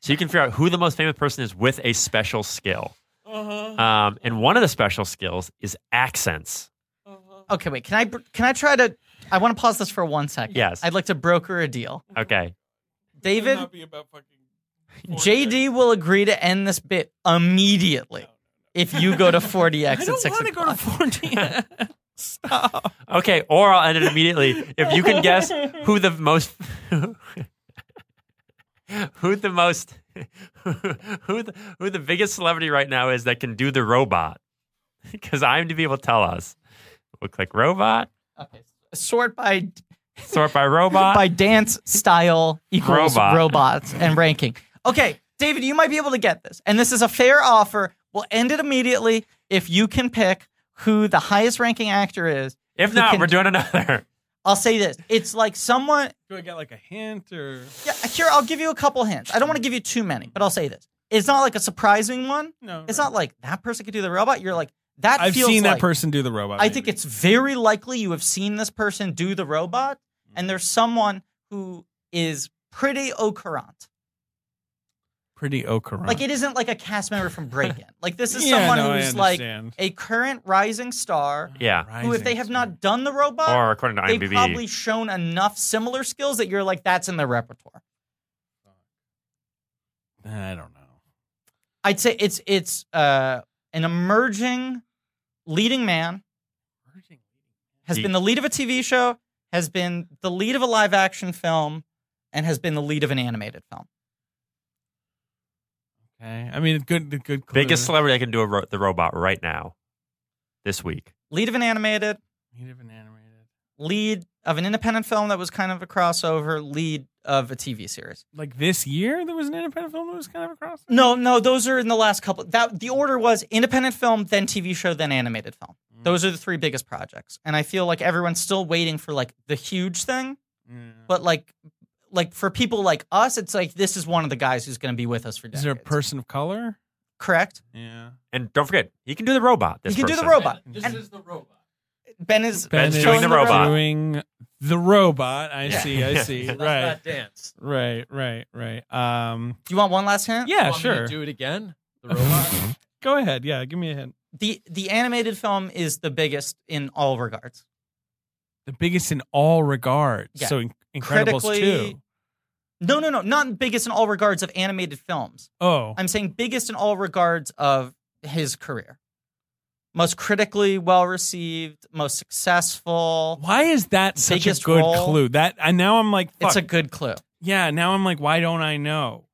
S3: So you can figure out who the most famous person is with a special skill.
S4: uh-huh.
S3: Um, and one of the special skills is accents.
S4: uh-huh.
S2: Okay, wait. Can I br- can I try to? I want to pause this for one second.
S3: Yes.
S2: I'd like to broker a deal.
S3: Okay.
S2: David,
S4: not be about fucking.
S2: JD will agree to end this bit immediately if you go to 40x
S4: I
S2: at
S4: don't
S2: six
S4: want to go to
S2: o'clock.
S4: 14. Stop.
S3: Okay, or I'll end it immediately. If you can guess who the most who the most who the, who the biggest celebrity right now is that can do the robot. Because IMDb will tell us. We'll click robot,
S2: Okay. Sort by
S3: sort by robot.
S2: by dance style equals
S3: Robot.
S2: robots and ranking. Okay, David, you might be able to get this, and this is a fair offer. We'll end it immediately if you can pick who the highest ranking actor is.
S3: if
S2: you
S3: not,
S2: can-
S3: we're doing another.
S2: I'll say this: it's like someone
S4: Do I get like a hint or?
S2: Yeah, here I'll give you a couple hints. I don't want to give you too many, but I'll say this: it's not like a surprising one.
S4: No.
S2: It's not like that person could do the robot. You're like that.
S4: I've
S2: feels
S4: seen that
S2: like-
S4: person do the robot.
S2: I think it's very likely you have seen this person do the robot, and there's someone who is pretty au courant.
S4: pretty Ocaron.
S2: Like it isn't like a cast member from Break In. Like this is
S4: Yeah,
S2: someone
S4: no, I
S2: who's like
S4: understand.
S2: a current rising star
S3: Yeah.
S2: who, if they have not done the robot,
S3: Or according to
S2: they've
S3: IMDb.
S2: probably shown enough similar skills that you're like that's in their repertoire.
S4: I don't know.
S2: I'd say it's it's uh, an emerging leading man. Has
S3: Ye-
S2: been the lead of a TV show, has been the lead of a live action film, and has been the lead of an animated film.
S4: Okay. I mean, good, good. Clue.
S3: Biggest celebrity I can do a ro- the robot right now, this week.
S2: Lead of an animated,
S4: Need of an animated,
S2: lead of an independent film that was kind of a crossover, lead of a TV series.
S4: like this year, there was an independent film that was kind of across.
S2: No, no, those are in the last couple. That the order was independent film, then TV show, then animated film.
S4: Mm.
S2: Those are the three biggest projects, and I feel like everyone's still waiting for like the huge thing. But like, like for people like us, it's like this is one of the guys who's going to be with us for decades.
S4: Is there a person of color?
S2: Correct.
S4: Yeah.
S3: And don't forget, he can do the robot. This
S2: you can do the
S3: person.
S2: robot.
S5: This
S2: And
S5: is the robot.
S2: ben is
S3: Ben's
S4: is
S3: doing the robot.
S4: Doing the robot. I
S3: Yeah.
S4: see. I see.
S5: That's
S4: right.
S5: not dance.
S4: Right. Right. Right. Um.
S2: Do you want one last hint?
S4: Yeah.
S5: Want me to
S4: sure.
S5: do it again. The robot.
S4: Go ahead. Yeah. Give me a hint.
S2: The the animated film is the biggest in all regards.
S4: The biggest in all regards.
S2: Yeah.
S4: So in- Incredibles
S2: Critically-
S4: too.
S2: No, no, no, not biggest in all regards of animated films.
S4: Oh.
S2: I'm saying biggest in all regards of his career. Most critically well received, most successful.
S4: Why is that such a
S2: Biggest
S4: good
S2: role.
S4: clue? That and now I'm like, fuck.
S2: It's a good clue.
S4: yeah. Now I'm like, why don't I know?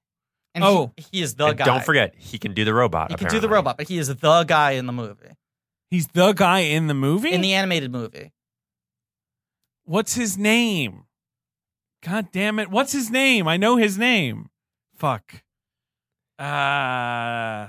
S2: And
S4: Oh.
S2: he, he is the
S3: and
S2: guy.
S3: Don't forget, he can do the robot.
S2: He can do the
S3: apparently.
S2: robot, but he is the guy in the movie.
S4: He's the guy in the movie.
S2: In the animated movie.
S4: What's his name? God damn it. What's his name? I know his name. Fuck. Uh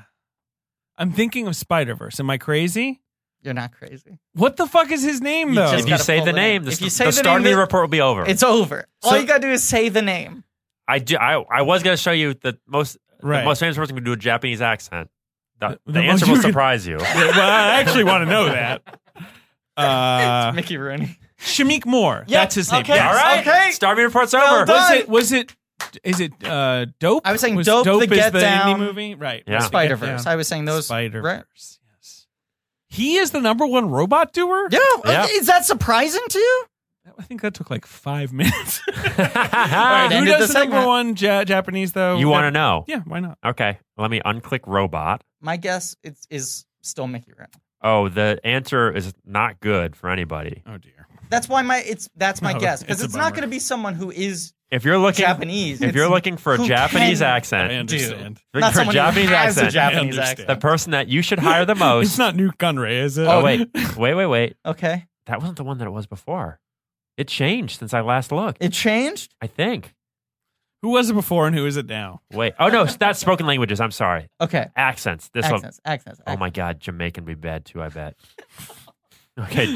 S4: I'm thinking of Spider-Verse. Am I crazy?
S2: You're not crazy.
S4: What the fuck is his name though?
S2: just
S3: If you
S2: gotta
S3: say
S2: pull
S3: the
S2: the name.
S3: name, the,
S2: If you
S3: st-
S2: say
S3: the
S2: the
S3: Star
S2: name,
S3: Meter
S2: the-
S3: report will be over.
S2: It's over.
S4: So-
S2: All you gotta do is say the name.
S3: I, do, I, I was going to show you that most
S4: Right.
S3: the most famous person can do a Japanese accent. The,
S4: The-
S3: the,
S4: the
S3: answer
S4: most-
S3: will surprise you.
S4: well, I actually want to know that. Uh
S2: Mickey Rooney.
S4: Shamik Moore.
S2: Yeah,
S4: That's his name.
S2: okay.
S4: Yeah.
S3: All right.
S2: Okay.
S3: Star Meter report's over.
S2: done.
S4: Was it was it is it uh Dope?
S2: I was saying Dope, The
S4: is
S2: Get
S4: the
S2: Down,
S4: indie movie? Right.
S3: Yeah.
S4: Was The Get
S2: Spider Verse.
S4: Down.
S2: I was saying those.
S4: Spider-Verse.
S2: right?
S4: Yes. He is the number one robot doer.
S2: Yeah.
S3: Yeah.
S2: Is that surprising to you?
S4: I think that took like five minutes. All
S2: It
S4: right, who
S2: ended
S4: does the,
S2: the
S4: number
S2: segment.
S4: one ja- Japanese though?
S3: You want to know?
S4: Yeah, why not?
S3: Okay, let me unclick robot.
S2: My guess is, is still Mickey Rourke.
S3: Oh, the answer is not good for anybody.
S4: Oh dear.
S2: That's why my it's that's my
S4: No,
S2: guess because
S4: it's a
S2: it's, not
S4: bummer.
S2: going to be someone who is
S3: If you're looking,
S2: Japanese.
S3: if you're looking for a
S2: who
S3: Japanese
S2: can-
S4: I
S3: accent,
S4: understand.
S3: looking
S2: not
S3: for a
S2: someone
S3: Japanese
S2: who has a
S3: accent,
S2: Japanese
S4: I
S2: accent.
S4: understand.
S3: the person that you should hire the most.
S4: It's not Nuke Gunray, is it?
S3: oh wait, wait, wait, wait.
S2: Okay,
S3: That wasn't the one that it was before. It changed since I last looked.
S2: it changed.
S3: I think.
S4: Who was it before and who is it now?
S3: Wait. Oh no, that's spoken languages. I'm sorry.
S2: Okay,
S3: Accents. This one.
S2: accents, accents.
S3: Oh my God, Jamaican would be bad too. I bet. Okay,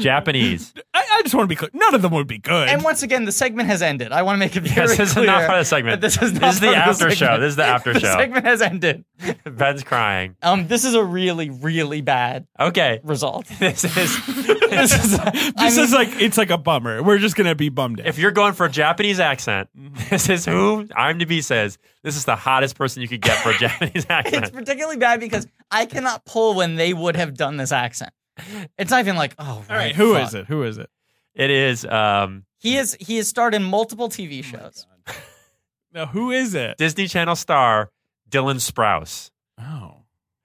S3: Japanese.
S4: I, I just want to be clear. None of them would be good.
S2: And once again, the segment has ended. I want to make it very
S3: Yes, this is
S2: clear.
S3: not part of the segment.
S2: that This is not
S3: This is the
S2: part of
S3: after show.
S2: segment.
S3: This is the after
S2: the
S3: show.
S2: segment has ended.
S3: Ben's crying.
S2: Um, this is a really, really bad
S3: Okay.
S2: result.
S3: This is
S4: this is, this
S2: mean-
S4: is like it's like a bummer. We're just gonna be bummed. Out.
S3: if you're going for a Japanese accent,
S2: Mm-hmm.
S3: this is who I'm to be says this is the hottest person you could get for a Japanese
S2: It's
S3: accent.
S2: particularly bad because I cannot pull when they would have done this accent. It's not even like, oh,
S4: All right, who is
S2: fuck.
S4: it? Who is it?
S3: It is um,
S2: He is he has starred in multiple TV shows.
S4: No, who is it?
S3: Disney Channel star Dylan Sprouse.
S4: Oh,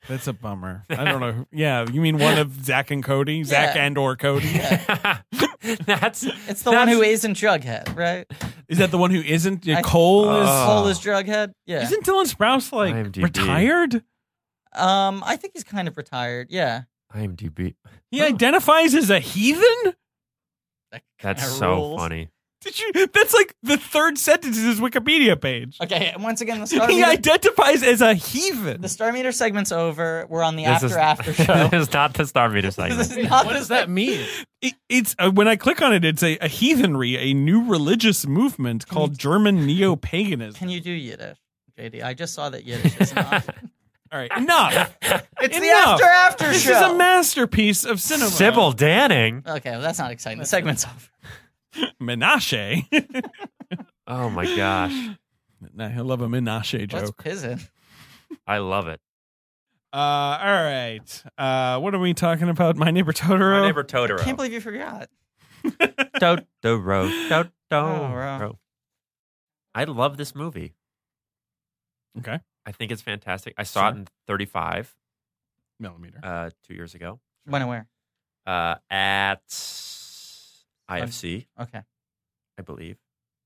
S4: that's a bummer. I don't know. Who, yeah, you mean one of Zach and Cody, Zach
S2: Yeah.
S4: and or Cody?
S3: that's
S2: It's the one
S3: that's-
S2: who isn't Jughead, right?
S4: Is that the one who isn't?
S2: I-
S4: Cole is.
S3: Uh,
S2: Cole is Jughead. Yeah.
S4: isn't Dylan Sprouse like
S3: IMDb.
S4: retired?
S2: Um, I think he's kind of retired. Yeah.
S3: IMDb.
S4: He identifies as a heathen.
S2: Kinda
S3: That's so
S2: rules.
S3: funny.
S4: Did you? That's like the third sentence in his Wikipedia page.
S2: Okay. Once again, the star
S4: he
S2: meter,
S4: identifies as a heathen.
S2: the star meter segment's over. We're on the
S3: This
S2: after
S3: is-
S2: after show.
S3: this is not the Star Meter
S2: this
S3: segment.
S2: is not
S5: What
S2: the
S5: does that mean?
S4: It, it's uh, when I click on it, it's a, a heathenry, a new religious movement called German neo paganism.
S2: Can you do Yiddish, JD? I just saw that Yiddish is not.
S4: All right, enough.
S2: it's the
S4: Enough.
S2: after after
S4: this
S2: show.
S4: is a masterpiece of cinema.
S3: Sybil Danning.
S2: okay, well, that's not exciting. The segment's over.
S4: Menashe.
S3: Oh my gosh,
S4: I love a Menashe joke.
S2: What's pizzin'?
S3: I love it.
S4: Uh, all right. Uh, what are we talking about? My neighbor Totoro.
S3: My neighbor Totoro.
S2: I can't believe you forgot.
S3: Totoro. Totoro.
S2: Oh, Totoro.
S3: I love this movie.
S4: Okay.
S3: I think it's fantastic. I saw it
S4: Sure.
S3: in 35
S4: Millimeter.
S3: uh, two years ago
S2: When and where?
S3: uh, at IFC,
S2: Okay.
S3: I believe.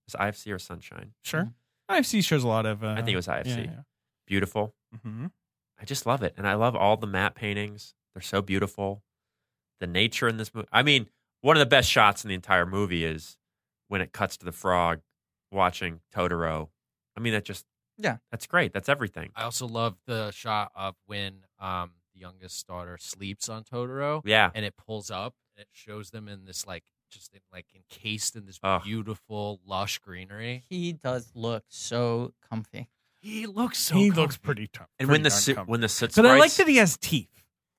S3: Is it IFC or Sunshine?
S4: sure. IFC shows a lot of. Uh,
S3: mm-hmm. I think it was IFC.
S4: Yeah,
S3: Beautiful.
S4: yeah. Mhm.
S3: I just love it, and I love all the matte paintings. They're so beautiful. The nature in this movie. I mean, one of the best shots in the entire movie is when it cuts to the frog watching Totoro. I mean, that just
S2: Yeah.
S3: that's great. That's everything.
S5: I also love the shot of when um, the youngest daughter sleeps on Totoro,
S3: Yeah,
S5: and it pulls up and it shows them in this like just in, like encased in this
S3: Ugh.
S5: beautiful lush greenery.
S2: He does look so comfy.
S5: He looks so.
S4: he looks pretty tough.
S3: and when the
S4: pretty
S3: su-
S4: darn
S3: when the soot
S4: comfy. But I like
S3: sprites-
S4: that he has teeth.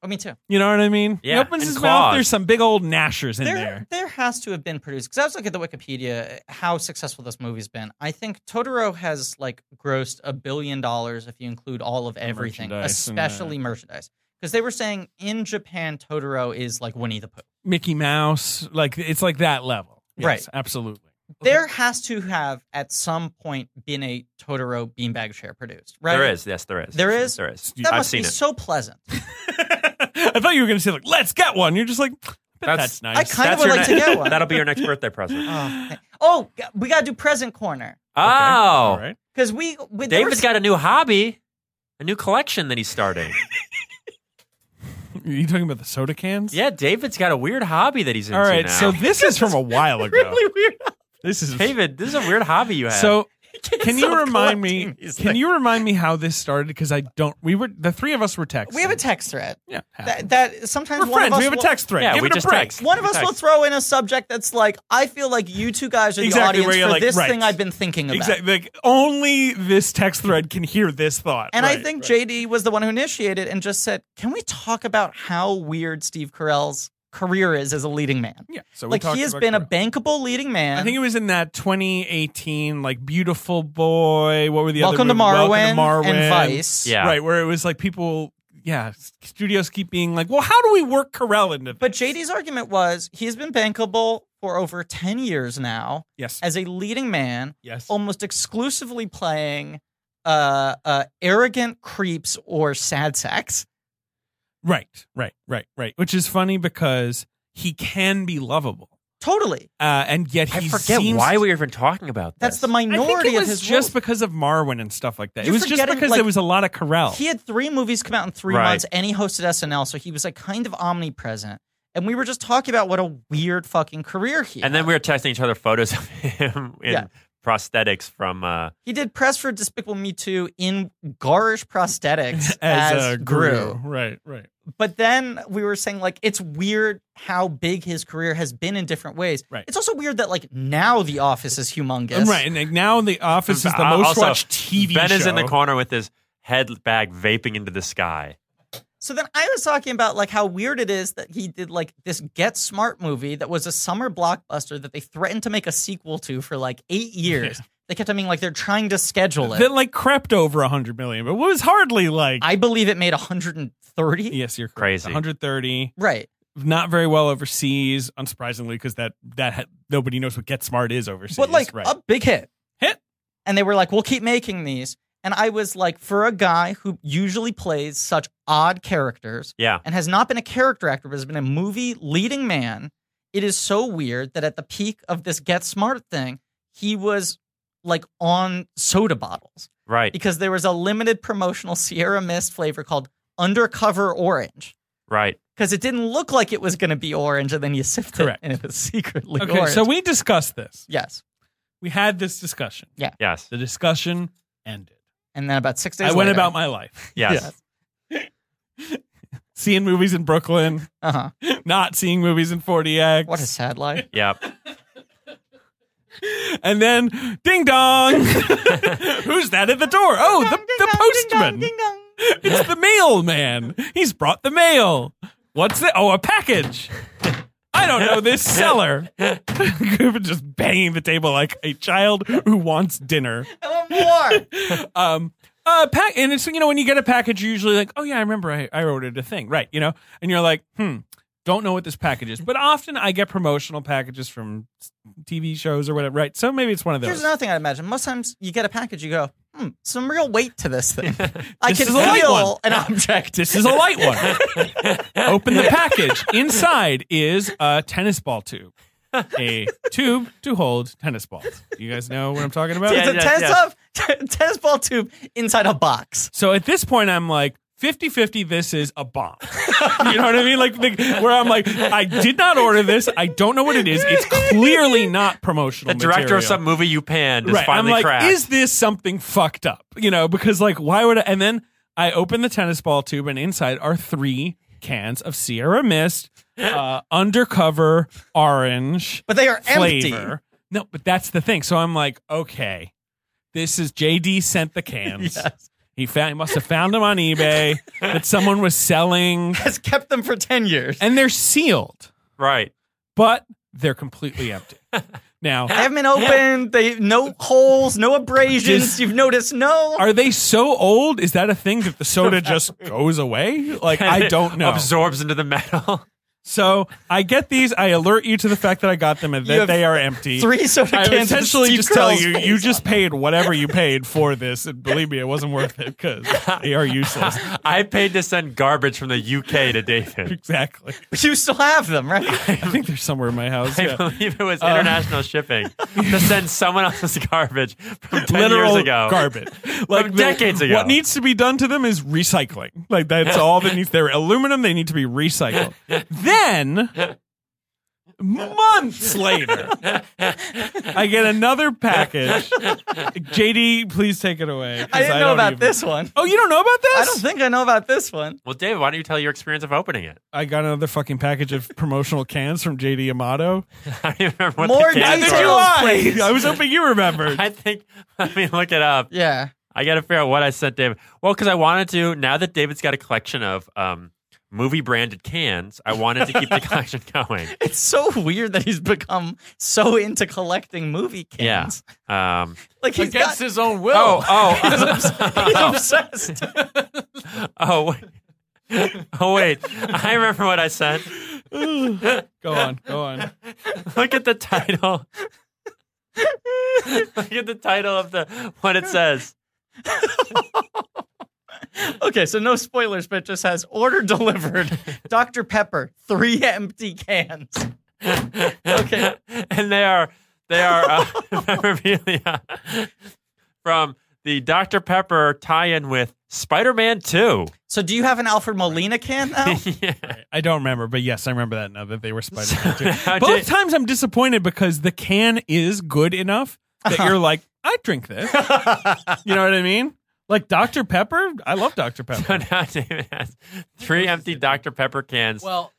S2: Oh, me too.
S4: You know what I mean?
S3: Yeah,
S4: He opens
S3: and
S4: his
S3: claws.
S4: mouth. There's some big old gnashers in
S2: there,
S4: there.
S2: has to have been produced because I was looking at the Wikipedia how successful this movie's been. I think Totoro has like grossed a billion dollars if you include all of everything,
S4: Merchandise and, uh,
S2: especially merchandise. Because they were saying in Japan, Totoro is like Winnie the Pooh.
S4: Mickey Mouse. Like it's like that level. Yes,
S2: Right.
S4: Absolutely.
S2: There has to have at some point been a Totoro beanbag chair produced, right?
S3: There is, yes, there is.
S2: There is?
S3: There is.
S2: That
S3: I've
S2: must
S3: seen
S2: be
S3: it.
S2: so pleasant.
S4: I thought you were going to say like, let's get one. You're just like, I bet
S3: That's-
S4: that's,
S2: I
S4: nice.
S2: kind of would
S3: your
S2: like to
S3: ne-
S2: get one.
S3: That'll be your next birthday present.
S2: oh, thank- oh, g- we gotta do present corner
S3: Oh,
S4: All right.
S2: because we. we there
S3: David's
S2: was-
S3: got a new hobby, a new collection that he's starting.
S4: Are you talking about the soda cans?
S3: yeah, David's got a weird hobby that he's into
S4: All right.
S3: now.
S4: So this is from a while ago.
S2: really weird.
S4: This is
S3: David, this is a weird hobby you have.
S4: So can you
S2: so
S4: remind me?
S2: collecting these
S4: Can you remind me how this started? Because I don't. We were the three of us were texting.
S2: We have a text thread.
S4: yeah.
S2: That, that sometimes
S4: we're
S2: one
S4: friends.
S2: of us
S4: We have a
S2: will-
S4: text thread.
S3: Yeah,
S4: Give
S3: we
S4: it a
S3: just
S4: break.
S3: text.
S2: One of us will
S3: Text.
S2: throw in a subject that's like, I feel like you two guys are the
S4: Exactly, where
S2: audience
S4: you're
S2: for
S4: like,
S2: this
S4: right.
S2: thing I've been thinking about.
S4: Exactly. Like only this text thread can hear this thought.
S2: And I
S4: Right,
S2: think
S4: right.
S2: JD was the one who initiated and just said, "Can we talk about how weird Steve Carell's career is as a leading man?
S4: Yeah. So we
S2: Like
S4: talked
S2: he has
S4: about
S2: been a
S4: Corona.
S2: bankable leading man.
S4: I think it was in that 2018, like Beautiful Boy. What were the
S2: Welcome
S4: other
S2: to
S4: movies? Welcome
S2: Marwin
S4: to Marwin
S2: and Vice.
S3: Yeah.
S4: Right, where it was like people yeah, s- studios keep being like, well, how do we work Corel into this?
S2: But JD's argument was he's been bankable for over 10 years now
S4: yes,
S2: as a leading man,
S4: yes,
S2: almost exclusively playing uh, uh, arrogant creeps or sad sacks.
S4: right, right, right, right. Which is funny because he can be lovable,
S2: Totally.
S4: uh, and yet
S3: I
S4: he
S3: forget
S4: seems
S3: why we were even talking about
S2: That's
S3: this.
S2: the
S4: I think
S2: minority
S4: it was
S2: of his
S4: just
S2: roles.
S4: because of Marwin and stuff like that.
S2: You're
S4: it was just
S2: forgetting,
S4: because
S2: like,
S4: there was a lot of Corel.
S2: He had three movies come out in three
S3: Right.
S2: months, and he hosted SNL, so he was like kind of omnipresent. And we were just talking about what a weird fucking career he.
S3: And
S2: had.
S3: then we were texting each other photos of him in
S2: Yeah.
S3: prosthetics from uh,
S2: he did press for Despicable Me Two in garish prosthetics
S4: as,
S2: as,
S4: uh,
S2: Gru.
S4: Gru. right, right,
S2: But then we were saying like it's weird how big his career has been in different ways.
S4: Right.
S2: It's also weird that like now The Office is humongous.
S4: right. And like, now the Office is the
S3: Uh,
S4: most
S3: also,
S4: watched TV
S3: Ben
S4: show.
S3: is in the corner with his head bag vaping into the sky.
S2: So then I was talking about like how weird it is that he did like this Get Smart movie that was a summer blockbuster that they threatened to make a sequel to for like eight years. They kept on being like they're trying to schedule it.
S4: that like crept over 100 million, but was hardly like.
S2: I believe it made 130.
S4: yes, you're correct.
S3: Crazy.
S4: 130,
S2: Right.
S4: not very well overseas, unsurprisingly, because that that ha- nobody knows what Get Smart is overseas.
S2: But like
S4: right.
S2: a big hit.
S4: Hit.
S2: And they were like, we'll keep making these. And I was like, for a guy who usually plays such odd characters
S3: Yeah.
S2: and has not been a character actor, but has been a movie leading man, it is so weird that at the peak of this Get Smart thing, he was like on soda bottles
S3: Right.
S2: because there was a limited promotional Sierra Mist flavor called Undercover Orange.
S3: Right.
S2: Because it didn't look like it was going to be orange, and then you sift
S4: Correct.
S2: it, and it was secretly
S4: okay,
S2: orange.
S4: so we discussed this.
S2: yes,
S4: We had this discussion.
S3: Yes.
S4: The discussion ended.
S2: and then about six days.
S4: I went
S2: later-
S4: about my life,
S3: Yes.
S4: seeing movies in Brooklyn,
S2: Uh huh.
S4: not seeing movies in 40x.
S2: What a sad life.
S3: Yep.
S4: And then ding dong. Who's that at the door? Oh, the, the postman. It's the mailman. He's brought the mail. What's it? Oh, a package. I don't know this seller. Cooper just banging the table like a child who wants dinner.
S2: I want more.
S4: Um, uh, pack, and it's you know when you get a package, you're usually like, oh yeah, I remember I, I ordered a thing, right? You know, and you're like, hmm, don't know what this package is, but often I get promotional packages from s- TV shows or whatever, right? So maybe it's one of those.
S2: Here's another thing I'd imagine. Most times you get a package, you go, hmm, some real weight to this thing. I
S4: This is
S2: can
S4: a light one.
S2: feel an object.
S4: This is a light one. Open the package. Inside is a tennis ball tube. A tube to hold tennis balls. You guys know what I'm talking about?
S2: It's a
S3: Yeah,
S2: tennis,
S3: yeah.
S2: of- tennis ball tube inside a box.
S4: So at this point, I'm like, 50 50, this is a bomb. you know what I mean? Like, the, where I'm like, I did not order this. I don't know what it is. It's clearly not promotional.
S3: The director
S4: material.
S3: of some movie you panned is
S4: right. I'm
S3: finally
S4: like,
S3: cracked.
S4: is this something fucked up? You know, because like, why would I? And then I open the tennis ball tube, and inside are three cans of Sierra Mist, uh, undercover orange
S2: But they are
S4: flavor.
S2: empty.
S4: No, but that's the thing. So I'm like, okay, this is JD sent the cans.
S2: Yes.
S4: He found, he must have found them on eBay that someone was selling,
S2: Has kept them for 10 years.
S4: and they're sealed,
S3: right.
S4: but they're completely empty. Now,
S2: They haven't been opened. They no holes, no abrasions.
S4: Just-
S2: You've noticed no.
S4: Are they so old? Is that a thing that the soda just goes away? Like I don't know.
S3: Absorbs into the metal.
S4: So I get these. I alert you to the fact that I got them and
S2: You
S4: that
S2: have
S4: they are empty.
S2: Three soda
S4: I
S2: cans.
S4: would
S2: with
S4: essentially
S2: Steve
S4: just tell
S2: Carell's
S4: you,
S2: face
S4: you
S2: on
S4: just paid whatever you paid for this, and believe me, it wasn't worth it because they are useless.
S3: I paid to send garbage from the UK to David.
S4: Exactly.
S2: it. You still have them, right?
S4: I think they're somewhere in my house.
S3: I
S4: yeah. Uh,
S3: believe it was international shipping to send someone else's garbage from 10
S4: Literal
S3: years ago.
S4: garbage.
S3: From decades ago.
S4: What needs to be done to them is recycling. Like that's all that needs. They're aluminum. They need to be recycled. Then months later, I get another package. JD, please take it away. 'cause
S2: I didn't know
S4: don't
S2: about
S4: even-
S2: this one.
S4: Oh, you don't know about this?
S2: I don't think I know about this one.
S3: Well, David, why don't you tell your experience of opening it?
S4: I got another fucking package of promotional cans from JD Amato.
S3: I don't even remember what
S2: More
S3: the cans
S2: details,
S3: are.
S4: you are.
S2: please.
S4: I was hoping you remembered.
S3: I think, let me look it up.
S2: Yeah.
S3: I got to figure out what I sent David. Well, because I wanted to, now that David's got a collection of um, movie branded cans, I wanted to keep the collection going.
S2: It's so weird that he's become so into collecting movie cans.
S3: Um,
S2: Like he's
S5: against
S2: got,
S5: his own will.
S3: oh,
S2: he's
S3: oh,
S2: obs- he's obsessed.
S3: oh, wait. Oh wait, I remember what I said.
S4: Go on, go on.
S3: Look at the title. Look at the title of the what it says.
S2: Okay, so no spoilers, but it just has order delivered. Dr. Pepper, three empty cans.
S3: okay, and they are they are uh, memorabilia from the Dr Pepper tie-in with Spider-Man Two.
S2: So do you have an Alfred Molina can now?
S3: yeah.
S4: I don't remember, but yes, I remember that now that they were Spider Man.
S3: How
S4: Both
S3: did-
S4: times I'm disappointed because the can is good enough that you're like, I drink this. you know what I mean? Like Dr. Pepper? I love Dr.
S3: So
S4: Pepper.
S3: now David has three empty Dr. Pepper cans.
S5: Well,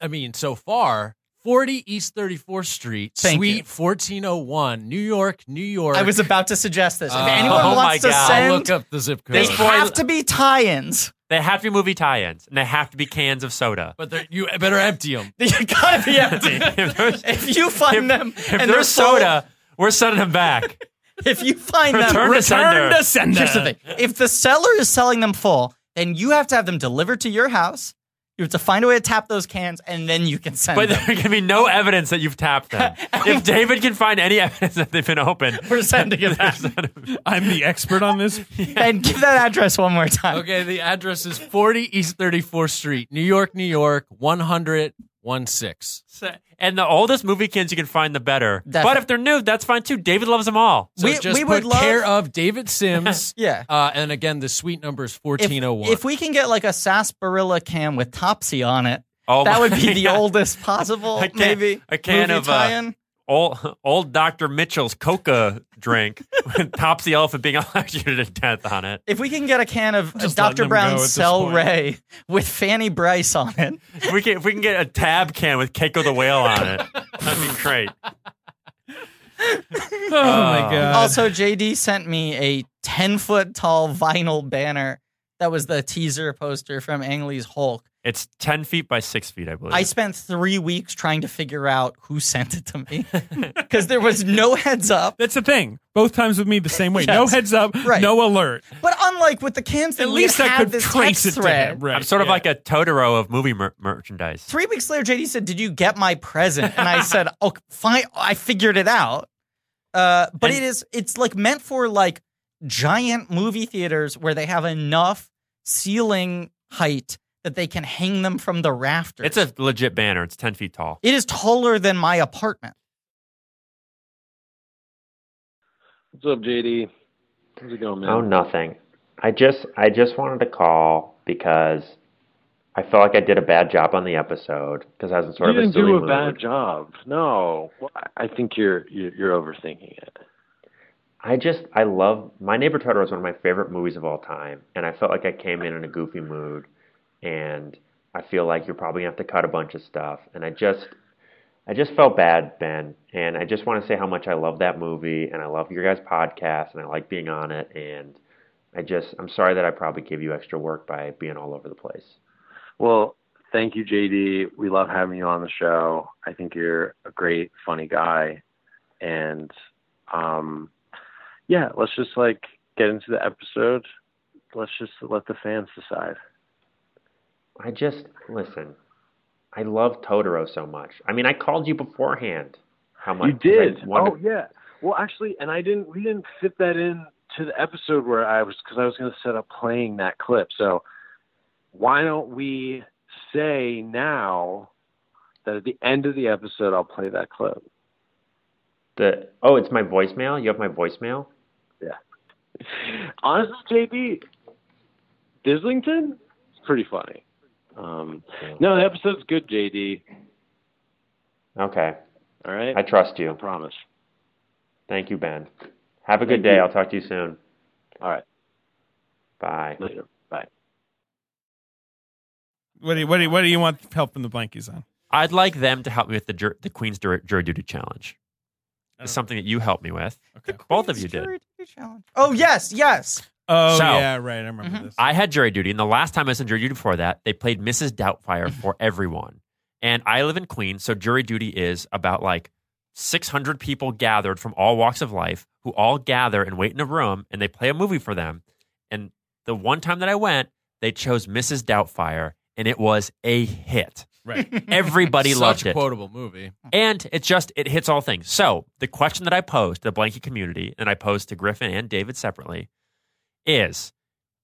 S5: I mean, so far, 40 East 34th Street,
S2: Thank
S5: Suite
S2: you.
S5: 1401, New York, New York.
S2: I was about to suggest this. If
S5: Uh,
S2: anyone
S3: oh my
S2: wants to
S3: God.
S5: I'll look
S2: send,
S5: up the zip code.
S2: they
S3: This boy-
S2: have to be tie-ins.
S3: they have to be movie tie-ins, and they have to be cans of soda.
S5: but they're- you better empty them.
S2: You gotta be empty.
S3: if there's,
S2: If you find
S3: If-
S2: them
S3: if
S2: and
S3: there's
S2: they're sold-
S3: soda, we're sending them back.
S2: if you find them,
S3: Return to sender.
S4: Turn to sender.
S2: Here's the thing. If the seller is selling them full, then you have to have them delivered to your house. You have to find a way to tap those cans, and then you can send
S3: But
S2: them.
S3: there can be no evidence that you've tapped them. if David can find any evidence that they've been open,
S2: We're sending it back.
S4: I'm the expert on this.
S2: And give that address one more time.
S5: Okay, the address is 40 East 34th Street, New York, New York, 1016.
S3: and the oldest movie cans you can find, the better. But
S2: Definitely.
S3: if they're new, that's fine too. David loves them all.
S5: So
S2: We-
S5: just
S2: we
S5: put
S2: would love-
S5: care of David Sims.
S2: Yeah.
S5: Uh, and again, the suite number is
S2: If,
S5: 1401.
S2: if we can get like a sarsaparilla can with Topsy on it,
S3: Oh
S2: that
S3: my
S2: would be the
S3: God.
S2: oldest possible,
S3: A can-
S2: maybe.
S3: a can
S2: movie
S3: of, uh,
S2: tie-in.
S3: old, old Dr. Mitchell's coca drink with Topsy Elephant being electrocuted to death on it.
S2: If we can get a can of uh,
S4: Just letting them
S2: Dr.
S4: go at
S2: Brown's
S4: this
S2: Cell
S4: point.
S2: Ray with Fanny Bryce on it,
S3: If we can, if we can get a tab can with Keiko the Whale on it, that'd be great. Uh,
S4: Oh
S3: Um,
S4: my God.
S2: also, JD sent me a 10 foot tall vinyl banner that was the teaser poster from Ang Lee's Hulk.
S3: It's 10 feet by 6 feet, I believe.
S2: I spent three weeks trying to figure out who sent it to me because there was no heads up.
S4: That's the thing. Both times with me the same way. No
S2: Yes.
S4: heads up,
S2: Right.
S4: no alert.
S2: But unlike with the cans,
S4: At least I could
S2: this
S4: trace it
S2: text
S4: to
S2: thread.
S4: him. Right.
S3: I'm sort of
S4: yeah.
S3: like a Totoro of movie mer- merchandise.
S2: Three weeks later, JD said, "Did you get my present?" And I said, "Oh, fine. I figured it out." Uh, but
S3: And-
S2: it is it's like meant for like giant movie theaters where they have enough ceiling height that they can hang them from the rafters.
S3: It's a legit banner. It's 10 feet tall.
S2: it is taller than my apartment.
S8: What's up, JD? How's it going, man?
S7: Oh, nothing. I just I just wanted to call because I felt like I did a bad job on the episode because I was in sort of
S8: you
S7: a
S8: didn't
S7: silly
S8: do a
S7: mood.
S8: bad job. No, Well, I- I think you're you're, you're overthinking it.
S7: I just I love My Neighbor Totoro is one of my favorite movies of all time, and I felt like I came in in a goofy mood, and I feel like you're probably gonna have to cut a bunch of stuff, and I just I just felt bad, Ben, and I just want to say how much I love that movie, and I love your guys' podcast, and I like being on it, and I just I'm sorry that I probably gave you extra work by being all over the place.
S8: Well, thank you, JD. We love having you on the show. I think you're a great, funny guy, and um, yeah, let's just like get into the episode. Let's just let the fans decide.
S7: I just listen. I love Totoro so much. I mean, I called you beforehand. How much
S8: You
S7: I
S8: did.
S7: wanted-
S8: Oh yeah. Well, actually, and I didn't. We didn't fit that in to the episode where I was because I was going to set up playing that clip. So why don't we say now that at the end of the episode I'll play that clip?
S7: The oh, it's my voicemail. You have my voicemail.
S8: Honestly, JB, Dislington, it's pretty funny. Um, no, the episode's good, JD.
S7: Okay,
S8: All right,
S7: I trust
S8: I
S7: you.
S8: promise.
S7: Thank you, Ben. Have a good
S8: Thank
S7: day.
S8: you.
S7: I'll talk to you soon.
S8: All right,
S7: Bye.
S8: later. Bye.
S4: What do you, what do you, what do you want help from the blankies on?
S3: I'd like them to help me with the jur- the Queen's jury, jury duty challenge. It's something that you helped me with. Both of you did.
S2: Oh yes, yes.
S4: Oh
S3: So-
S4: yeah, right. I remember
S2: Mhm.
S4: this.
S3: I had jury duty, and the last time I was in jury duty before that, they played Mrs. Doubtfire for everyone. And I live in Queens, so jury duty is about like 600 people gathered from all walks of life who all gather and wait in a room and they play a movie for them. And the one time that I went, They chose Mrs. Doubtfire, and it was a hit. Right. Everybody
S5: Such
S3: loved
S5: a
S3: it.
S5: quotable movie.
S3: And it just it hits all things. So the question that I posed to the blanket community and I posed to Griffin and David separately is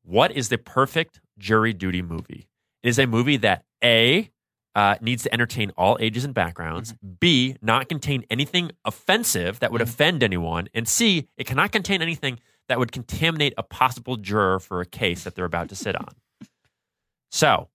S3: what is the perfect jury duty movie? It is a movie that A uh, needs to entertain all ages and backgrounds. B not contain anything offensive that would offend anyone, and C it cannot contain anything that would contaminate a possible juror for a case that they're about to sit on. So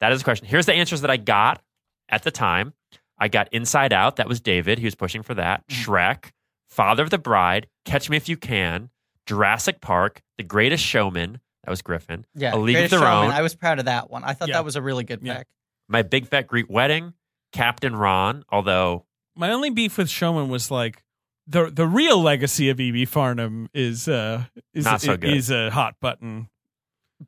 S3: that is the question. Here's the answers that I got at the time. I got Inside Out. That was David. He was pushing for that.
S2: Mm-hmm.
S3: Shrek, Father of the Bride, Catch Me If You Can, Jurassic Park, The Greatest Showman. That was Griffin.
S2: Yeah,
S3: A League of
S2: Greatest
S3: Their
S2: Showman.
S3: Own.
S2: I was proud of that one. I thought
S4: Yeah.
S2: that was a really good
S4: Yeah.
S2: pick.
S3: My Big Fat Greek Wedding, Captain Ron. Although
S4: My only beef with Showman was like the the real legacy of E.B. Farnham is uh is
S3: Not so good.
S4: is a hot button.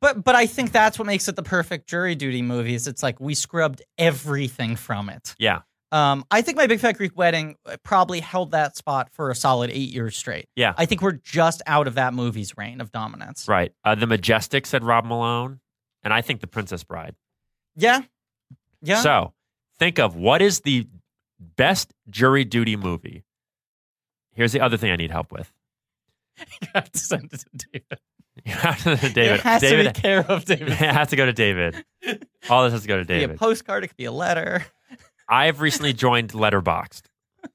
S2: But but I think that's what makes it the perfect jury duty movie. Is it's like we scrubbed everything from it.
S3: Yeah.
S2: Um, I think my Big Fat Greek Wedding uh, probably held that spot for a solid eight years straight.
S3: Yeah.
S2: I think we're just out of that movie's reign of dominance.
S3: Right. Uh, the Majestic said Rob Malone, and I think The Princess Bride.
S2: Yeah. Yeah.
S3: So think of what is the best jury duty movie. Here's the other thing I need help with.
S2: You have to send it to David.
S3: David.
S2: It has
S3: David.
S2: to be care of David.
S3: it has to go to David. All this has to go to
S2: It could be a
S3: David.
S2: postcard. It could be a letter.
S3: I've recently joined Letterboxd.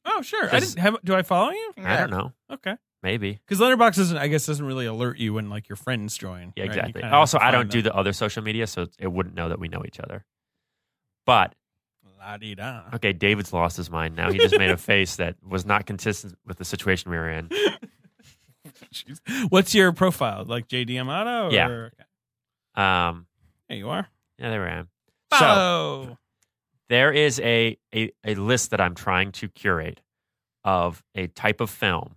S4: Oh sure, I
S3: Does-
S4: didn't have. Do I follow you?
S3: I don't know.
S4: Okay,
S3: Maybe.
S4: because Letterbox doesn't. I guess doesn't really alert you when like your friends join.
S3: Yeah,
S4: right? You
S3: exactly.
S4: kinda
S3: Also,
S4: have to
S3: I
S4: find
S3: don't do
S4: them.
S3: the other social media, so it wouldn't know that we know each other. But
S4: La-di-da.
S3: okay, David's lost his mind now. He just made a face that was not consistent with the situation we were in.
S4: Jeez. What's your profile? Like JD Amato? Or,
S3: Yeah. Um,
S4: There you are.
S3: yeah, there I am. So
S4: Follow.
S3: there is a, a a list that I'm trying to curate of a type of film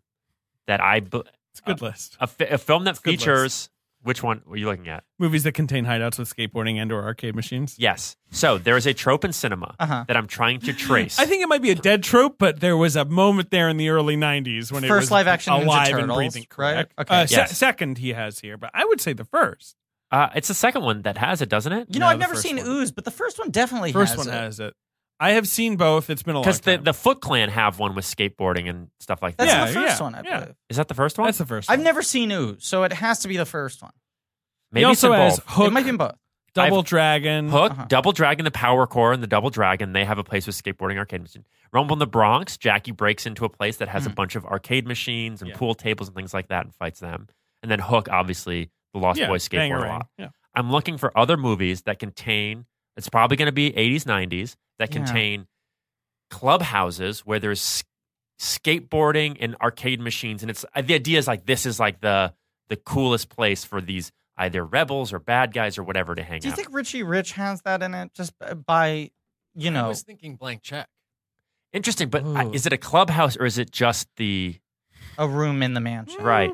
S3: that I be-
S4: it's a good
S3: Uh,
S4: list.
S3: a, fi- a film that
S4: Good list.
S3: features. Which one were you looking at?
S4: Movies that contain hideouts with skateboarding and or arcade machines.
S3: Yes. So there is a trope in cinema
S2: Uh-huh.
S3: that I'm trying to trace.
S4: I think it might be a dead trope, but there was a moment there in the early '90s when it
S2: First
S4: was
S2: live action Ninja
S4: alive and
S2: Turtles,
S4: breathing.
S2: right?
S4: Correct.
S2: Okay.
S4: Uh, se-
S3: Yes.
S4: second he has here, but I would say the first.
S3: uh, it's the second one that has it, doesn't it?
S2: You know,
S4: No,
S2: I've
S4: the
S2: never
S4: first
S2: seen
S4: one.
S2: Ooze, but the first one definitely
S4: First
S2: has
S4: one
S2: it.
S4: has it. I have seen both. It's been a long
S3: Because the,
S4: time.
S3: the Foot Clan have one with skateboarding and stuff like that.
S2: That's
S4: Yeah,
S2: the first
S4: yeah,
S2: one, I
S4: yeah.
S2: believe.
S3: Is that the first one?
S4: That's the first.
S2: I've
S4: one.
S2: never seen Ooze, so it has to be the first one.
S3: Maybe
S4: he also
S3: it's in
S4: has
S3: both.
S4: Hook,
S2: It might be in both.
S4: Double Dragon.
S3: Hook,
S2: Uh-huh.
S3: Double Dragon, the Power Core, and the Double Dragon. They have a place with skateboarding arcade machine. Rumble in the Bronx. Jackie breaks into a place that has
S4: Hmm.
S3: a bunch of arcade machines and
S4: Yeah.
S3: pool tables and things like that, and fights them. And then Hook, obviously, the Lost
S4: yeah,
S3: Boys
S4: Bangarang.
S3: skateboard a lot.
S4: Yeah.
S3: I'm looking for other movies that contain. It's probably going to be 80s, 90s that
S2: Yeah.
S3: contain clubhouses where there's s- skateboarding and arcade machines, and it's uh, the idea is like this is like the the coolest place for these either rebels or bad guys or whatever to hang
S2: Do you
S3: out.
S2: think Richie Rich has that in it? Just b- by you
S5: I
S2: know,
S5: was thinking blank check.
S3: Interesting, but uh,
S2: Ooh.
S3: is it a clubhouse or is it just the
S2: a room in the mansion.
S3: right?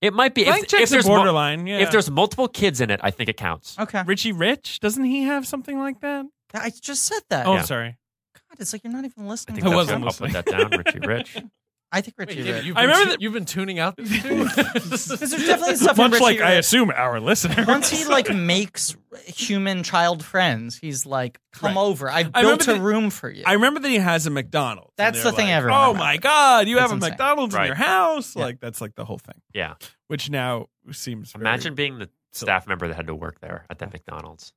S3: It might be
S4: Blank
S3: if, if
S4: check's a
S3: there's mul-
S4: borderline. yeah.
S3: if there's multiple kids in it. I think it counts.
S2: Okay,
S4: Richie Rich, doesn't he have something like that?
S2: I just said that.
S4: Oh,
S3: Uh, Yeah.
S4: sorry.
S2: God, it's like you're not even
S3: I
S2: listening.
S3: think
S2: to
S4: I
S3: that's-
S4: wasn't
S2: what I'm-
S3: I'll put
S4: listening.
S3: that down. Richie Rich.
S2: I think Richie
S5: Wait,
S2: Rich.
S5: you've,
S4: I
S5: been
S4: remember
S5: tu-
S4: that-
S5: you've been tuning out these two.
S2: Because there's definitely stuff in
S4: Much
S2: Richie
S4: like I
S2: Rich.
S4: assume our listeners.
S2: Once he like makes human child friends, he's like, "Come
S4: Right.
S2: over. I've
S4: I
S2: built
S4: remember
S2: a
S4: the-
S2: room for you."
S4: I remember that he has a McDonald's. and
S2: That's
S4: they're
S2: the thing
S4: like,
S2: everyone
S4: Oh
S2: remembers.
S4: my God, you
S2: That's
S4: have a
S2: insane.
S4: McDonald's
S3: Right.
S4: in your house.
S2: Yeah.
S4: Like that's like the whole thing.
S3: Yeah.
S4: Which now seems very-
S3: Imagine being the
S4: So-
S3: staff member that had to work there at that McDonald's.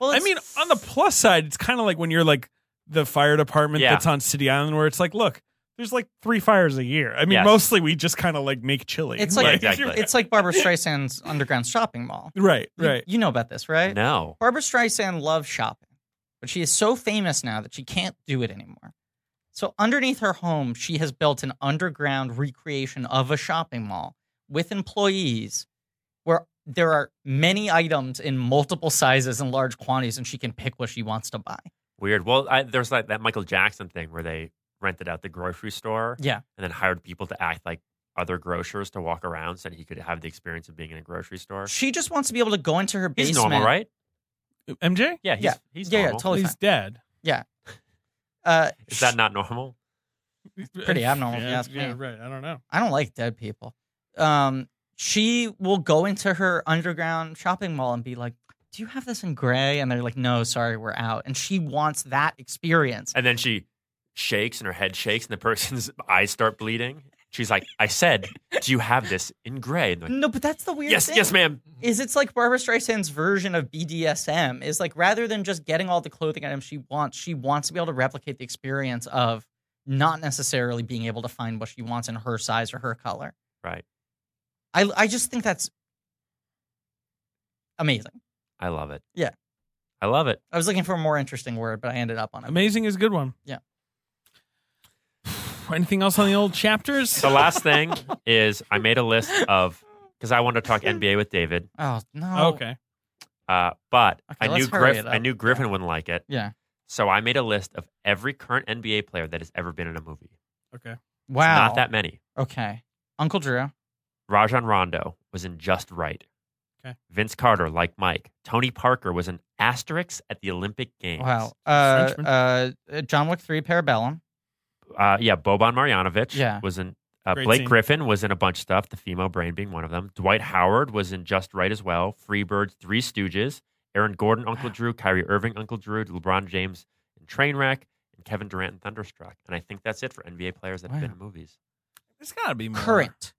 S2: well,
S4: I
S2: it's-
S4: mean, on the plus side, it's kind of like when you're like the fire department
S3: Yeah.
S4: that's on City Island, where it's like, look, there's like three fires a year. I mean,
S3: Yes.
S4: mostly we just kind of like make chili.
S2: it's like
S3: Yeah, exactly.
S2: it's like Barbara Streisand's underground shopping mall.
S4: right,
S2: You-
S4: right.
S2: You, know about this, right?
S3: No.
S2: Barbara Streisand loves shopping, but she is so famous now that she can't do it anymore. So underneath her home, she has built an underground recreation of a shopping mall with employees where there are many items in multiple sizes and large quantities and she can pick what she wants to buy.
S3: Weird. Well, I, there's like that Michael Jackson thing where they rented out the grocery store
S2: Yeah.
S3: and then hired people to act like other grocers to walk around so that he could have the experience of being in a grocery store.
S2: She just wants to be able to go into her
S3: He's
S2: basement.
S3: normal, right?
S4: MJ,
S3: Yeah, he's, he's
S2: Yeah, yeah,
S3: normal.
S2: totally
S4: he's
S2: fine.
S4: dead.
S2: Uh,
S3: Is that not normal?
S2: Pretty abnormal, if you ask
S4: yeah,
S2: me.
S4: right. I don't know.
S2: I don't like dead people. Um, she will go into her underground shopping mall and be like, "Do you have this in gray?" And they're like, "No, sorry, we're out." And she wants that experience.
S3: And then she shakes and her head shakes and the person's eyes start bleeding. She's like, I said, do you have this in gray? And they're like,
S2: No, but that's the weird
S3: yes,
S2: thing.
S3: yes, ma'am.
S2: Is it's like Barbara Streisand's version of BDSM is like rather than just getting all the clothing items she wants, she wants to be able to replicate the experience of not necessarily being able to find what she wants in her size or her color.
S3: Right.
S2: I I just think that's amazing.
S3: I love it.
S2: Yeah.
S3: I love it.
S2: I was looking for a more interesting word, but I ended up on it.
S4: Amazing is a good one.
S2: Yeah.
S4: Anything else on the old chapters?
S3: The last thing is I made a list of because I wanted to talk NBA with David,
S2: Oh no.
S4: Okay.
S3: uh, but
S2: Okay,
S3: I knew
S2: let's hurry
S3: Griff,
S2: it up.
S3: I knew Griffin wouldn't like it,
S2: Yeah.
S3: so I made a list of every current NBA player that has ever been in a movie.
S4: Okay.
S2: Wow.
S3: Not that many.
S2: Okay. Uncle Drew.
S3: Rajon Rondo was in Just Right.
S4: Okay.
S3: Vince Carter, like Mike. Tony Parker was an asterisk at the Olympic Games.
S2: Wow. Uh, uh, John Wick three Parabellum.
S3: Uh, yeah, Boban Marjanovic
S2: Yeah.
S3: was in. Uh,
S4: Great
S3: Blake
S4: scene.
S3: Griffin was in a bunch of stuff, the female brain being one of them. Dwight Howard was in Just Right as well. Freebirds, Three Stooges, Aaron Gordon, Uncle Drew, Kyrie Irving, Uncle Drew, LeBron James in Trainwreck, and Kevin Durant in Thunderstruck. And I think that's it for NBA players that have been
S2: Wow.
S3: in movies.
S4: It's got to be more.
S2: Current.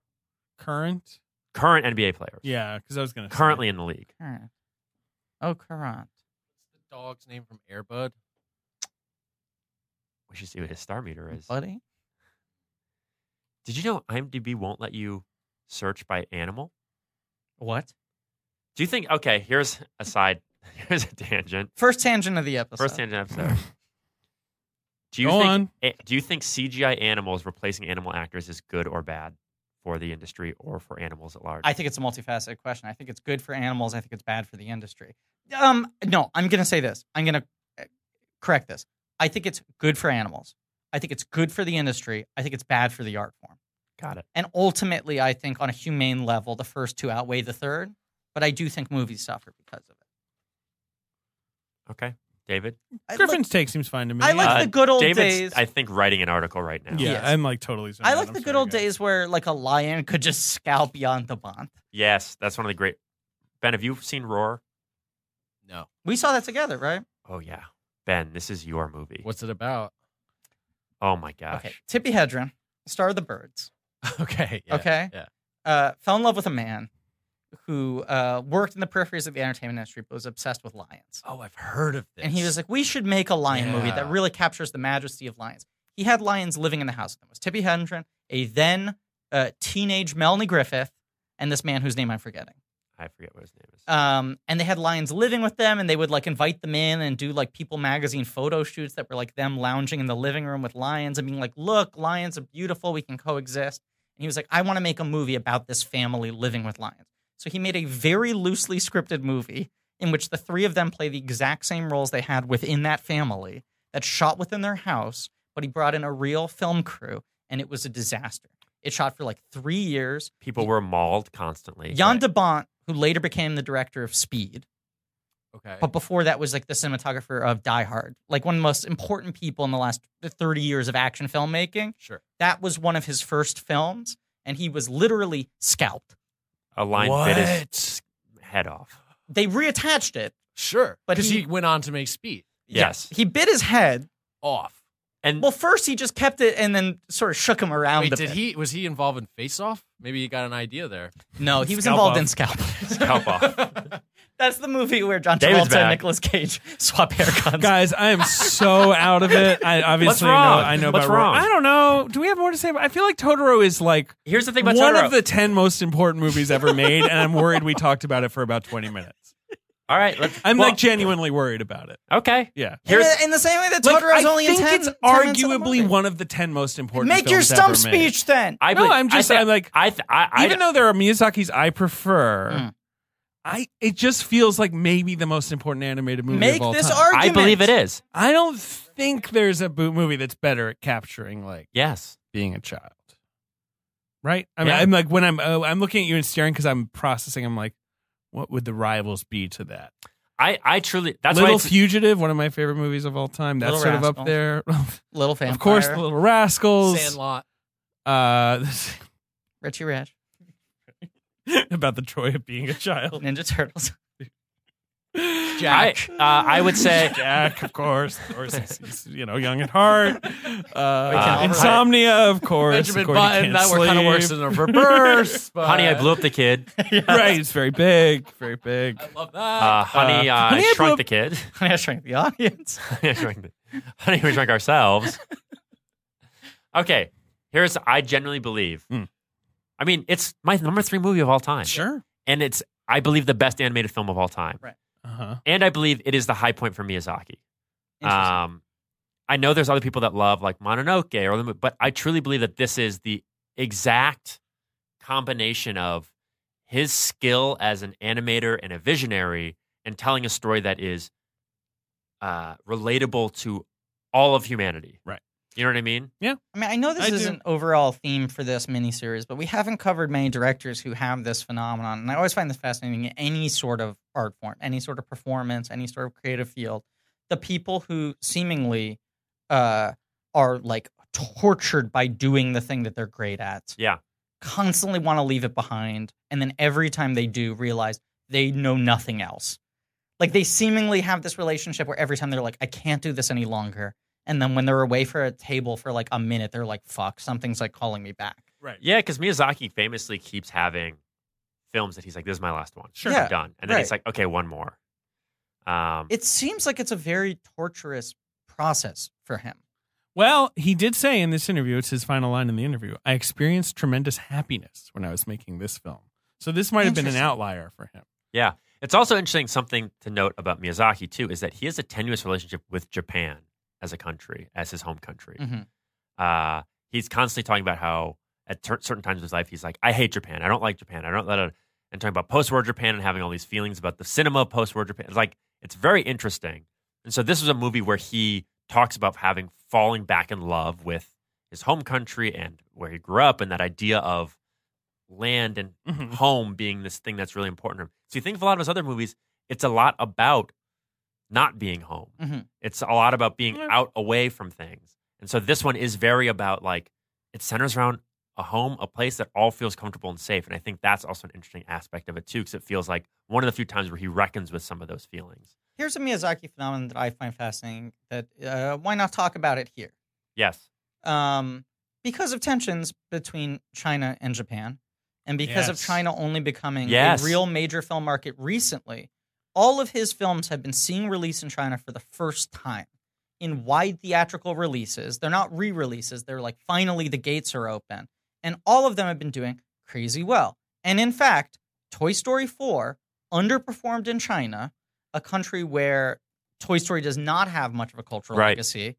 S4: Current?
S3: Current NBA players.
S4: Yeah, because I was going to
S3: Currently in the league.
S2: Current. Oh, current.
S5: What's the dog's name from Airbud?
S3: We should see what his star meter is.
S2: Buddy.
S3: Did you know IMDb won't let you search by animal?
S2: What?
S3: Do you think? Okay, here's a side. Here's a tangent.
S2: First tangent of the episode.
S3: First tangent episode. Do you
S4: Go
S3: think?
S4: on.
S3: eh, Do you think CGI animals replacing animal actors is good or bad for the industry or for animals at large?
S2: I think it's a multifaceted question. I think it's good for animals. I think it's bad for the industry. Um, no, I'm going to say this. I'm going to correct this. I think it's good for animals. I think it's good for the industry. I think it's bad for the art form.
S3: Got it.
S2: And ultimately, I think on a humane level, the first two outweigh the third. But I do think movies suffer because of it.
S3: Okay, David.
S2: I-
S4: Griffin's take seems fine to me.
S2: I like
S3: Uh,
S2: the good old
S3: David's,
S2: days.
S3: I think, writing an article right now.
S4: Yeah,
S2: Yes.
S4: I'm like totally. zoned
S2: I
S4: out.
S2: like
S4: I'm
S2: the good
S4: sorry,
S2: old
S4: guys.
S2: days where like a lion could just scowl beyond the bond.
S3: Yes, that's one of the great. Ben, have you seen Roar?
S5: No.
S2: We saw that together, right?
S3: Oh yeah, Ben. This is your movie.
S5: What's it about?
S3: Oh my gosh.
S2: Okay. Tippi Hedren, star of the birds.
S5: okay. yeah.
S2: okay.
S5: yeah.
S2: Uh, fell in love with a man who uh, worked in the peripheries of the entertainment industry but was obsessed with lions.
S5: Oh, I've heard of this.
S2: And he was like, we should make a lion movie that
S5: Yeah.
S2: really captures the majesty of lions. He had lions living in the house. It was Tippi Hedren, a then uh, teenage Melanie Griffith, and this man whose name I'm forgetting.
S3: I forget what his name is.
S2: um, and they had lions living with them, and they would like invite them in and do like People magazine photo shoots that were like them lounging in the living room with lions and being like, "Look, lions are beautiful. We can coexist." And he was like, "I want to make a movie about this family living with lions." So he made a very loosely scripted movie in which the three of them play the exact same roles they had within that family. That's shot within their house, but he brought in a real film crew, and it was a disaster. It shot for like three years.
S3: People were mauled constantly.
S2: Jan de Bont, who later became the director of Speed,
S5: okay.
S2: but before that was like the cinematographer of Die Hard, like one of the most important people in the last 30 years of action filmmaking.
S5: Sure.
S2: That was one of his first films, and he was literally scalped.
S3: a line bit his
S5: What?
S3: head off.
S2: They reattached it.
S5: Sure.
S2: But
S5: Because
S2: he-
S5: he, went on to make speed
S3: Yes.
S2: He bit his head.
S5: off.
S3: And
S2: Well, first he just kept it and then sort of shook him around.
S5: Wait,
S2: a
S5: did
S2: bit.
S5: he was he involved in face off? Maybe he got an idea there.
S2: No, he was
S4: Scalp
S2: involved
S4: off.
S2: in scalp.
S3: scalp off.
S2: That's the movie where John
S3: David's
S2: Travolta and
S3: back.
S2: Nicolas Cage swap haircuts.
S4: Guys, I am so out of it. I obviously
S3: wrong?
S4: know I know
S3: What's
S4: about Roar.
S3: wrong?
S4: I don't know. Do we have more to say? About? I feel like Totoro is like
S3: Here's the thing about
S4: one
S3: Totoro.
S4: of the ten most important movies ever made, and I'm worried we talked about it for about twenty minutes.
S3: All right. Let's,
S4: I'm
S3: well,
S4: like genuinely worried about it.
S3: okay.
S4: Yeah.
S2: in,
S3: Here's
S2: the, in the same way that
S4: Like,
S2: Totoro's
S4: I
S2: only
S4: think
S2: in 10
S4: it's
S2: 10 minutes of the
S4: arguably
S2: movie.
S4: one of the ten most important.
S2: Make your
S4: films
S2: stump
S4: ever made.
S2: speech then.
S3: I
S4: No,
S3: believe-
S4: I'm just-
S3: I thi-
S4: I'm like-
S3: I. Th- I, I
S4: Even though there are Miyazaki's I prefer,
S2: Mm.
S4: I it just feels like maybe the most important animated movie.
S2: Make
S4: of all
S2: this
S4: time.
S2: argument.
S3: I believe it is.
S4: I don't think there's a boot movie that's better at capturing like
S3: Yes.
S4: being a child. Right? I mean,
S3: Yeah.
S4: I'm like when I'm uh, I'm looking at you and staring because I'm processing. I'm like, what would the rivals be to that?
S3: I. I truly. That's why.
S4: Little
S3: it's-
S4: Fugitive, one of my favorite movies of all time. That's
S2: Little
S4: sort of
S2: Rascals.
S4: up there.
S2: Little Vampire.
S4: of course, The Little Rascals.
S5: Sandlot.
S4: Uh,
S2: Richie Rich.
S4: about the joy of being a child.
S2: Ninja Turtles.
S3: I, uh, I would say
S4: Jack, of course, of course, he's, he's, you know, young at heart. Uh,
S2: all
S4: insomnia, of course.
S5: Benjamin
S4: of course, he
S5: Button.
S4: can't
S5: That work kind of
S4: sleep.
S5: works in a reverse. But
S3: Honey, I Blew Up the Kid.
S4: Right, it's very big, very big.
S5: I love that.
S3: Uh, honey,
S4: Uh,
S3: uh,
S4: Honey, I Blew Up-
S3: Shrunk the Kid.
S2: I'm gonna shrink the audience.
S3: Honey, I Shrunk the- honey, we Shrunk Ourselves. Okay, here's I genuinely believe.
S4: Mm.
S3: I mean, it's my number three movie of all time.
S4: Sure.
S3: And it's, I believe, the best animated film of all time.
S4: Uh huh.
S3: And I believe it is the high point for Miyazaki.
S2: Interesting.
S3: Um, I know there's other people that love like Mononoke or the, but I truly believe that this is the exact combination of his skill as an animator and a visionary and telling a story that is uh, relatable to all of humanity.
S4: Right.
S3: You know what I mean?
S2: I mean, I know this
S4: I do.
S2: is an overall theme for this miniseries, but we haven't covered many directors who have this phenomenon. And I always find this fascinating in any sort of art form, any sort of performance, any sort of creative field. The people who seemingly uh, are like tortured by doing the thing that they're great at.
S3: Yeah.
S2: Constantly want to leave it behind. And then every time they do, realize they know nothing else. Like they seemingly have this relationship where every time they're like, I can't do this any longer. And then when they're away for a table for like a minute, they're like, fuck, something's like calling me back.
S4: Right.
S3: Yeah, because Miyazaki famously keeps having films that he's like, "This is my last one.
S4: Sure.
S2: Yeah,
S3: done." And then he's
S2: right.
S3: like, "Okay, one more." Um,
S2: It seems like it's a very torturous process for him.
S4: Well, he did say in this interview, it's his final line in the interview, I experienced tremendous happiness when I was making this film. So this might have been an
S2: Interesting.
S4: outlier for him.
S3: Yeah. It's also interesting something to note about Miyazaki too is that he has a tenuous relationship with Japan as a country, as his home country.
S2: Mhm.
S3: Uh, he's constantly talking about how at cer- certain times of his life he's like, I hate Japan. I don't like Japan. I don't let it. And talking about post-war Japan and having all these feelings about the cinema of post-war Japan. It's like it's very interesting. And so this is a movie where he talks about having falling back in love with his home country and where he grew up and that idea of land and
S4: Mhm.
S3: home being this thing that's really important to him. So you think of a lot of his other movies, it's a lot about not being home.
S2: Mhm.
S3: It's a lot about being
S4: Yeah.
S3: out away from things. And so this one is very about like it centers around a home, a place that all feels comfortable and safe. And I think that's also an interesting aspect of it too, because it feels like one of the few times where he reckons with some of those feelings.
S2: Here's a Miyazaki phenomenon that I find fascinating that uh, why not talk about it here?
S3: Yes.
S2: um, because of tensions between China and Japan, and because of
S4: Yes.
S2: China only becoming
S3: Yes.
S2: a real major film market recently, all of his films have been seeing release in China for the first time in wide theatrical releases. They're not re releases, they're like finally the gates are open. And all of them have been doing crazy well. And in fact, Toy Story 4 underperformed in China, a country where Toy Story does not have much of a cultural
S3: Right.
S2: legacy,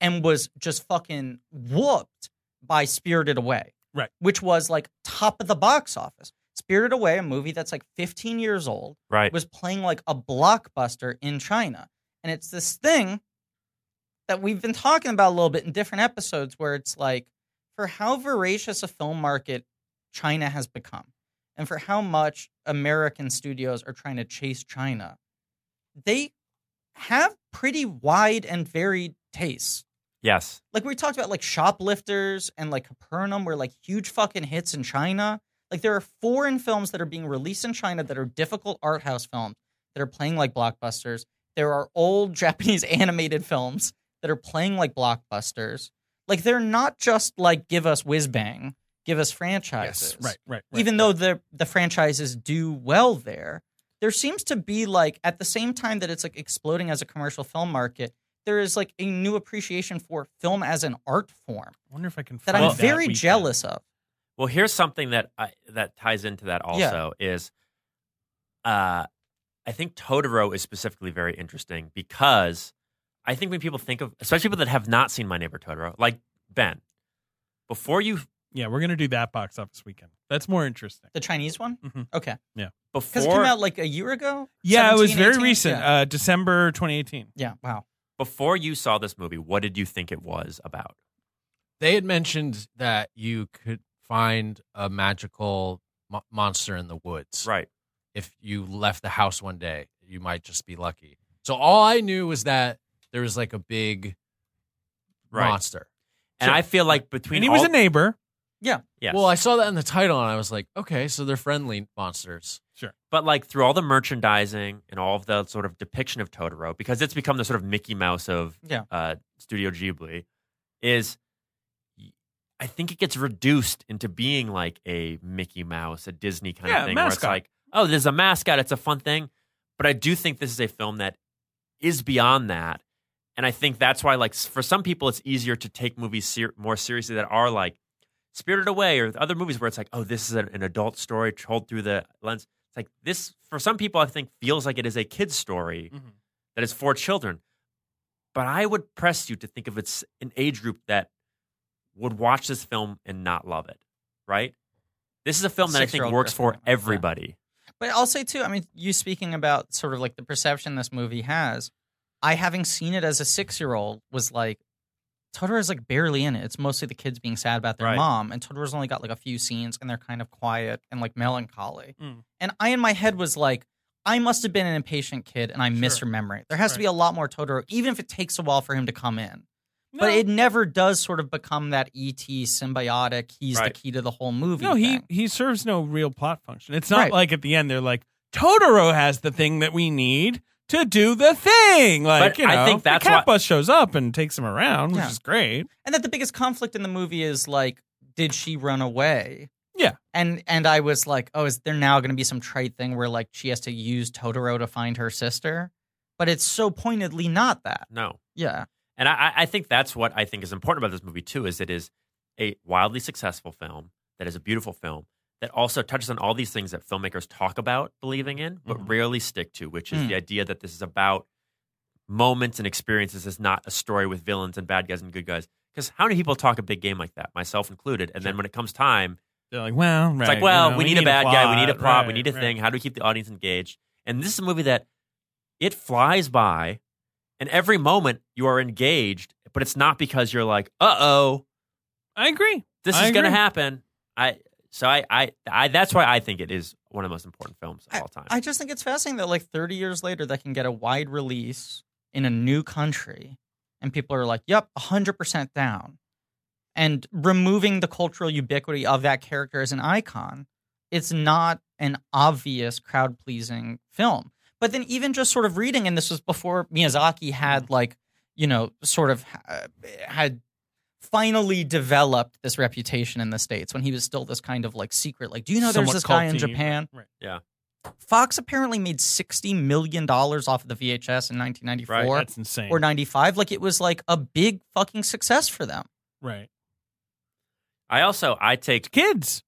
S2: and was just fucking whooped by Spirited Away,
S4: Right.
S2: Which was like top of the box office. Spirited Away, a movie that's like 15 years old,
S3: Right.
S2: was playing like a blockbuster in China, and it's this thing that we've been talking about a little bit in different episodes, where it's like for how voracious a film market China has become and for how much American studios are trying to chase China, they have pretty wide and varied tastes.
S3: Yes.
S2: Like we talked about, like shoplifters and like Capernaum were like huge fucking hits in China. Like there are foreign films that are being released in China that are difficult art house films that are playing like blockbusters. There are old Japanese animated films that are playing like blockbusters. Like they're not just like give us whiz bang, give us franchises
S4: Yes. Right, right. right.
S2: even though the the franchises do well there, there seems to be like at the same time that it's like exploding as a commercial film market, there is like a new appreciation for film as an art form
S4: I wonder if I can
S2: that
S4: find
S2: I'm very
S4: weekend.
S2: jealous of.
S3: Well, here's something that I, that ties into that also is, uh, I think Totoro is specifically very interesting because I think when people think of, especially people that have not seen My Neighbor Totoro, like Ben, before you
S4: Yeah, we're gonna do that box office weekend. That's more interesting.
S2: The Chinese one?
S4: Mhm.
S2: Okay. Because it
S3: before
S2: came out like a year ago?
S4: Yeah, it was
S2: 17,
S4: very
S2: 18?
S4: recent.
S2: Yeah.
S4: Uh, December 2018.
S2: yeah, wow.
S3: before you saw this movie, what did you think it was about?
S5: They had mentioned that you could find a magical mo- monster in the woods.
S3: Right.
S5: If you left the house one day, you might just be lucky. So all I knew was that there was like a big
S3: Right.
S5: monster.
S3: And I feel like between
S4: And he was
S3: all-
S4: a neighbor.
S3: Yes.
S5: Well, I saw that in the title and I was like, okay, so they're friendly monsters.
S3: but like through all the merchandising and all of the sort of depiction of Totoro, because it's become the sort of Mickey Mouse of
S2: Yeah.
S3: uh, Studio Ghibli, is I think it gets reduced into being like a Mickey Mouse, a Disney kind
S4: Yeah,
S3: of thing, where it's
S4: mascot.
S3: like, oh, there's a mascot, it's a fun thing. But I do think this is a film that is beyond that, and I think that's why, like, s- for some people, it's easier to take movies ser- more seriously that are like Spirited Away or other movies where it's like, oh, this is an, an adult story told through the lens. It's like this for some people, I think feels like it is a kid's story
S2: Mm-hmm.
S4: Mhm.
S3: that is for children. But I would press you to think of it's an age group that would watch this film and not love it, right? This is a film that I think
S2: Six-year-old
S3: works for
S2: Griffin, yeah.
S3: everybody.
S2: But I'll say too, I mean, you speaking about sort of like the perception this movie has, I having seen it as a six year old was like Totoro is like barely in it. It's mostly the kids being sad about their
S3: Right.
S2: mom, and Totoro's only got like a few scenes and they're kind of quiet and like melancholy.
S4: Mm.
S2: And I in my head was like, I must have been an impatient kid and I'm
S4: Sure.
S2: misremembering. There has to
S4: Right.
S2: be a lot more Totoro, even if it takes a while for him to come in.
S4: No,
S2: But it never does sort of become that ET symbiotic, he's
S3: Right.
S2: the key to the whole movie.
S4: no, he
S2: thing.
S4: he serves no real plot function. It's not
S2: Right.
S4: like at the end they're like Totoro has the thing that we need to do the thing. Like
S3: But
S4: you know,
S3: I think that's
S4: the cat
S3: why-
S4: bus shows up and takes him around,
S2: Yeah.
S4: which is great.
S2: and that the biggest conflict in the movie is like did she run away
S4: Yeah.
S2: and and i was like oh is there now going to be some trite thing where like she has to use totoro to find her sister but it's so pointedly not that
S3: No.
S2: yeah
S3: And I, I- I think that's what I think is important about this movie too, is it is a wildly successful film that is a beautiful film that also touches on all these things that filmmakers talk about believing in, but rarely stick to, which is
S2: Mm.
S3: the idea that this is about moments and experiences. It's not a story with villains and bad guys and good guys. Because how many people talk a big game like that, myself included? And then when it comes time,
S4: They're like, well, right,
S3: it's like, well,
S4: you know,
S3: we, need, a bad guy, we need a prop, we
S4: right,
S3: need a
S4: right.
S3: thing. How do we keep the audience engaged? And this is a movie that it flies by, and every moment you are engaged, but it's not because you're like, uh oh,
S4: I agree.
S3: this
S4: I
S3: is going to
S4: agree.
S3: happen. I so I, I I that's why I think it is one of the most important films of all time.
S2: i just think it's fascinating that like 30 years later that can get a wide release in a new country and people are like yep 100% down and removing the cultural ubiquity of that character as an icon it's not an obvious crowd pleasing film. But then even just sort of reading, and this was before Miyazaki had
S4: Mm-hmm.
S2: like you know sort of uh, had finally developed this reputation in the states when he was still this kind of like secret like do you know
S4: Somewhat
S2: there's this guy in
S4: culty,
S2: Japan
S4: right.
S3: Yeah.
S2: Fox apparently made 60 million dollars off of the VHS in 1994
S3: Right,
S4: That's insane.
S2: or 95 like it was like a big fucking success for them
S4: right,
S3: I also I take
S4: kids.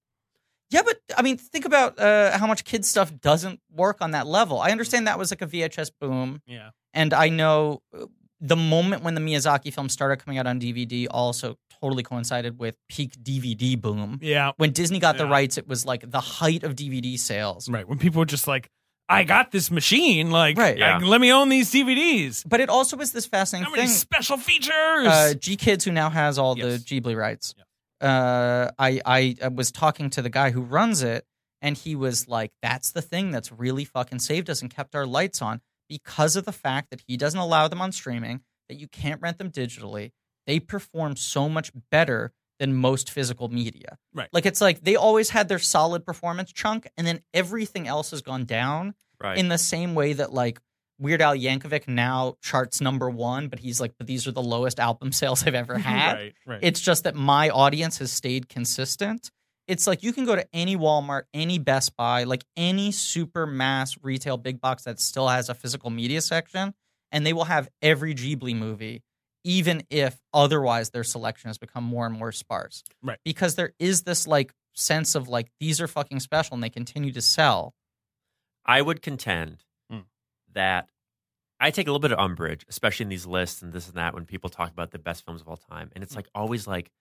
S2: Yeah, but I mean, think about uh, how much kid stuff doesn't work on that level. I understand that was like a VHS boom,
S4: Yeah,
S2: and I know uh, the moment when the Miyazaki film started coming out on DVD also totally coincided with peak DVD boom.
S4: yeah,
S2: When Disney got the
S4: Yeah.
S2: rights, it was like the height of DVD sales.
S4: right. When people were just like, I got this machine. Like,
S2: Right.
S4: I-
S3: Yeah.
S4: let me own these DVDs.
S2: But it also was this fascinating
S4: How many
S2: thing.
S4: special features?
S2: uh, G Kids, who now has all
S4: Yes.
S2: the Ghibli rights, uh, I, I I was talking to the guy who runs it, and he was like, "That's the thing that's really fucking saved us and kept our lights on because of the fact that he doesn't allow them on streaming, that you can't rent them digitally. They perform so much better." Than most physical media.
S4: Right.
S2: Like it's like they always had their solid performance chunk and then everything else has gone down
S3: right.
S2: in the same way that like Weird Al Yankovic now charts number one, but he's like, but these are the lowest album sales I've ever had.
S4: right, right.
S2: It's just that my audience has stayed consistent. It's like you can go to any Walmart, any Best Buy, like any super mass retail big box that still has a physical media section, and they will have every Ghibli movie, even if otherwise their selection has become more and more sparse.
S4: Right.
S2: Because there is this like sense of like these are fucking special and they continue to sell.
S3: I would contend
S4: Mm.
S3: that I take a little bit of umbrage, especially in these lists and this and that, when people talk about the best films of all time, and
S2: Mm.
S3: it's like always like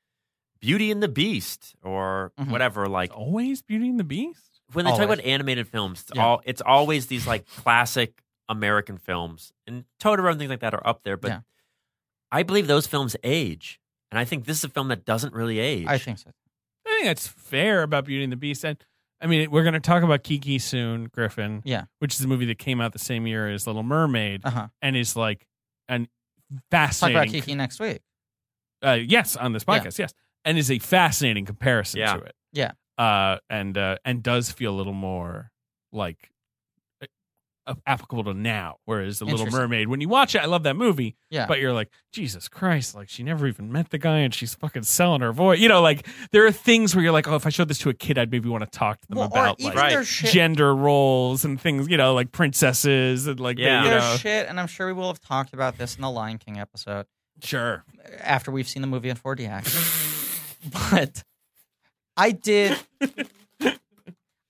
S3: Beauty and the Beast or
S2: Mhm.
S3: whatever. Like
S4: always Beauty and the Beast.
S3: when they talk
S2: Always.
S3: about animated films, it's
S2: Yeah.
S3: all it's always these like classic American films, and Totoro and things like that are up there. But
S2: Yeah.
S3: I believe those films age, and I think this is a film that doesn't really age.
S2: I think so.
S4: I think that's fair about Beauty and the Beast. And I mean, we're going to talk about Kiki soon, Griffin.
S2: Yeah.
S4: Which is a movie that came out the same year as Little Mermaid
S2: Uh huh.
S4: and is like an
S2: Talk
S4: fascinating.
S2: about Kiki next week.
S4: Uh, yes, on this podcast. Yes. and is a fascinating comparison
S3: Yeah.
S4: to it.
S2: Yeah.
S4: Uh, and uh, and does feel a little more like uh, applicable to now. Whereas the Little
S2: Interesting.
S4: Mermaid, when you watch it, I love that movie,
S2: Yeah.
S4: but you're like, Jesus Christ, like she never even met the guy, and she's fucking selling her voice. You know, like there are things where you're like, oh, if I showed this to a kid, I'd maybe want to talk to them
S2: Well, or
S4: about
S2: even
S4: like
S3: Right.
S2: their shit.
S4: gender roles and things. You know, like princesses and like
S3: Yeah.
S4: you
S2: their
S4: know,
S2: shit, and I'm sure we will have talked about this in the Lion King episode
S4: sure.
S2: after we've seen the movie in 4DX. but I did.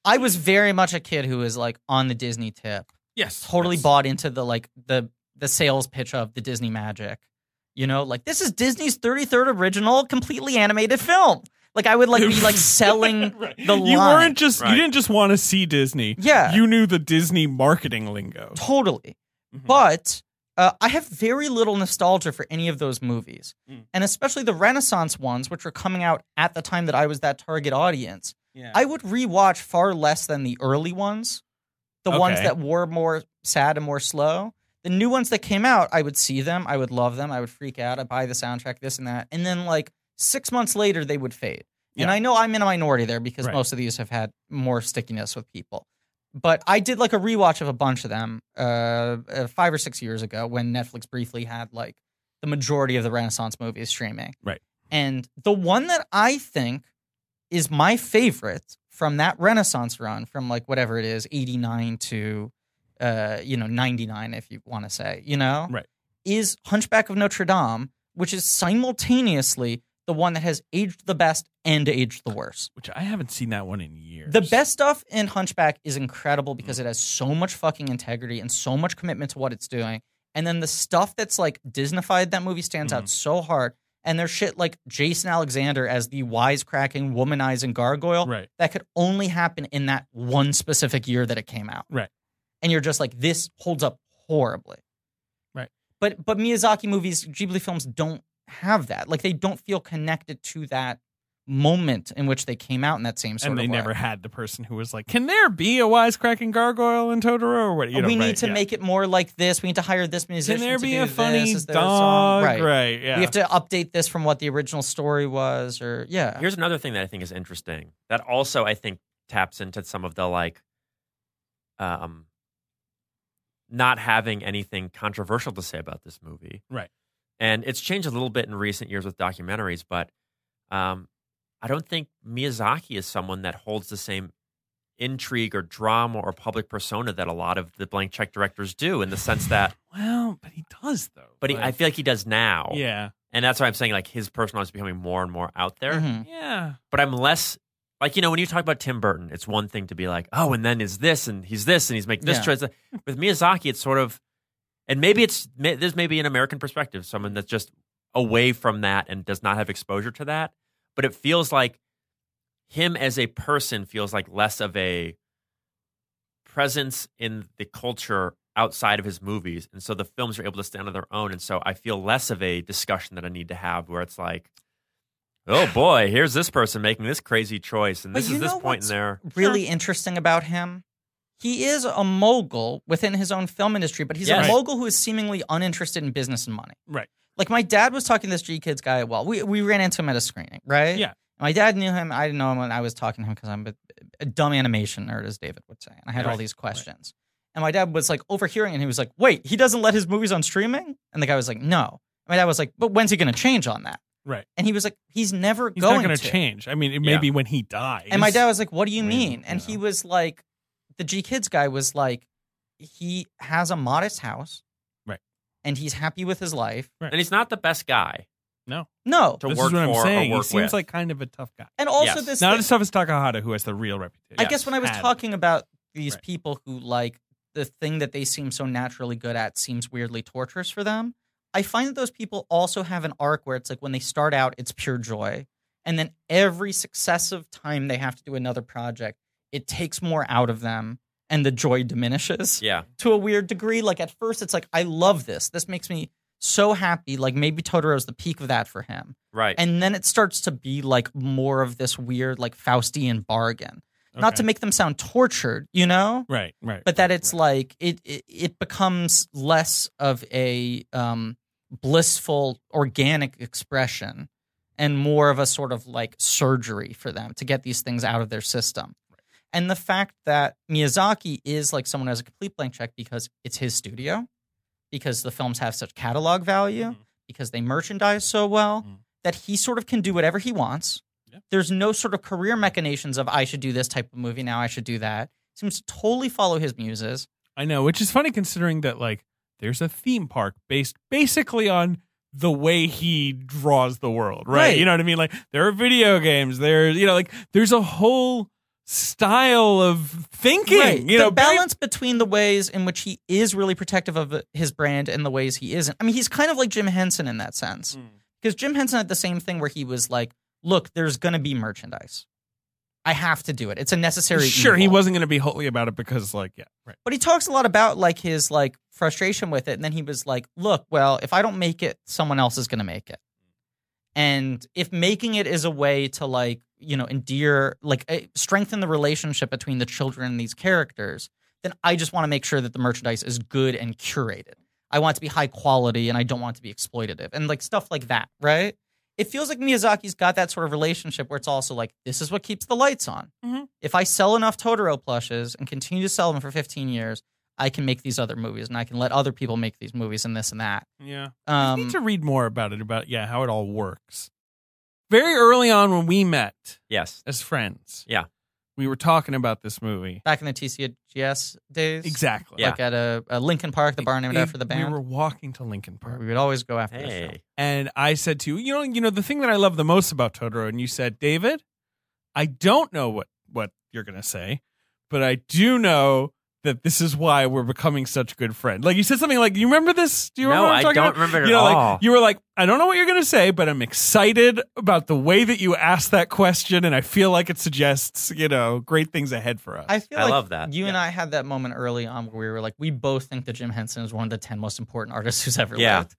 S2: I was very much a kid who was like on the Disney tip,
S4: Yes,
S2: totally
S4: yes.
S2: bought into the like the the sales pitch of the Disney magic. You know, like this is Disney's 33rd original completely animated film. Like I would like be like selling the
S4: you
S2: line.
S4: weren't just
S3: Right.
S4: you didn't just want to see Disney.
S2: Yeah.
S4: you knew the Disney marketing lingo.
S2: Totally.
S4: Mhm.
S2: But uh, I have very little nostalgia for any of those movies,
S4: Mm.
S2: and especially the Renaissance ones, which were coming out at the time that I was that target audience.
S4: Yeah.
S2: I would rewatch far less than the early ones, the ones
S4: Okay.
S2: that were more sad and more slow. The new ones that came out, I would see them, I would love them, I would freak out, I'd buy the soundtrack, this and that. And then, like, six months later, they would fade. And
S4: Yeah.
S2: I know I'm in a minority there because
S4: Right.
S2: most of these have had more stickiness with people. But I did like a rewatch of a bunch of them uh, uh, five or six years ago when Netflix briefly had like the majority of the Renaissance movies streaming.
S4: Right.
S2: And the one that I think is my favorite from that Renaissance run, from like whatever it is, 89 to, uh, you know, 99, if you want to say, you know,
S4: Right.
S2: is Hunchback of Notre Dame, which is simultaneously the one that has aged the best and aged the worst.
S4: Which I haven't seen that one in years.
S2: The best stuff in Hunchback is incredible because it has so much fucking integrity and so much commitment to what it's doing. And then the stuff that's like Disneyfied that movie stands
S4: Mm-hmm.
S2: out so hard. And there's shit like Jason Alexander as the wisecracking, womanizing gargoyle
S4: Right.
S2: that could only happen in that one specific year that it came out.
S4: Right.
S2: And you're just like, this holds up horribly.
S4: Right.
S2: But but Miyazaki movies, Ghibli films don't have that. Like they don't feel connected to that moment in which they came out in that same sort
S4: and
S2: of
S4: they
S2: way.
S4: never had the person who was like, "Can there be a wisecracking gargoyle in Totoro?" Or what? You know,
S2: we need
S4: right,
S2: to
S4: yeah.
S2: make it more like this. We need to hire this
S4: Can
S2: musician.
S4: there
S2: to
S4: be
S2: do
S4: a
S2: this.
S4: funny
S2: Is there a song?
S4: dog?
S2: Right.
S4: Yeah.
S2: We have to update this from what the original story was, or yeah,
S3: Here's another thing that I think is interesting. That also I think taps into some of the like um not having anything controversial to say about this movie.
S4: Right.
S3: And it's changed a little bit in recent years with documentaries, but um I don't think Miyazaki is someone that holds the same intrigue or drama or public persona that a lot of the blank check directors do in the sense that
S4: well, but he does though.
S3: but he, I feel like he does now.
S4: yeah,
S3: And that's why I'm saying like his personality is becoming more and more out
S4: Mm-hmm.
S3: there
S2: Mhm.
S4: yeah,
S3: but I'm less like you know when you talk about Tim Burton, it's one thing to be like, oh, and then is this and he's this and he's making this
S2: Yeah.
S3: choice. With Miyazaki, it's sort of, and maybe it's may- there's maybe an American perspective, someone that's just away from that and does not have exposure to that. But it feels like him as a person feels like less of a presence in the culture outside of his movies, and so the films are able to stand on their own. And so I feel less of a discussion that I need to have where it's like. Oh boy, here's this person making this crazy choice, and
S2: But
S3: this
S2: you
S3: is this
S2: know
S3: point
S2: what's
S3: in there.
S2: really interesting about him. He is a mogul within his own film industry, but he's
S3: Yes.
S2: a mogul who is seemingly uninterested in business and money.
S4: Right.
S2: Like my dad was talking to this G Kids guy. Well, we we ran into him at a screening, right?
S4: Yeah.
S2: My dad knew him. I didn't know him when I was talking to him because I'm a, a dumb animation nerd, as David would say. And I had all
S4: Right.
S2: these questions. And my dad was like overhearing, and he was like, "Wait, he doesn't let his movies on streaming?" And the guy was like, "No." And my dad was like, "But when's he going to change on that?"
S4: Right.
S2: And he was like, "He's never
S4: he's
S2: going
S4: not gonna
S2: to
S4: change. I mean, it
S3: Yeah.
S4: may be when he dies.
S2: and my dad was like, "What do you
S4: I
S2: mean?"
S4: mean,
S2: and
S4: you
S2: he
S4: know.
S2: was like, "The G Kids guy was like, he has a modest house,
S4: Right.
S2: And he's happy with his life.
S3: And he's not the best guy.
S2: No,
S3: To
S4: this
S3: work
S4: is what I'm
S3: for or
S4: saying. He
S3: work
S4: seems
S3: with.
S4: like kind of a tough guy.
S2: and also
S3: Yes.
S2: this.
S4: Not
S2: thing-
S4: as tough as Takahata, who has the real reputation.
S2: I guess when I was
S4: Had.
S2: talking about these
S4: Right.
S2: people who like the thing that they seem so naturally good at seems weirdly torturous for them. I find that those people also have an arc where it's like when they start out, it's pure joy. And then every successive time they have to do another project, it takes more out of them and the joy diminishes.
S3: Yeah,
S2: to a weird degree. Like at first, it's like I love this. This makes me so happy. Like maybe Totoro's the peak of that for him,
S3: right.
S2: and then it starts to be like more of this weird like Faustian bargain. Not
S4: Okay.
S2: to make them sound tortured, you know,
S4: right, right,
S2: but that it's like it it, it becomes less of a um, blissful organic expression and more of a sort of like surgery for them to get these things out of their system. And the fact that Miyazaki is like someone who has a complete blank check because it's his studio, because the films have such catalog value,
S4: Mm-hmm.
S2: because they merchandise so well, that he sort of can do whatever he wants.
S4: Yeah.
S2: There's no sort of career machinations of I should do this type of movie now, I should do that. Seems to totally follow his muses.
S4: I know, which is funny considering that like there's a theme park based basically on the way he draws the world, right?
S2: Right.
S4: You know what I mean? Like there are video games, there's you know, like there's a whole style of thinking.
S2: Right.
S4: You know,
S2: the balance between the ways in which he is really protective of uh, his brand and the ways he isn't. I mean, he's kind of like Jim Henson in that sense.
S4: Mm.
S2: Because Jim Henson had the same thing where he was like, look, there's going to be merchandise. I have to do it. It's a necessary
S4: Mm. sure he
S2: evil."
S4: wasn't gonna be holy about it because like yeah, right.
S2: But he talks a lot about like his like frustration with it, and then he was like, "Look, well, if I don't make it, someone else is going to make it." And if making it is a way to like you know endear, like eh, strengthen the relationship between the children and these characters, then I just want to make sure that the merchandise is good and curated. I want it to be high quality, and I don't want it to be exploitative, and like stuff like that, right? It feels like Miyazaki's got that sort of relationship where it's also like this is what keeps the lights on if I sell enough Totoro plushes and continue to sell them for 15 years, I can make these other movies and I can let other people make these movies and this and that.
S4: Yeah. I
S2: Um,
S4: need to read more about it, about yeah, how it all works. Very early on when we met
S3: Yes.
S4: as friends.
S3: Yeah.
S4: We were talking about this movie.
S2: back in the TCGS days,
S4: Exactly.
S2: like at a, a Lincoln Park, the bar named
S4: It-
S2: after the band,
S4: We were walking to Lincoln Park.
S2: we would always go after this film.
S3: Hey.
S4: and I said to you, you know, you know, the thing that I love the most about Totoro, and you said, David, I don't know what what you're gonna say, but I do know that this is why we're becoming such good friends. Like you said something like, you remember this? Do you
S3: no,
S4: remember? what I'm
S3: I
S4: talking
S3: don't
S4: about?
S3: remember it
S4: You know,
S3: at
S4: like
S3: all.
S4: you were like, I don't know what you're gonna say, but I'm excited about the way that you asked that question, and I feel like it suggests, you know, great things ahead for us.
S2: I feel
S3: I
S2: like
S3: love that.
S2: you and I had that moment early on where we were like, we both think that Jim Henson is one of the 10 most important artists who's ever
S3: Yeah.
S2: lived.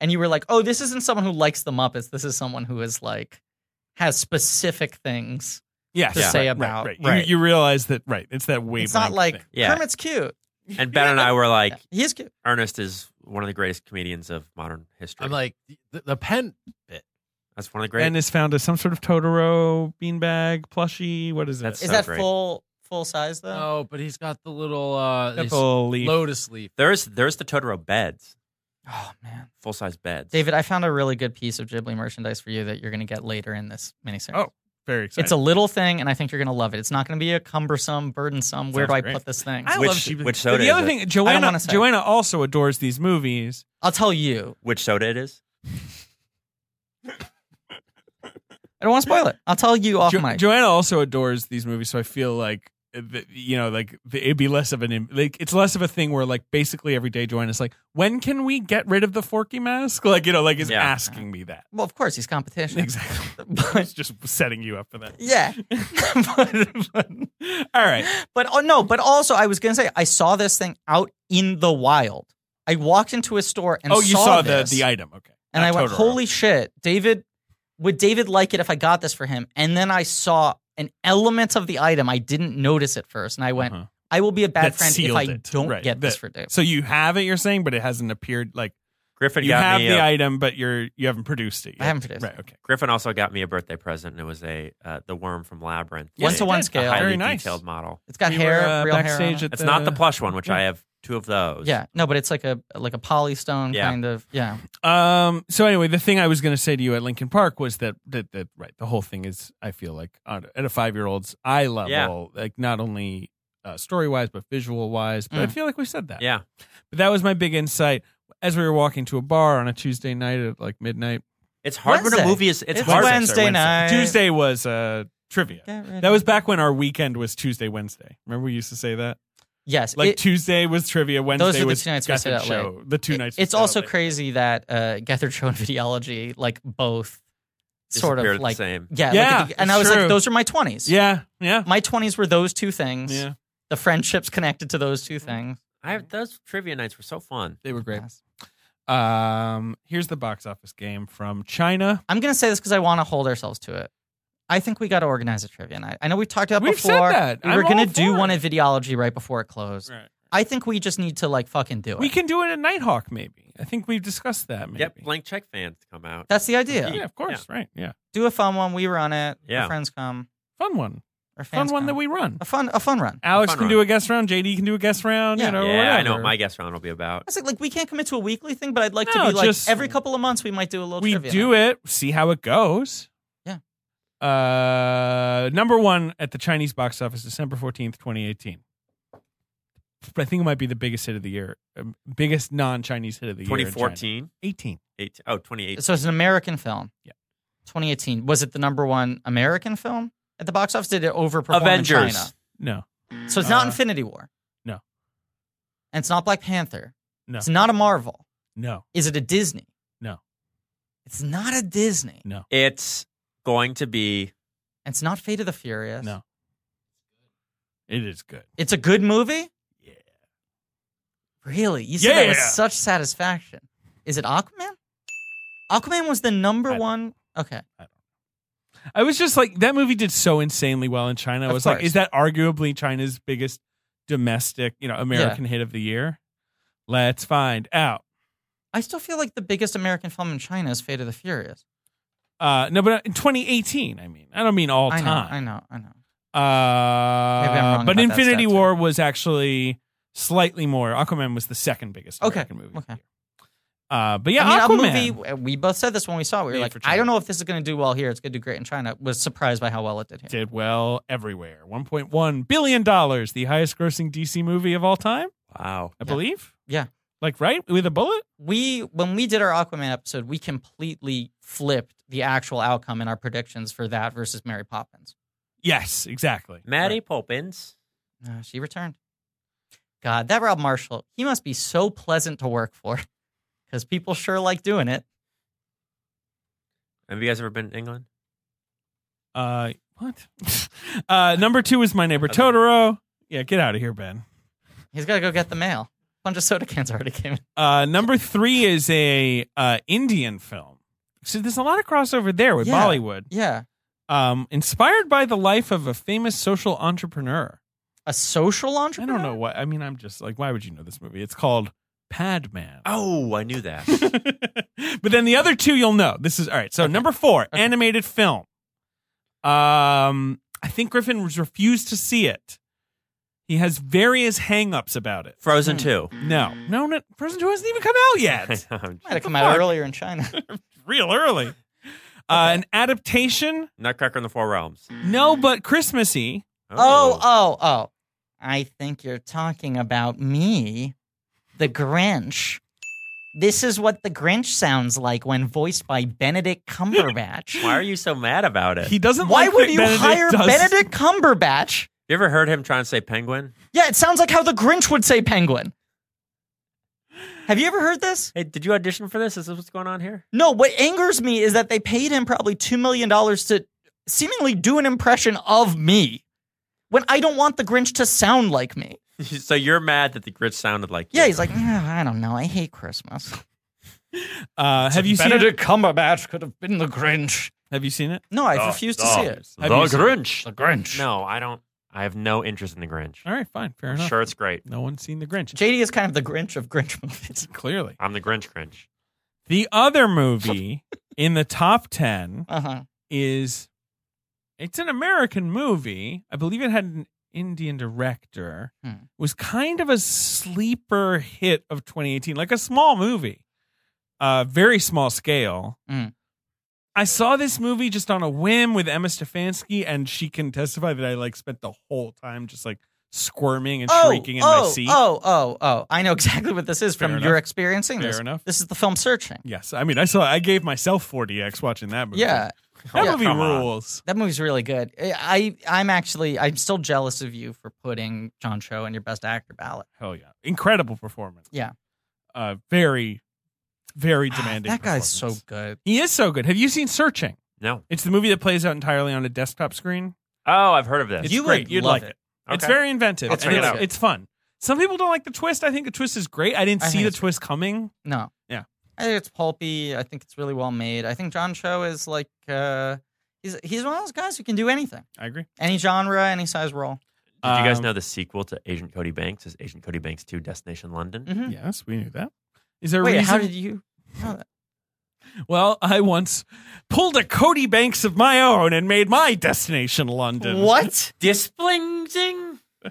S2: And you were like, oh, this isn't someone who likes the Muppets. This is someone who is like, has specific things
S4: yes,
S2: to
S4: yeah.
S2: say
S4: Right,
S2: about-
S4: right.
S2: right.
S4: You, you realize that right? It's that wave.
S2: It's not like
S3: Yeah.
S2: Kermit's cute.
S3: and Ben and I were like,
S2: He is cute.
S3: Ernest is one of the greatest comedians of modern history.
S5: I'm like the, the pen.
S3: that's one of the greatest.
S4: And is found as some sort of Totoro beanbag plushie. What is it?
S3: That's-
S2: Is
S3: so
S2: that
S3: great.
S2: full full size though?
S5: Oh, but he's got the little uh, these
S4: Apple leaf.
S5: lotus leaf.
S3: there's there's the Totoro beds,
S2: Oh man,
S3: full size beds.
S2: David, I found a really good piece of Ghibli merchandise for you that you're gonna get later in this miniseries.
S4: Oh, Very exciting.
S2: It's a little thing, and I think you're gonna love it. It's not gonna be a cumbersome, burdensome. Where do
S4: Sounds
S2: I
S4: great.
S2: put this thing?
S4: I
S2: I,
S3: which
S4: love Shiba-
S3: which soda?
S4: the other
S3: is it?
S4: thing, Joanna
S2: wanna say.
S4: Joanna also adores these movies.
S2: will tell you.
S3: Which soda it is?
S2: I don't want to spoil it. I'll tell
S3: Oh
S2: you off
S4: Jo-
S2: mic.
S4: Joanna also adores these movies, so I feel like uh, th- you know, like th- it'd be less of an im- like it's less of a thing where like basically every day Joanna's like, when can we get rid of the Forky mask? Like you know, like is
S3: Yeah.
S4: asking me that
S2: well, of course, he's competition.
S4: exactly.
S2: But
S4: it's just setting you up for that.
S2: yeah. But- but-
S4: All right,
S2: But oh no, but also I was gonna say I saw this thing out in the wild. I walked into a store and
S4: oh, you saw, the
S2: this.
S4: the item, okay?
S2: And I
S4: Not
S2: went,
S4: Totoro.
S2: holy shit, David, would David like it if I got this for him? And then I saw an element of the item. I didn't notice at first. And I went,
S4: Uh-huh.
S2: I will be a bad
S4: That
S2: friend if
S4: sealed
S2: I
S4: it.
S2: don't
S4: Right.
S2: get this
S4: That-
S2: for David.
S4: So you have it, you're saying, but it hasn't appeared. Like
S3: Griffin
S4: you
S3: got
S4: have
S3: me
S4: the
S3: a,
S4: item, but you're you haven't produced it. Yet.
S2: I haven't produced
S4: Right.
S2: it.
S4: Okay.
S3: Griffin also got me a birthday present, and it was a uh, the worm from Labyrinth.
S2: Yes,
S3: a,
S2: one
S4: did.
S2: scale.
S3: highly
S4: Very nice.
S3: detailed model.
S2: It's got
S4: We
S2: hair,
S4: were, uh,
S2: real hair. on
S4: backstage
S2: it.
S4: at
S3: It's not the plush one, which
S4: yeah.
S3: I have two of those.
S2: Yeah, no, but it's like a like a polystone
S3: Yeah.
S2: kind of yeah.
S4: Um. So anyway, the thing I was going to say to you at Lincoln Park was that that that right. The whole thing is, I feel like on, at a five year old's eye level, like not only uh, story wise but visual wise. But I
S2: Mm.
S4: feel like we said that.
S3: yeah.
S4: But that was my big insight as we were walking to a bar on a Tuesday night at like midnight.
S3: It's hard when
S2: Wednesday.
S3: a movie is. It's,
S2: It's
S3: hard
S2: Wednesday night. I-
S4: Tuesday was uh trivia.
S2: Get rid
S4: That
S2: of-
S4: was back when our weekend was Tuesday, Wednesday. Remember we used to say that?
S2: yes,
S4: Like
S2: it-
S4: Tuesday was trivia, Wednesday
S2: were the
S4: was
S2: two nights we said
S4: Gethard
S2: out
S4: show. The two nights. we
S2: it's
S4: said out
S2: also
S4: late.
S2: crazy that uh, Gethard Show and Videology like both sort
S3: Disappear
S2: of
S3: at
S2: like
S3: the same.
S2: yeah, like,
S4: Yeah,
S2: and I
S4: it's
S2: was
S4: true.
S2: like those are my twenties.
S4: Yeah, yeah,
S2: my twenties were those two things.
S4: yeah.
S2: the friendships connected to those two things.
S3: I have, those trivia nights were so fun.
S4: They were great.
S2: Yes.
S4: Um, here's the box office game from China.
S2: I'm going to say this because I want to hold ourselves to it. I think we got to organize a trivia night. I know we've talked about
S4: We've said
S2: before.
S4: that.
S2: We were
S4: I'm
S2: gonna
S4: all
S2: do
S4: for
S2: one
S4: it.
S2: at Videology right before it closed. I think we just need to like fucking do it.
S4: We can do it at Nighthawk, maybe. I think we've discussed that. Maybe.
S3: Get blank check fans to come out.
S2: That's the idea.
S4: Yeah, of course. Right. Yeah.
S2: Do a fun one. We run it. Our
S3: Yeah.
S2: friends come.
S4: Fun one.
S2: Our
S4: Fun
S2: fans
S4: one
S2: come.
S4: that we run.
S2: a fun a fun run.
S4: Alex
S3: fun
S4: can
S3: run.
S4: do a guest round. JD can do a guest round.
S2: Yeah.
S4: You know,
S3: yeah, I know what
S4: whatever.
S3: my guest round will be about.
S2: I was like, like we can't commit to a weekly thing, but I'd like
S4: No,
S2: to be like
S4: just-
S2: every couple of months we might do a little.
S4: we
S2: trivia
S4: do
S2: night.
S4: it. See how it goes.
S2: Yeah.
S4: Uh, number one at the Chinese box office, December fourteenth, twenty eighteen. But I think it might be the biggest hit of the year, um, biggest non-Chinese hit of the year. in China.
S3: 2014,
S4: 18.
S3: eight, oh, 2018.
S2: So it's an American film.
S4: Yeah.
S2: 2018 was it the number one American film at the box office? Did it overperform in
S3: Avengers.
S2: China?
S4: No,
S2: So it's not
S4: Uh,
S2: Infinity War.
S4: no.
S2: And it's not Black Panther.
S4: No.
S2: It's not a Marvel.
S4: no,
S2: Is it a Disney?
S4: No.
S2: It's not a Disney.
S4: No.
S3: It's going to be
S2: And it's not Fate of the Furious.
S4: no. It is good.
S2: It's a good movie?
S3: Yeah.
S2: Really? You said that with
S4: Yeah.
S2: such satisfaction. Is it Aquaman? Aquaman was the number
S4: I don't-
S2: one. Okay.
S4: I was just like that movie did so insanely well in China. I
S2: Of
S4: was like,
S2: course.
S4: is that arguably China's biggest domestic, you know, American hit of the year? Let's find out.
S2: I still feel like the biggest American film in China is Fate of the Furious.
S4: Uh, no, but in 2018, I mean, I don't mean all
S2: I know,
S4: time.
S2: I know, I know.
S4: Uh,
S2: Maybe I'm wrong
S4: but
S2: about that
S4: Infinity
S2: stat, too.
S4: War was actually slightly more. Aquaman was the second biggest
S2: Okay,
S4: American movie. of the
S2: okay.
S4: year. Uh, but yeah,
S2: I
S4: Aquaman.
S2: mean, a movie, uh, we both said this when we saw it. We were
S4: Made
S2: like,
S4: for China.
S2: I don't know if this is going to do well here. It's going to do great in China. Was surprised by how well it did here.
S4: did well everywhere. 1.1 billion dollars, the highest grossing DC movie of all time,
S3: wow.
S4: I believe.
S2: Yeah.
S4: Like right with a bullet?
S2: we when we did our Aquaman episode, we completely flipped the actual outcome in our predictions for that versus Mary Poppins.
S4: Yes, exactly.
S3: Maddie
S4: Right.
S3: Poppins.
S2: Uh, she returned. God, that Rob Marshall, he must be so pleasant to work for, because people sure like doing it.
S3: Have you guys ever been to England?
S4: Uh what? uh number 2 is My Neighbor Totoro. Yeah, get out of here, Ben.
S2: He's got to go get the mail. bunch of soda cans already came in.
S4: Uh, number three is a uh, Indian film. So there's a lot of crossover there with
S2: Yeah.
S4: Bollywood.
S2: Yeah,
S4: Um, inspired by the life of a famous social entrepreneur.
S2: a social
S4: I
S2: entrepreneur.
S4: don't know what. I mean, I'm just like, why would you know this movie? It's called Padman.
S3: Oh, I knew that.
S4: but then the other two you'll know. This is all right. So number four,
S2: Okay.
S4: animated film. Um, I think Griffin was refused to see it. He has various hang-ups about it.
S3: Frozen
S2: Hmm.
S3: 2.
S4: No, no, no. Frozen Two hasn't even come out yet.
S2: Might have come
S4: Fuck.
S2: out earlier in China.
S4: real early. Uh, an adaptation?
S3: Nutcracker in the Four Realms.
S4: No, but Christmassy.
S2: Oh, oh, oh. I think you're talking about me, the Grinch. This is what the Grinch sounds like when voiced by Benedict Cumberbatch.
S3: Why are you so mad about it?
S4: uh, He doesn't.
S2: Why
S4: like
S2: would
S4: that
S2: you
S4: Benedict
S2: hire
S4: does-
S2: Benedict Cumberbatch?
S3: You ever heard him trying to say penguin?
S2: Yeah, it sounds like how the Grinch would say penguin. Have you ever heard this?
S3: Hey, did you audition for this? Is this what's going on here?
S2: No, what angers me is that they paid him probably $2 million to seemingly do an impression of me when I don't want the Grinch to sound like me.
S3: so you're mad that the Grinch sounded like
S2: Yeah,
S3: you.
S2: he's like, "Ah, I don't know. I hate Christmas.
S4: Uh, have you seen? It?
S2: Cumberbatch could have been the Grinch.
S4: Have you seen it?
S2: No, I refuse
S4: oh,
S2: to see it.
S4: Have you seen it?
S2: The Grinch.
S3: No, I don't. I have no interest in the Grinch.
S4: All right, fine, fair enough.
S3: Sure, it's great.
S4: No one's seen the Grinch.
S2: JD is kind of the Grinch of Grinch movies.
S4: Clearly,
S3: I'm the Grinch Grinch.
S4: the other movie in the top ten
S2: Uh huh.
S4: is it's an American movie. I believe it had an Indian director.
S2: Hmm.
S4: It was kind of a sleeper hit of 2018, like a small movie, uh, very small scale.
S2: Mm.
S4: I saw this movie just on a whim with Emma Stefanski, and she can testify that I like spent the whole time just like squirming and shrieking in
S2: oh,
S4: my seat.
S2: oh, oh, oh! I know exactly what this is
S4: Fair
S2: from
S4: enough.
S2: your experiencing
S4: Fair
S2: this.
S4: enough.
S2: This is the film Searching.
S4: Yes, I mean I saw. I gave myself 40x watching that movie.
S2: Yeah,
S4: that
S2: yeah.
S4: movie
S3: Come on.
S4: rules.
S2: that movie's really good. Eh, I, I- I'm actually, I'm still jealous of you for putting John Cho in your Best Actor ballot.
S4: Hell yeah, incredible performance.
S2: Yeah.
S4: uh, very, very demanding.
S2: Ah, that guy's so
S4: performance.
S2: good.
S4: He is so good. Have you seen Searching?
S3: No.
S4: It's the movie that plays out entirely on a desktop screen.
S3: Oh, I've heard of this.
S4: It's
S2: You
S4: great.
S2: would
S4: You'd
S2: love
S4: like it.
S2: it.
S4: It's
S3: Okay.
S4: very inventive.
S2: I'll
S4: and
S2: check it
S4: it's,
S2: out.
S4: it's fun. Some people don't like the twist. I think the twist is great. I didn't
S2: I
S4: see
S2: think
S4: the
S2: it's
S4: twist coming.
S2: No.
S4: Yeah.
S2: I think it's pulpy. I think it's really well made. I think John Cho is like, uh, he's he's one of those guys who can do anything,
S4: I agree.
S2: any genre, any size role.
S3: Did you guys
S4: Um,
S3: know the sequel to Agent Cody Banks is Agent Cody Banks 2 Destination London?
S2: Mhm.
S4: hmm. Yes, we knew that. Is there a
S2: Wait,
S4: reason?
S2: how did you? know that?
S4: Well, I once pulled a Cody Banks of my own and made my destination London.
S2: What?
S3: Displing zing.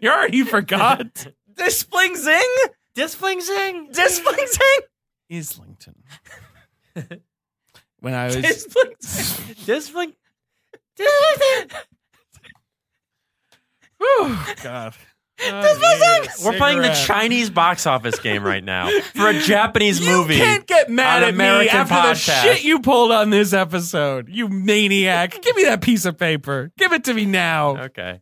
S4: You already forgot.
S2: Displing zing?
S3: Displing zing.
S2: Displing zing?
S4: Islington. When I was
S2: Displing zing?
S3: Displing.
S4: God. Oh, Mm,
S3: We're playing the Chinese box office game right now for a Japanese movie.
S4: You can't get mad
S3: on
S4: at me
S3: American
S4: after the
S3: podcast.
S4: shit you pulled on this episode, you maniac. Give me that piece of paper. Give it to me now.
S3: Okay.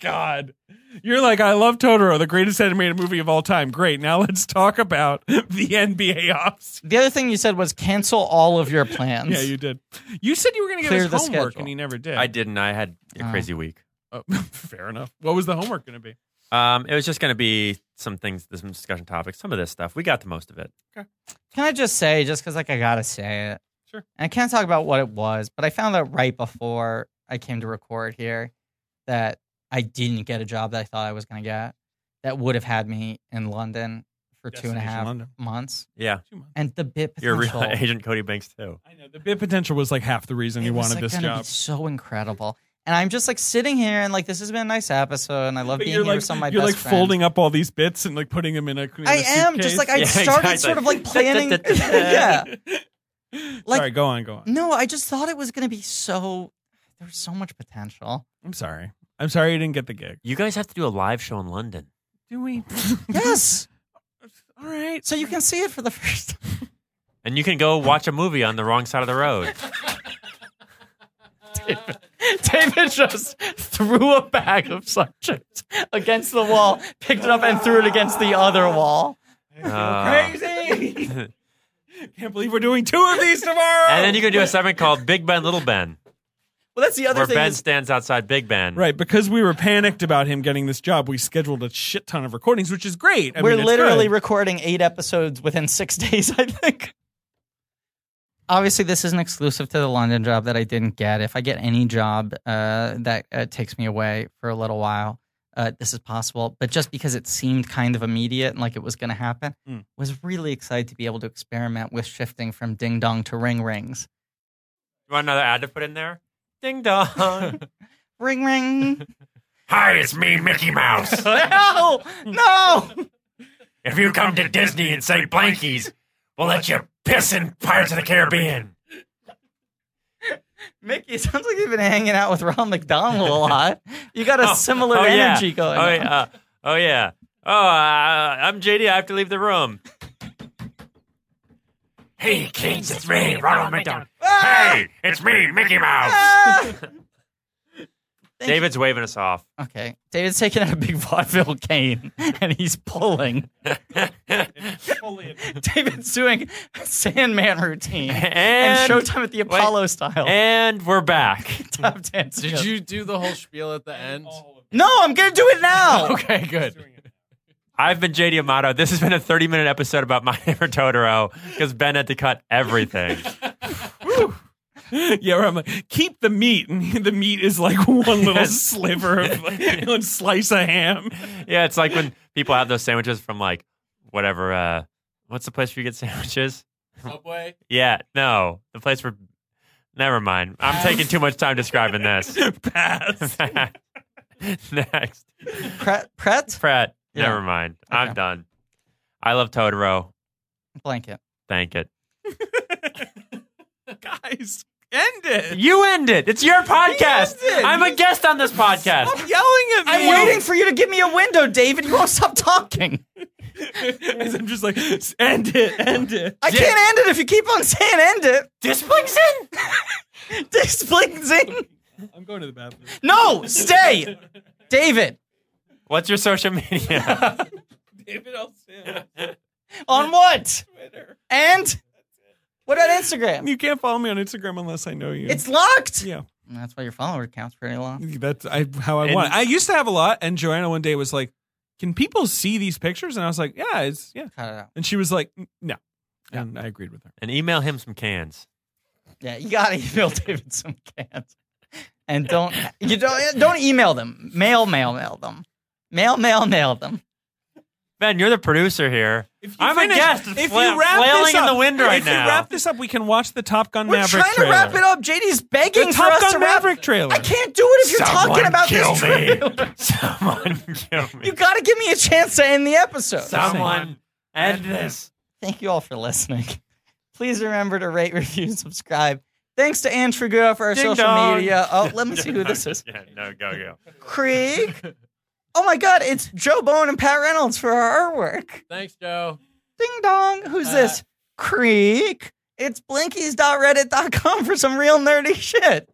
S4: God. You're like, I love Totoro, the greatest animated movie of all time. Great. Now let's talk about the NBA ops.
S2: The other thing you said was cancel all of your plans.
S4: Yeah, you did. You said you were going to get
S2: Clear
S4: his
S2: the
S4: homework,
S2: schedule.
S4: and you never did.
S3: I didn't. I had a
S2: Oh.
S3: crazy week.
S4: Oh, fair enough. What was the homework going to be?
S3: Um, it was just going to be some things, some discussion topics, some of this stuff. We got the most of it.
S2: Can I just say, just because like I gotta say it?
S4: Sure.
S2: And I can't talk about what it was, but I found out right before I came to record here that I didn't get a job that I thought I was gonna get that would have had me in London for two and a
S4: Destination
S2: half
S4: London.
S2: months.
S3: Yeah,
S4: Two months.
S2: And the bit
S3: you're a
S2: potential.
S3: real agent, Cody Banks too.
S4: I know the bid potential was like half the reason
S2: it
S4: you
S2: was,
S4: wanted
S2: like,
S4: this
S2: gonna Be
S4: job.
S2: so incredible. And I'm just like sitting here and like this has been a nice episode and I love
S4: But
S2: being
S4: you're
S2: here
S4: like
S2: with some of my
S4: you're
S2: best
S4: like
S2: friends.
S4: folding up all these bits and like putting them in a. In
S2: I
S4: a
S2: am just like I
S3: Yeah,
S2: started
S3: exactly.
S2: sort of like planning. yeah.
S4: yeah.
S2: Like-
S4: sorry, go on, go on.
S2: No, I just thought it was gonna be so. There was so much potential.
S4: I'm sorry. I'm sorry you didn't get the gig.
S3: You guys have to do a live show in London.
S4: Do we?
S2: Yes.
S4: all right.
S2: So you can see it for the first time.
S3: And you can go watch a movie on the wrong side of the road.
S2: David just threw a bag of subject against the wall, picked it up, and threw it against the other wall.
S3: Uh,
S4: Crazy.
S3: and
S4: Can't believe we're doing two of these tomorrow.
S3: then you can do a segment called Big Ben, Little Ben,
S2: Well, that's the other
S3: where
S2: thing.
S3: Ben
S2: is-
S3: stands outside Big Ben.
S4: Right, because we were panicked about him getting this job, we scheduled a shit ton of recordings, which is great. I
S2: we're
S4: mean, it's
S2: literally
S4: good.
S2: recording eight episodes within six days, I think. Obviously, this is an exclusive to the London job that I didn't get. If I get any job uh, that uh, takes me away for a little while, uh, this is possible. But just because it seemed kind of immediate and like it was going to happen,
S4: Mm.
S2: was really excited to be able to experiment with shifting from ding dong to ring rings.
S3: You want another ad to put in there? Ding dong.
S2: Ring ring.
S3: Hi, it's me, Mickey Mouse.
S2: no, no.
S3: If you come to Disney and say blankies, we'll let you piss in Pirates of the Caribbean.
S2: Mickey, it sounds like you've been hanging out with Ron McDonald a lot. You got a similar
S3: oh, yeah.
S2: energy going.
S3: Oh
S2: on.
S3: yeah. Uh, oh yeah. Oh, uh, I'm JD. I have to leave the room. Hey, Kings, it's me, Ronald McDonald.
S2: Ah!
S3: Hey, it's me, Mickey Mouse. David's waving us off.
S2: Okay. David's taking out a big vaudeville cane and he's pulling. David's doing a Sandman routine and,
S3: And-
S2: Showtime at the Apollo style.
S3: And we're back.
S2: Tap dance.
S5: Did you do the whole spiel at the end?
S2: No, I'm going to do it now.
S5: Okay, good.
S3: I've been JD Amato. This has been a 30 minute episode about My Neighbor Totoro because Ben had to cut everything.
S4: yeah. Where I'm like, keep the meat, and the meat is like one little
S3: Yes.
S4: sliver of like, one slice of ham.
S3: yeah, it's like when people have those sandwiches from like whatever. Uh, what's the place where you get sandwiches?
S5: Subway.
S3: Yeah, no, the place where. Never mind. I'm taking too much time describing this.
S4: Pass.
S3: Next,
S2: Pret, Pret?
S3: Pratt.
S2: Yeah.
S3: Never mind. I'm
S2: Okay.
S3: done. I love Totoro.
S2: Blanket.
S3: Thank it.
S4: Guys, end it.
S3: You end it. It's your podcast.
S4: He ended.
S3: I'm a guest on this podcast.
S4: Stop yelling at
S2: I'm
S4: me.
S2: waiting for you to give me a window, David. You won't stop talking.
S4: As I'm just like, end it, end it.
S2: I can't end it if you keep on saying end it. Displingzing! Displingzing!
S4: I'm going to the bathroom.
S2: No, stay! David,
S3: What's your social media?
S4: David L. Sims.
S2: on what? And? What about Instagram?
S4: You can't follow me on Instagram unless I know you.
S2: It's locked!
S4: yeah.
S2: That's why your follower count's pretty low.
S4: That's I, how I
S3: And-
S4: want. it. I used to have a lot, and Joanna one day was like, "Can people see these pictures?" And I was like, "Yeah, it's yeah."
S2: Cut it out.
S4: And she was like, "N- "No," and I agreed with her.
S3: and email him some cans.
S2: Yeah, you gotta email David some cans. And don't you don't don't email them. Mail, mail, mail them. Mail, mail, mail them.
S3: Ben, you're the producer here.
S4: If you
S3: I'm
S4: finish-
S3: a guest.
S4: If
S3: fla-
S4: you wrap
S3: flailing
S4: this up,
S3: in the wind right
S4: if
S3: now.
S4: you wrap this up, we can watch the Top Gun
S2: We're
S4: Maverick
S2: trying
S4: trailer.
S2: to wrap it up. JD's begging
S4: The
S2: for
S4: Top
S2: us to
S4: Gun
S2: wrap.
S4: Maverick trailer.
S2: I can't do it if you're
S3: Someone
S2: talking about
S3: kill
S2: this.
S3: me.
S2: trailer.
S3: Someone kill me.
S2: You got to give me a chance to end the episode.
S3: Someone end this.
S2: Thank you all for listening. Please remember to rate, review, and subscribe. Thanks to Anne Trigua for our
S3: Ding
S2: social
S3: dong.
S2: media. Oh, let me see who this is.
S3: Yeah, no, go, go.
S2: Krieg. Oh my God, it's Joe Bone and Pat Reynolds for our artwork.
S5: Thanks, Joe.
S2: Ding dong. Who's
S4: Uh,
S2: this? Creek. It's blinkies.reddit.com for some real nerdy shit.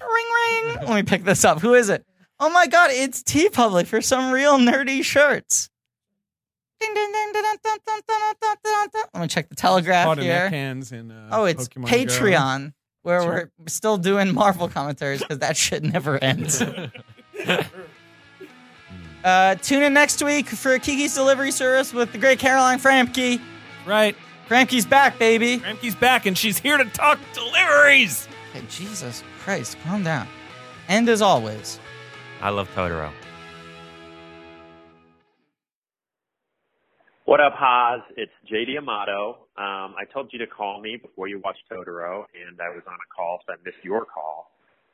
S2: Ring ring. Let me pick this up. Who is it? Oh my god, it's T Public for some real nerdy shirts. Ding, ding, ding, ding, ding, ding, ding, ding, ding, ding, ding. Let me check the telegraph
S4: Caught in
S2: here.
S4: Neckhands in, uh,
S2: Oh, it's
S4: Pokemon Go.
S2: Patreon, where we're still doing Marvel commentaries because that shit never ends. uh, tune in next week for Kiki's Delivery Service with the great Caroline Framke.
S4: Right.
S2: Framke's back, baby.
S4: Ramke's back, and she's here to talk deliveries.
S2: Okay, Jesus Christ, calm down. And as always,
S3: I love Totoro.
S7: What up, Haas? It's JD Amato. Um, I told you to call me before you watched Totoro, and I was on a call, so I missed your call.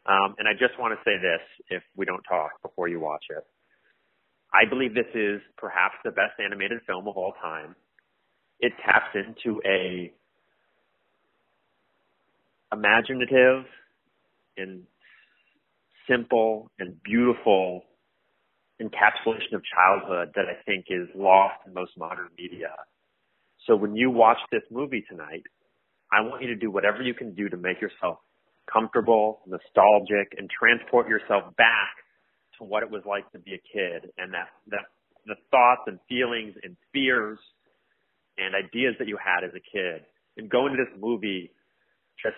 S7: Um, and I just want to say this if we don't talk before you watch it. I believe this is perhaps the best animated film of all time. It taps into a imaginative and simple and beautiful encapsulation of childhood that I think is lost in most modern media. So when you watch this movie tonight, I want you to do whatever you can do to make yourself comfortable, nostalgic, and transport yourself back to what it was like to be a kid and that, that the thoughts and feelings and fears and ideas that you had as a kid. And go into this movie just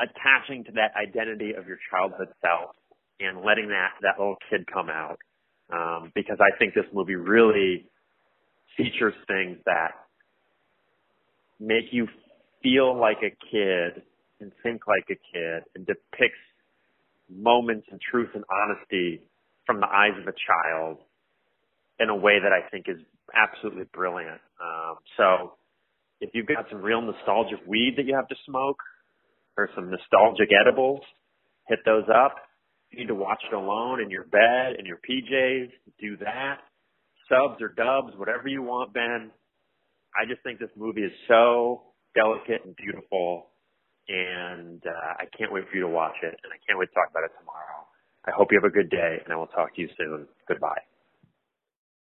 S7: attaching to that identity of your childhood self and letting that that little kid come out um, because I think this movie really features things that make you feel like a kid and think like a kid and depicts moments and truth and honesty from the eyes of a child in a way that I think is absolutely brilliant. Um, so if you've got some real nostalgic weed that you have to smoke or some nostalgic edibles, hit those up you need to watch it alone in your bed, in your PJs, do that. Subs or dubs, whatever you want, Ben. I just think this movie is so delicate and beautiful, and uh, I can't wait for you to watch it, and I can't wait to talk about it tomorrow. I hope you have a good day, and I will talk to you soon. Goodbye.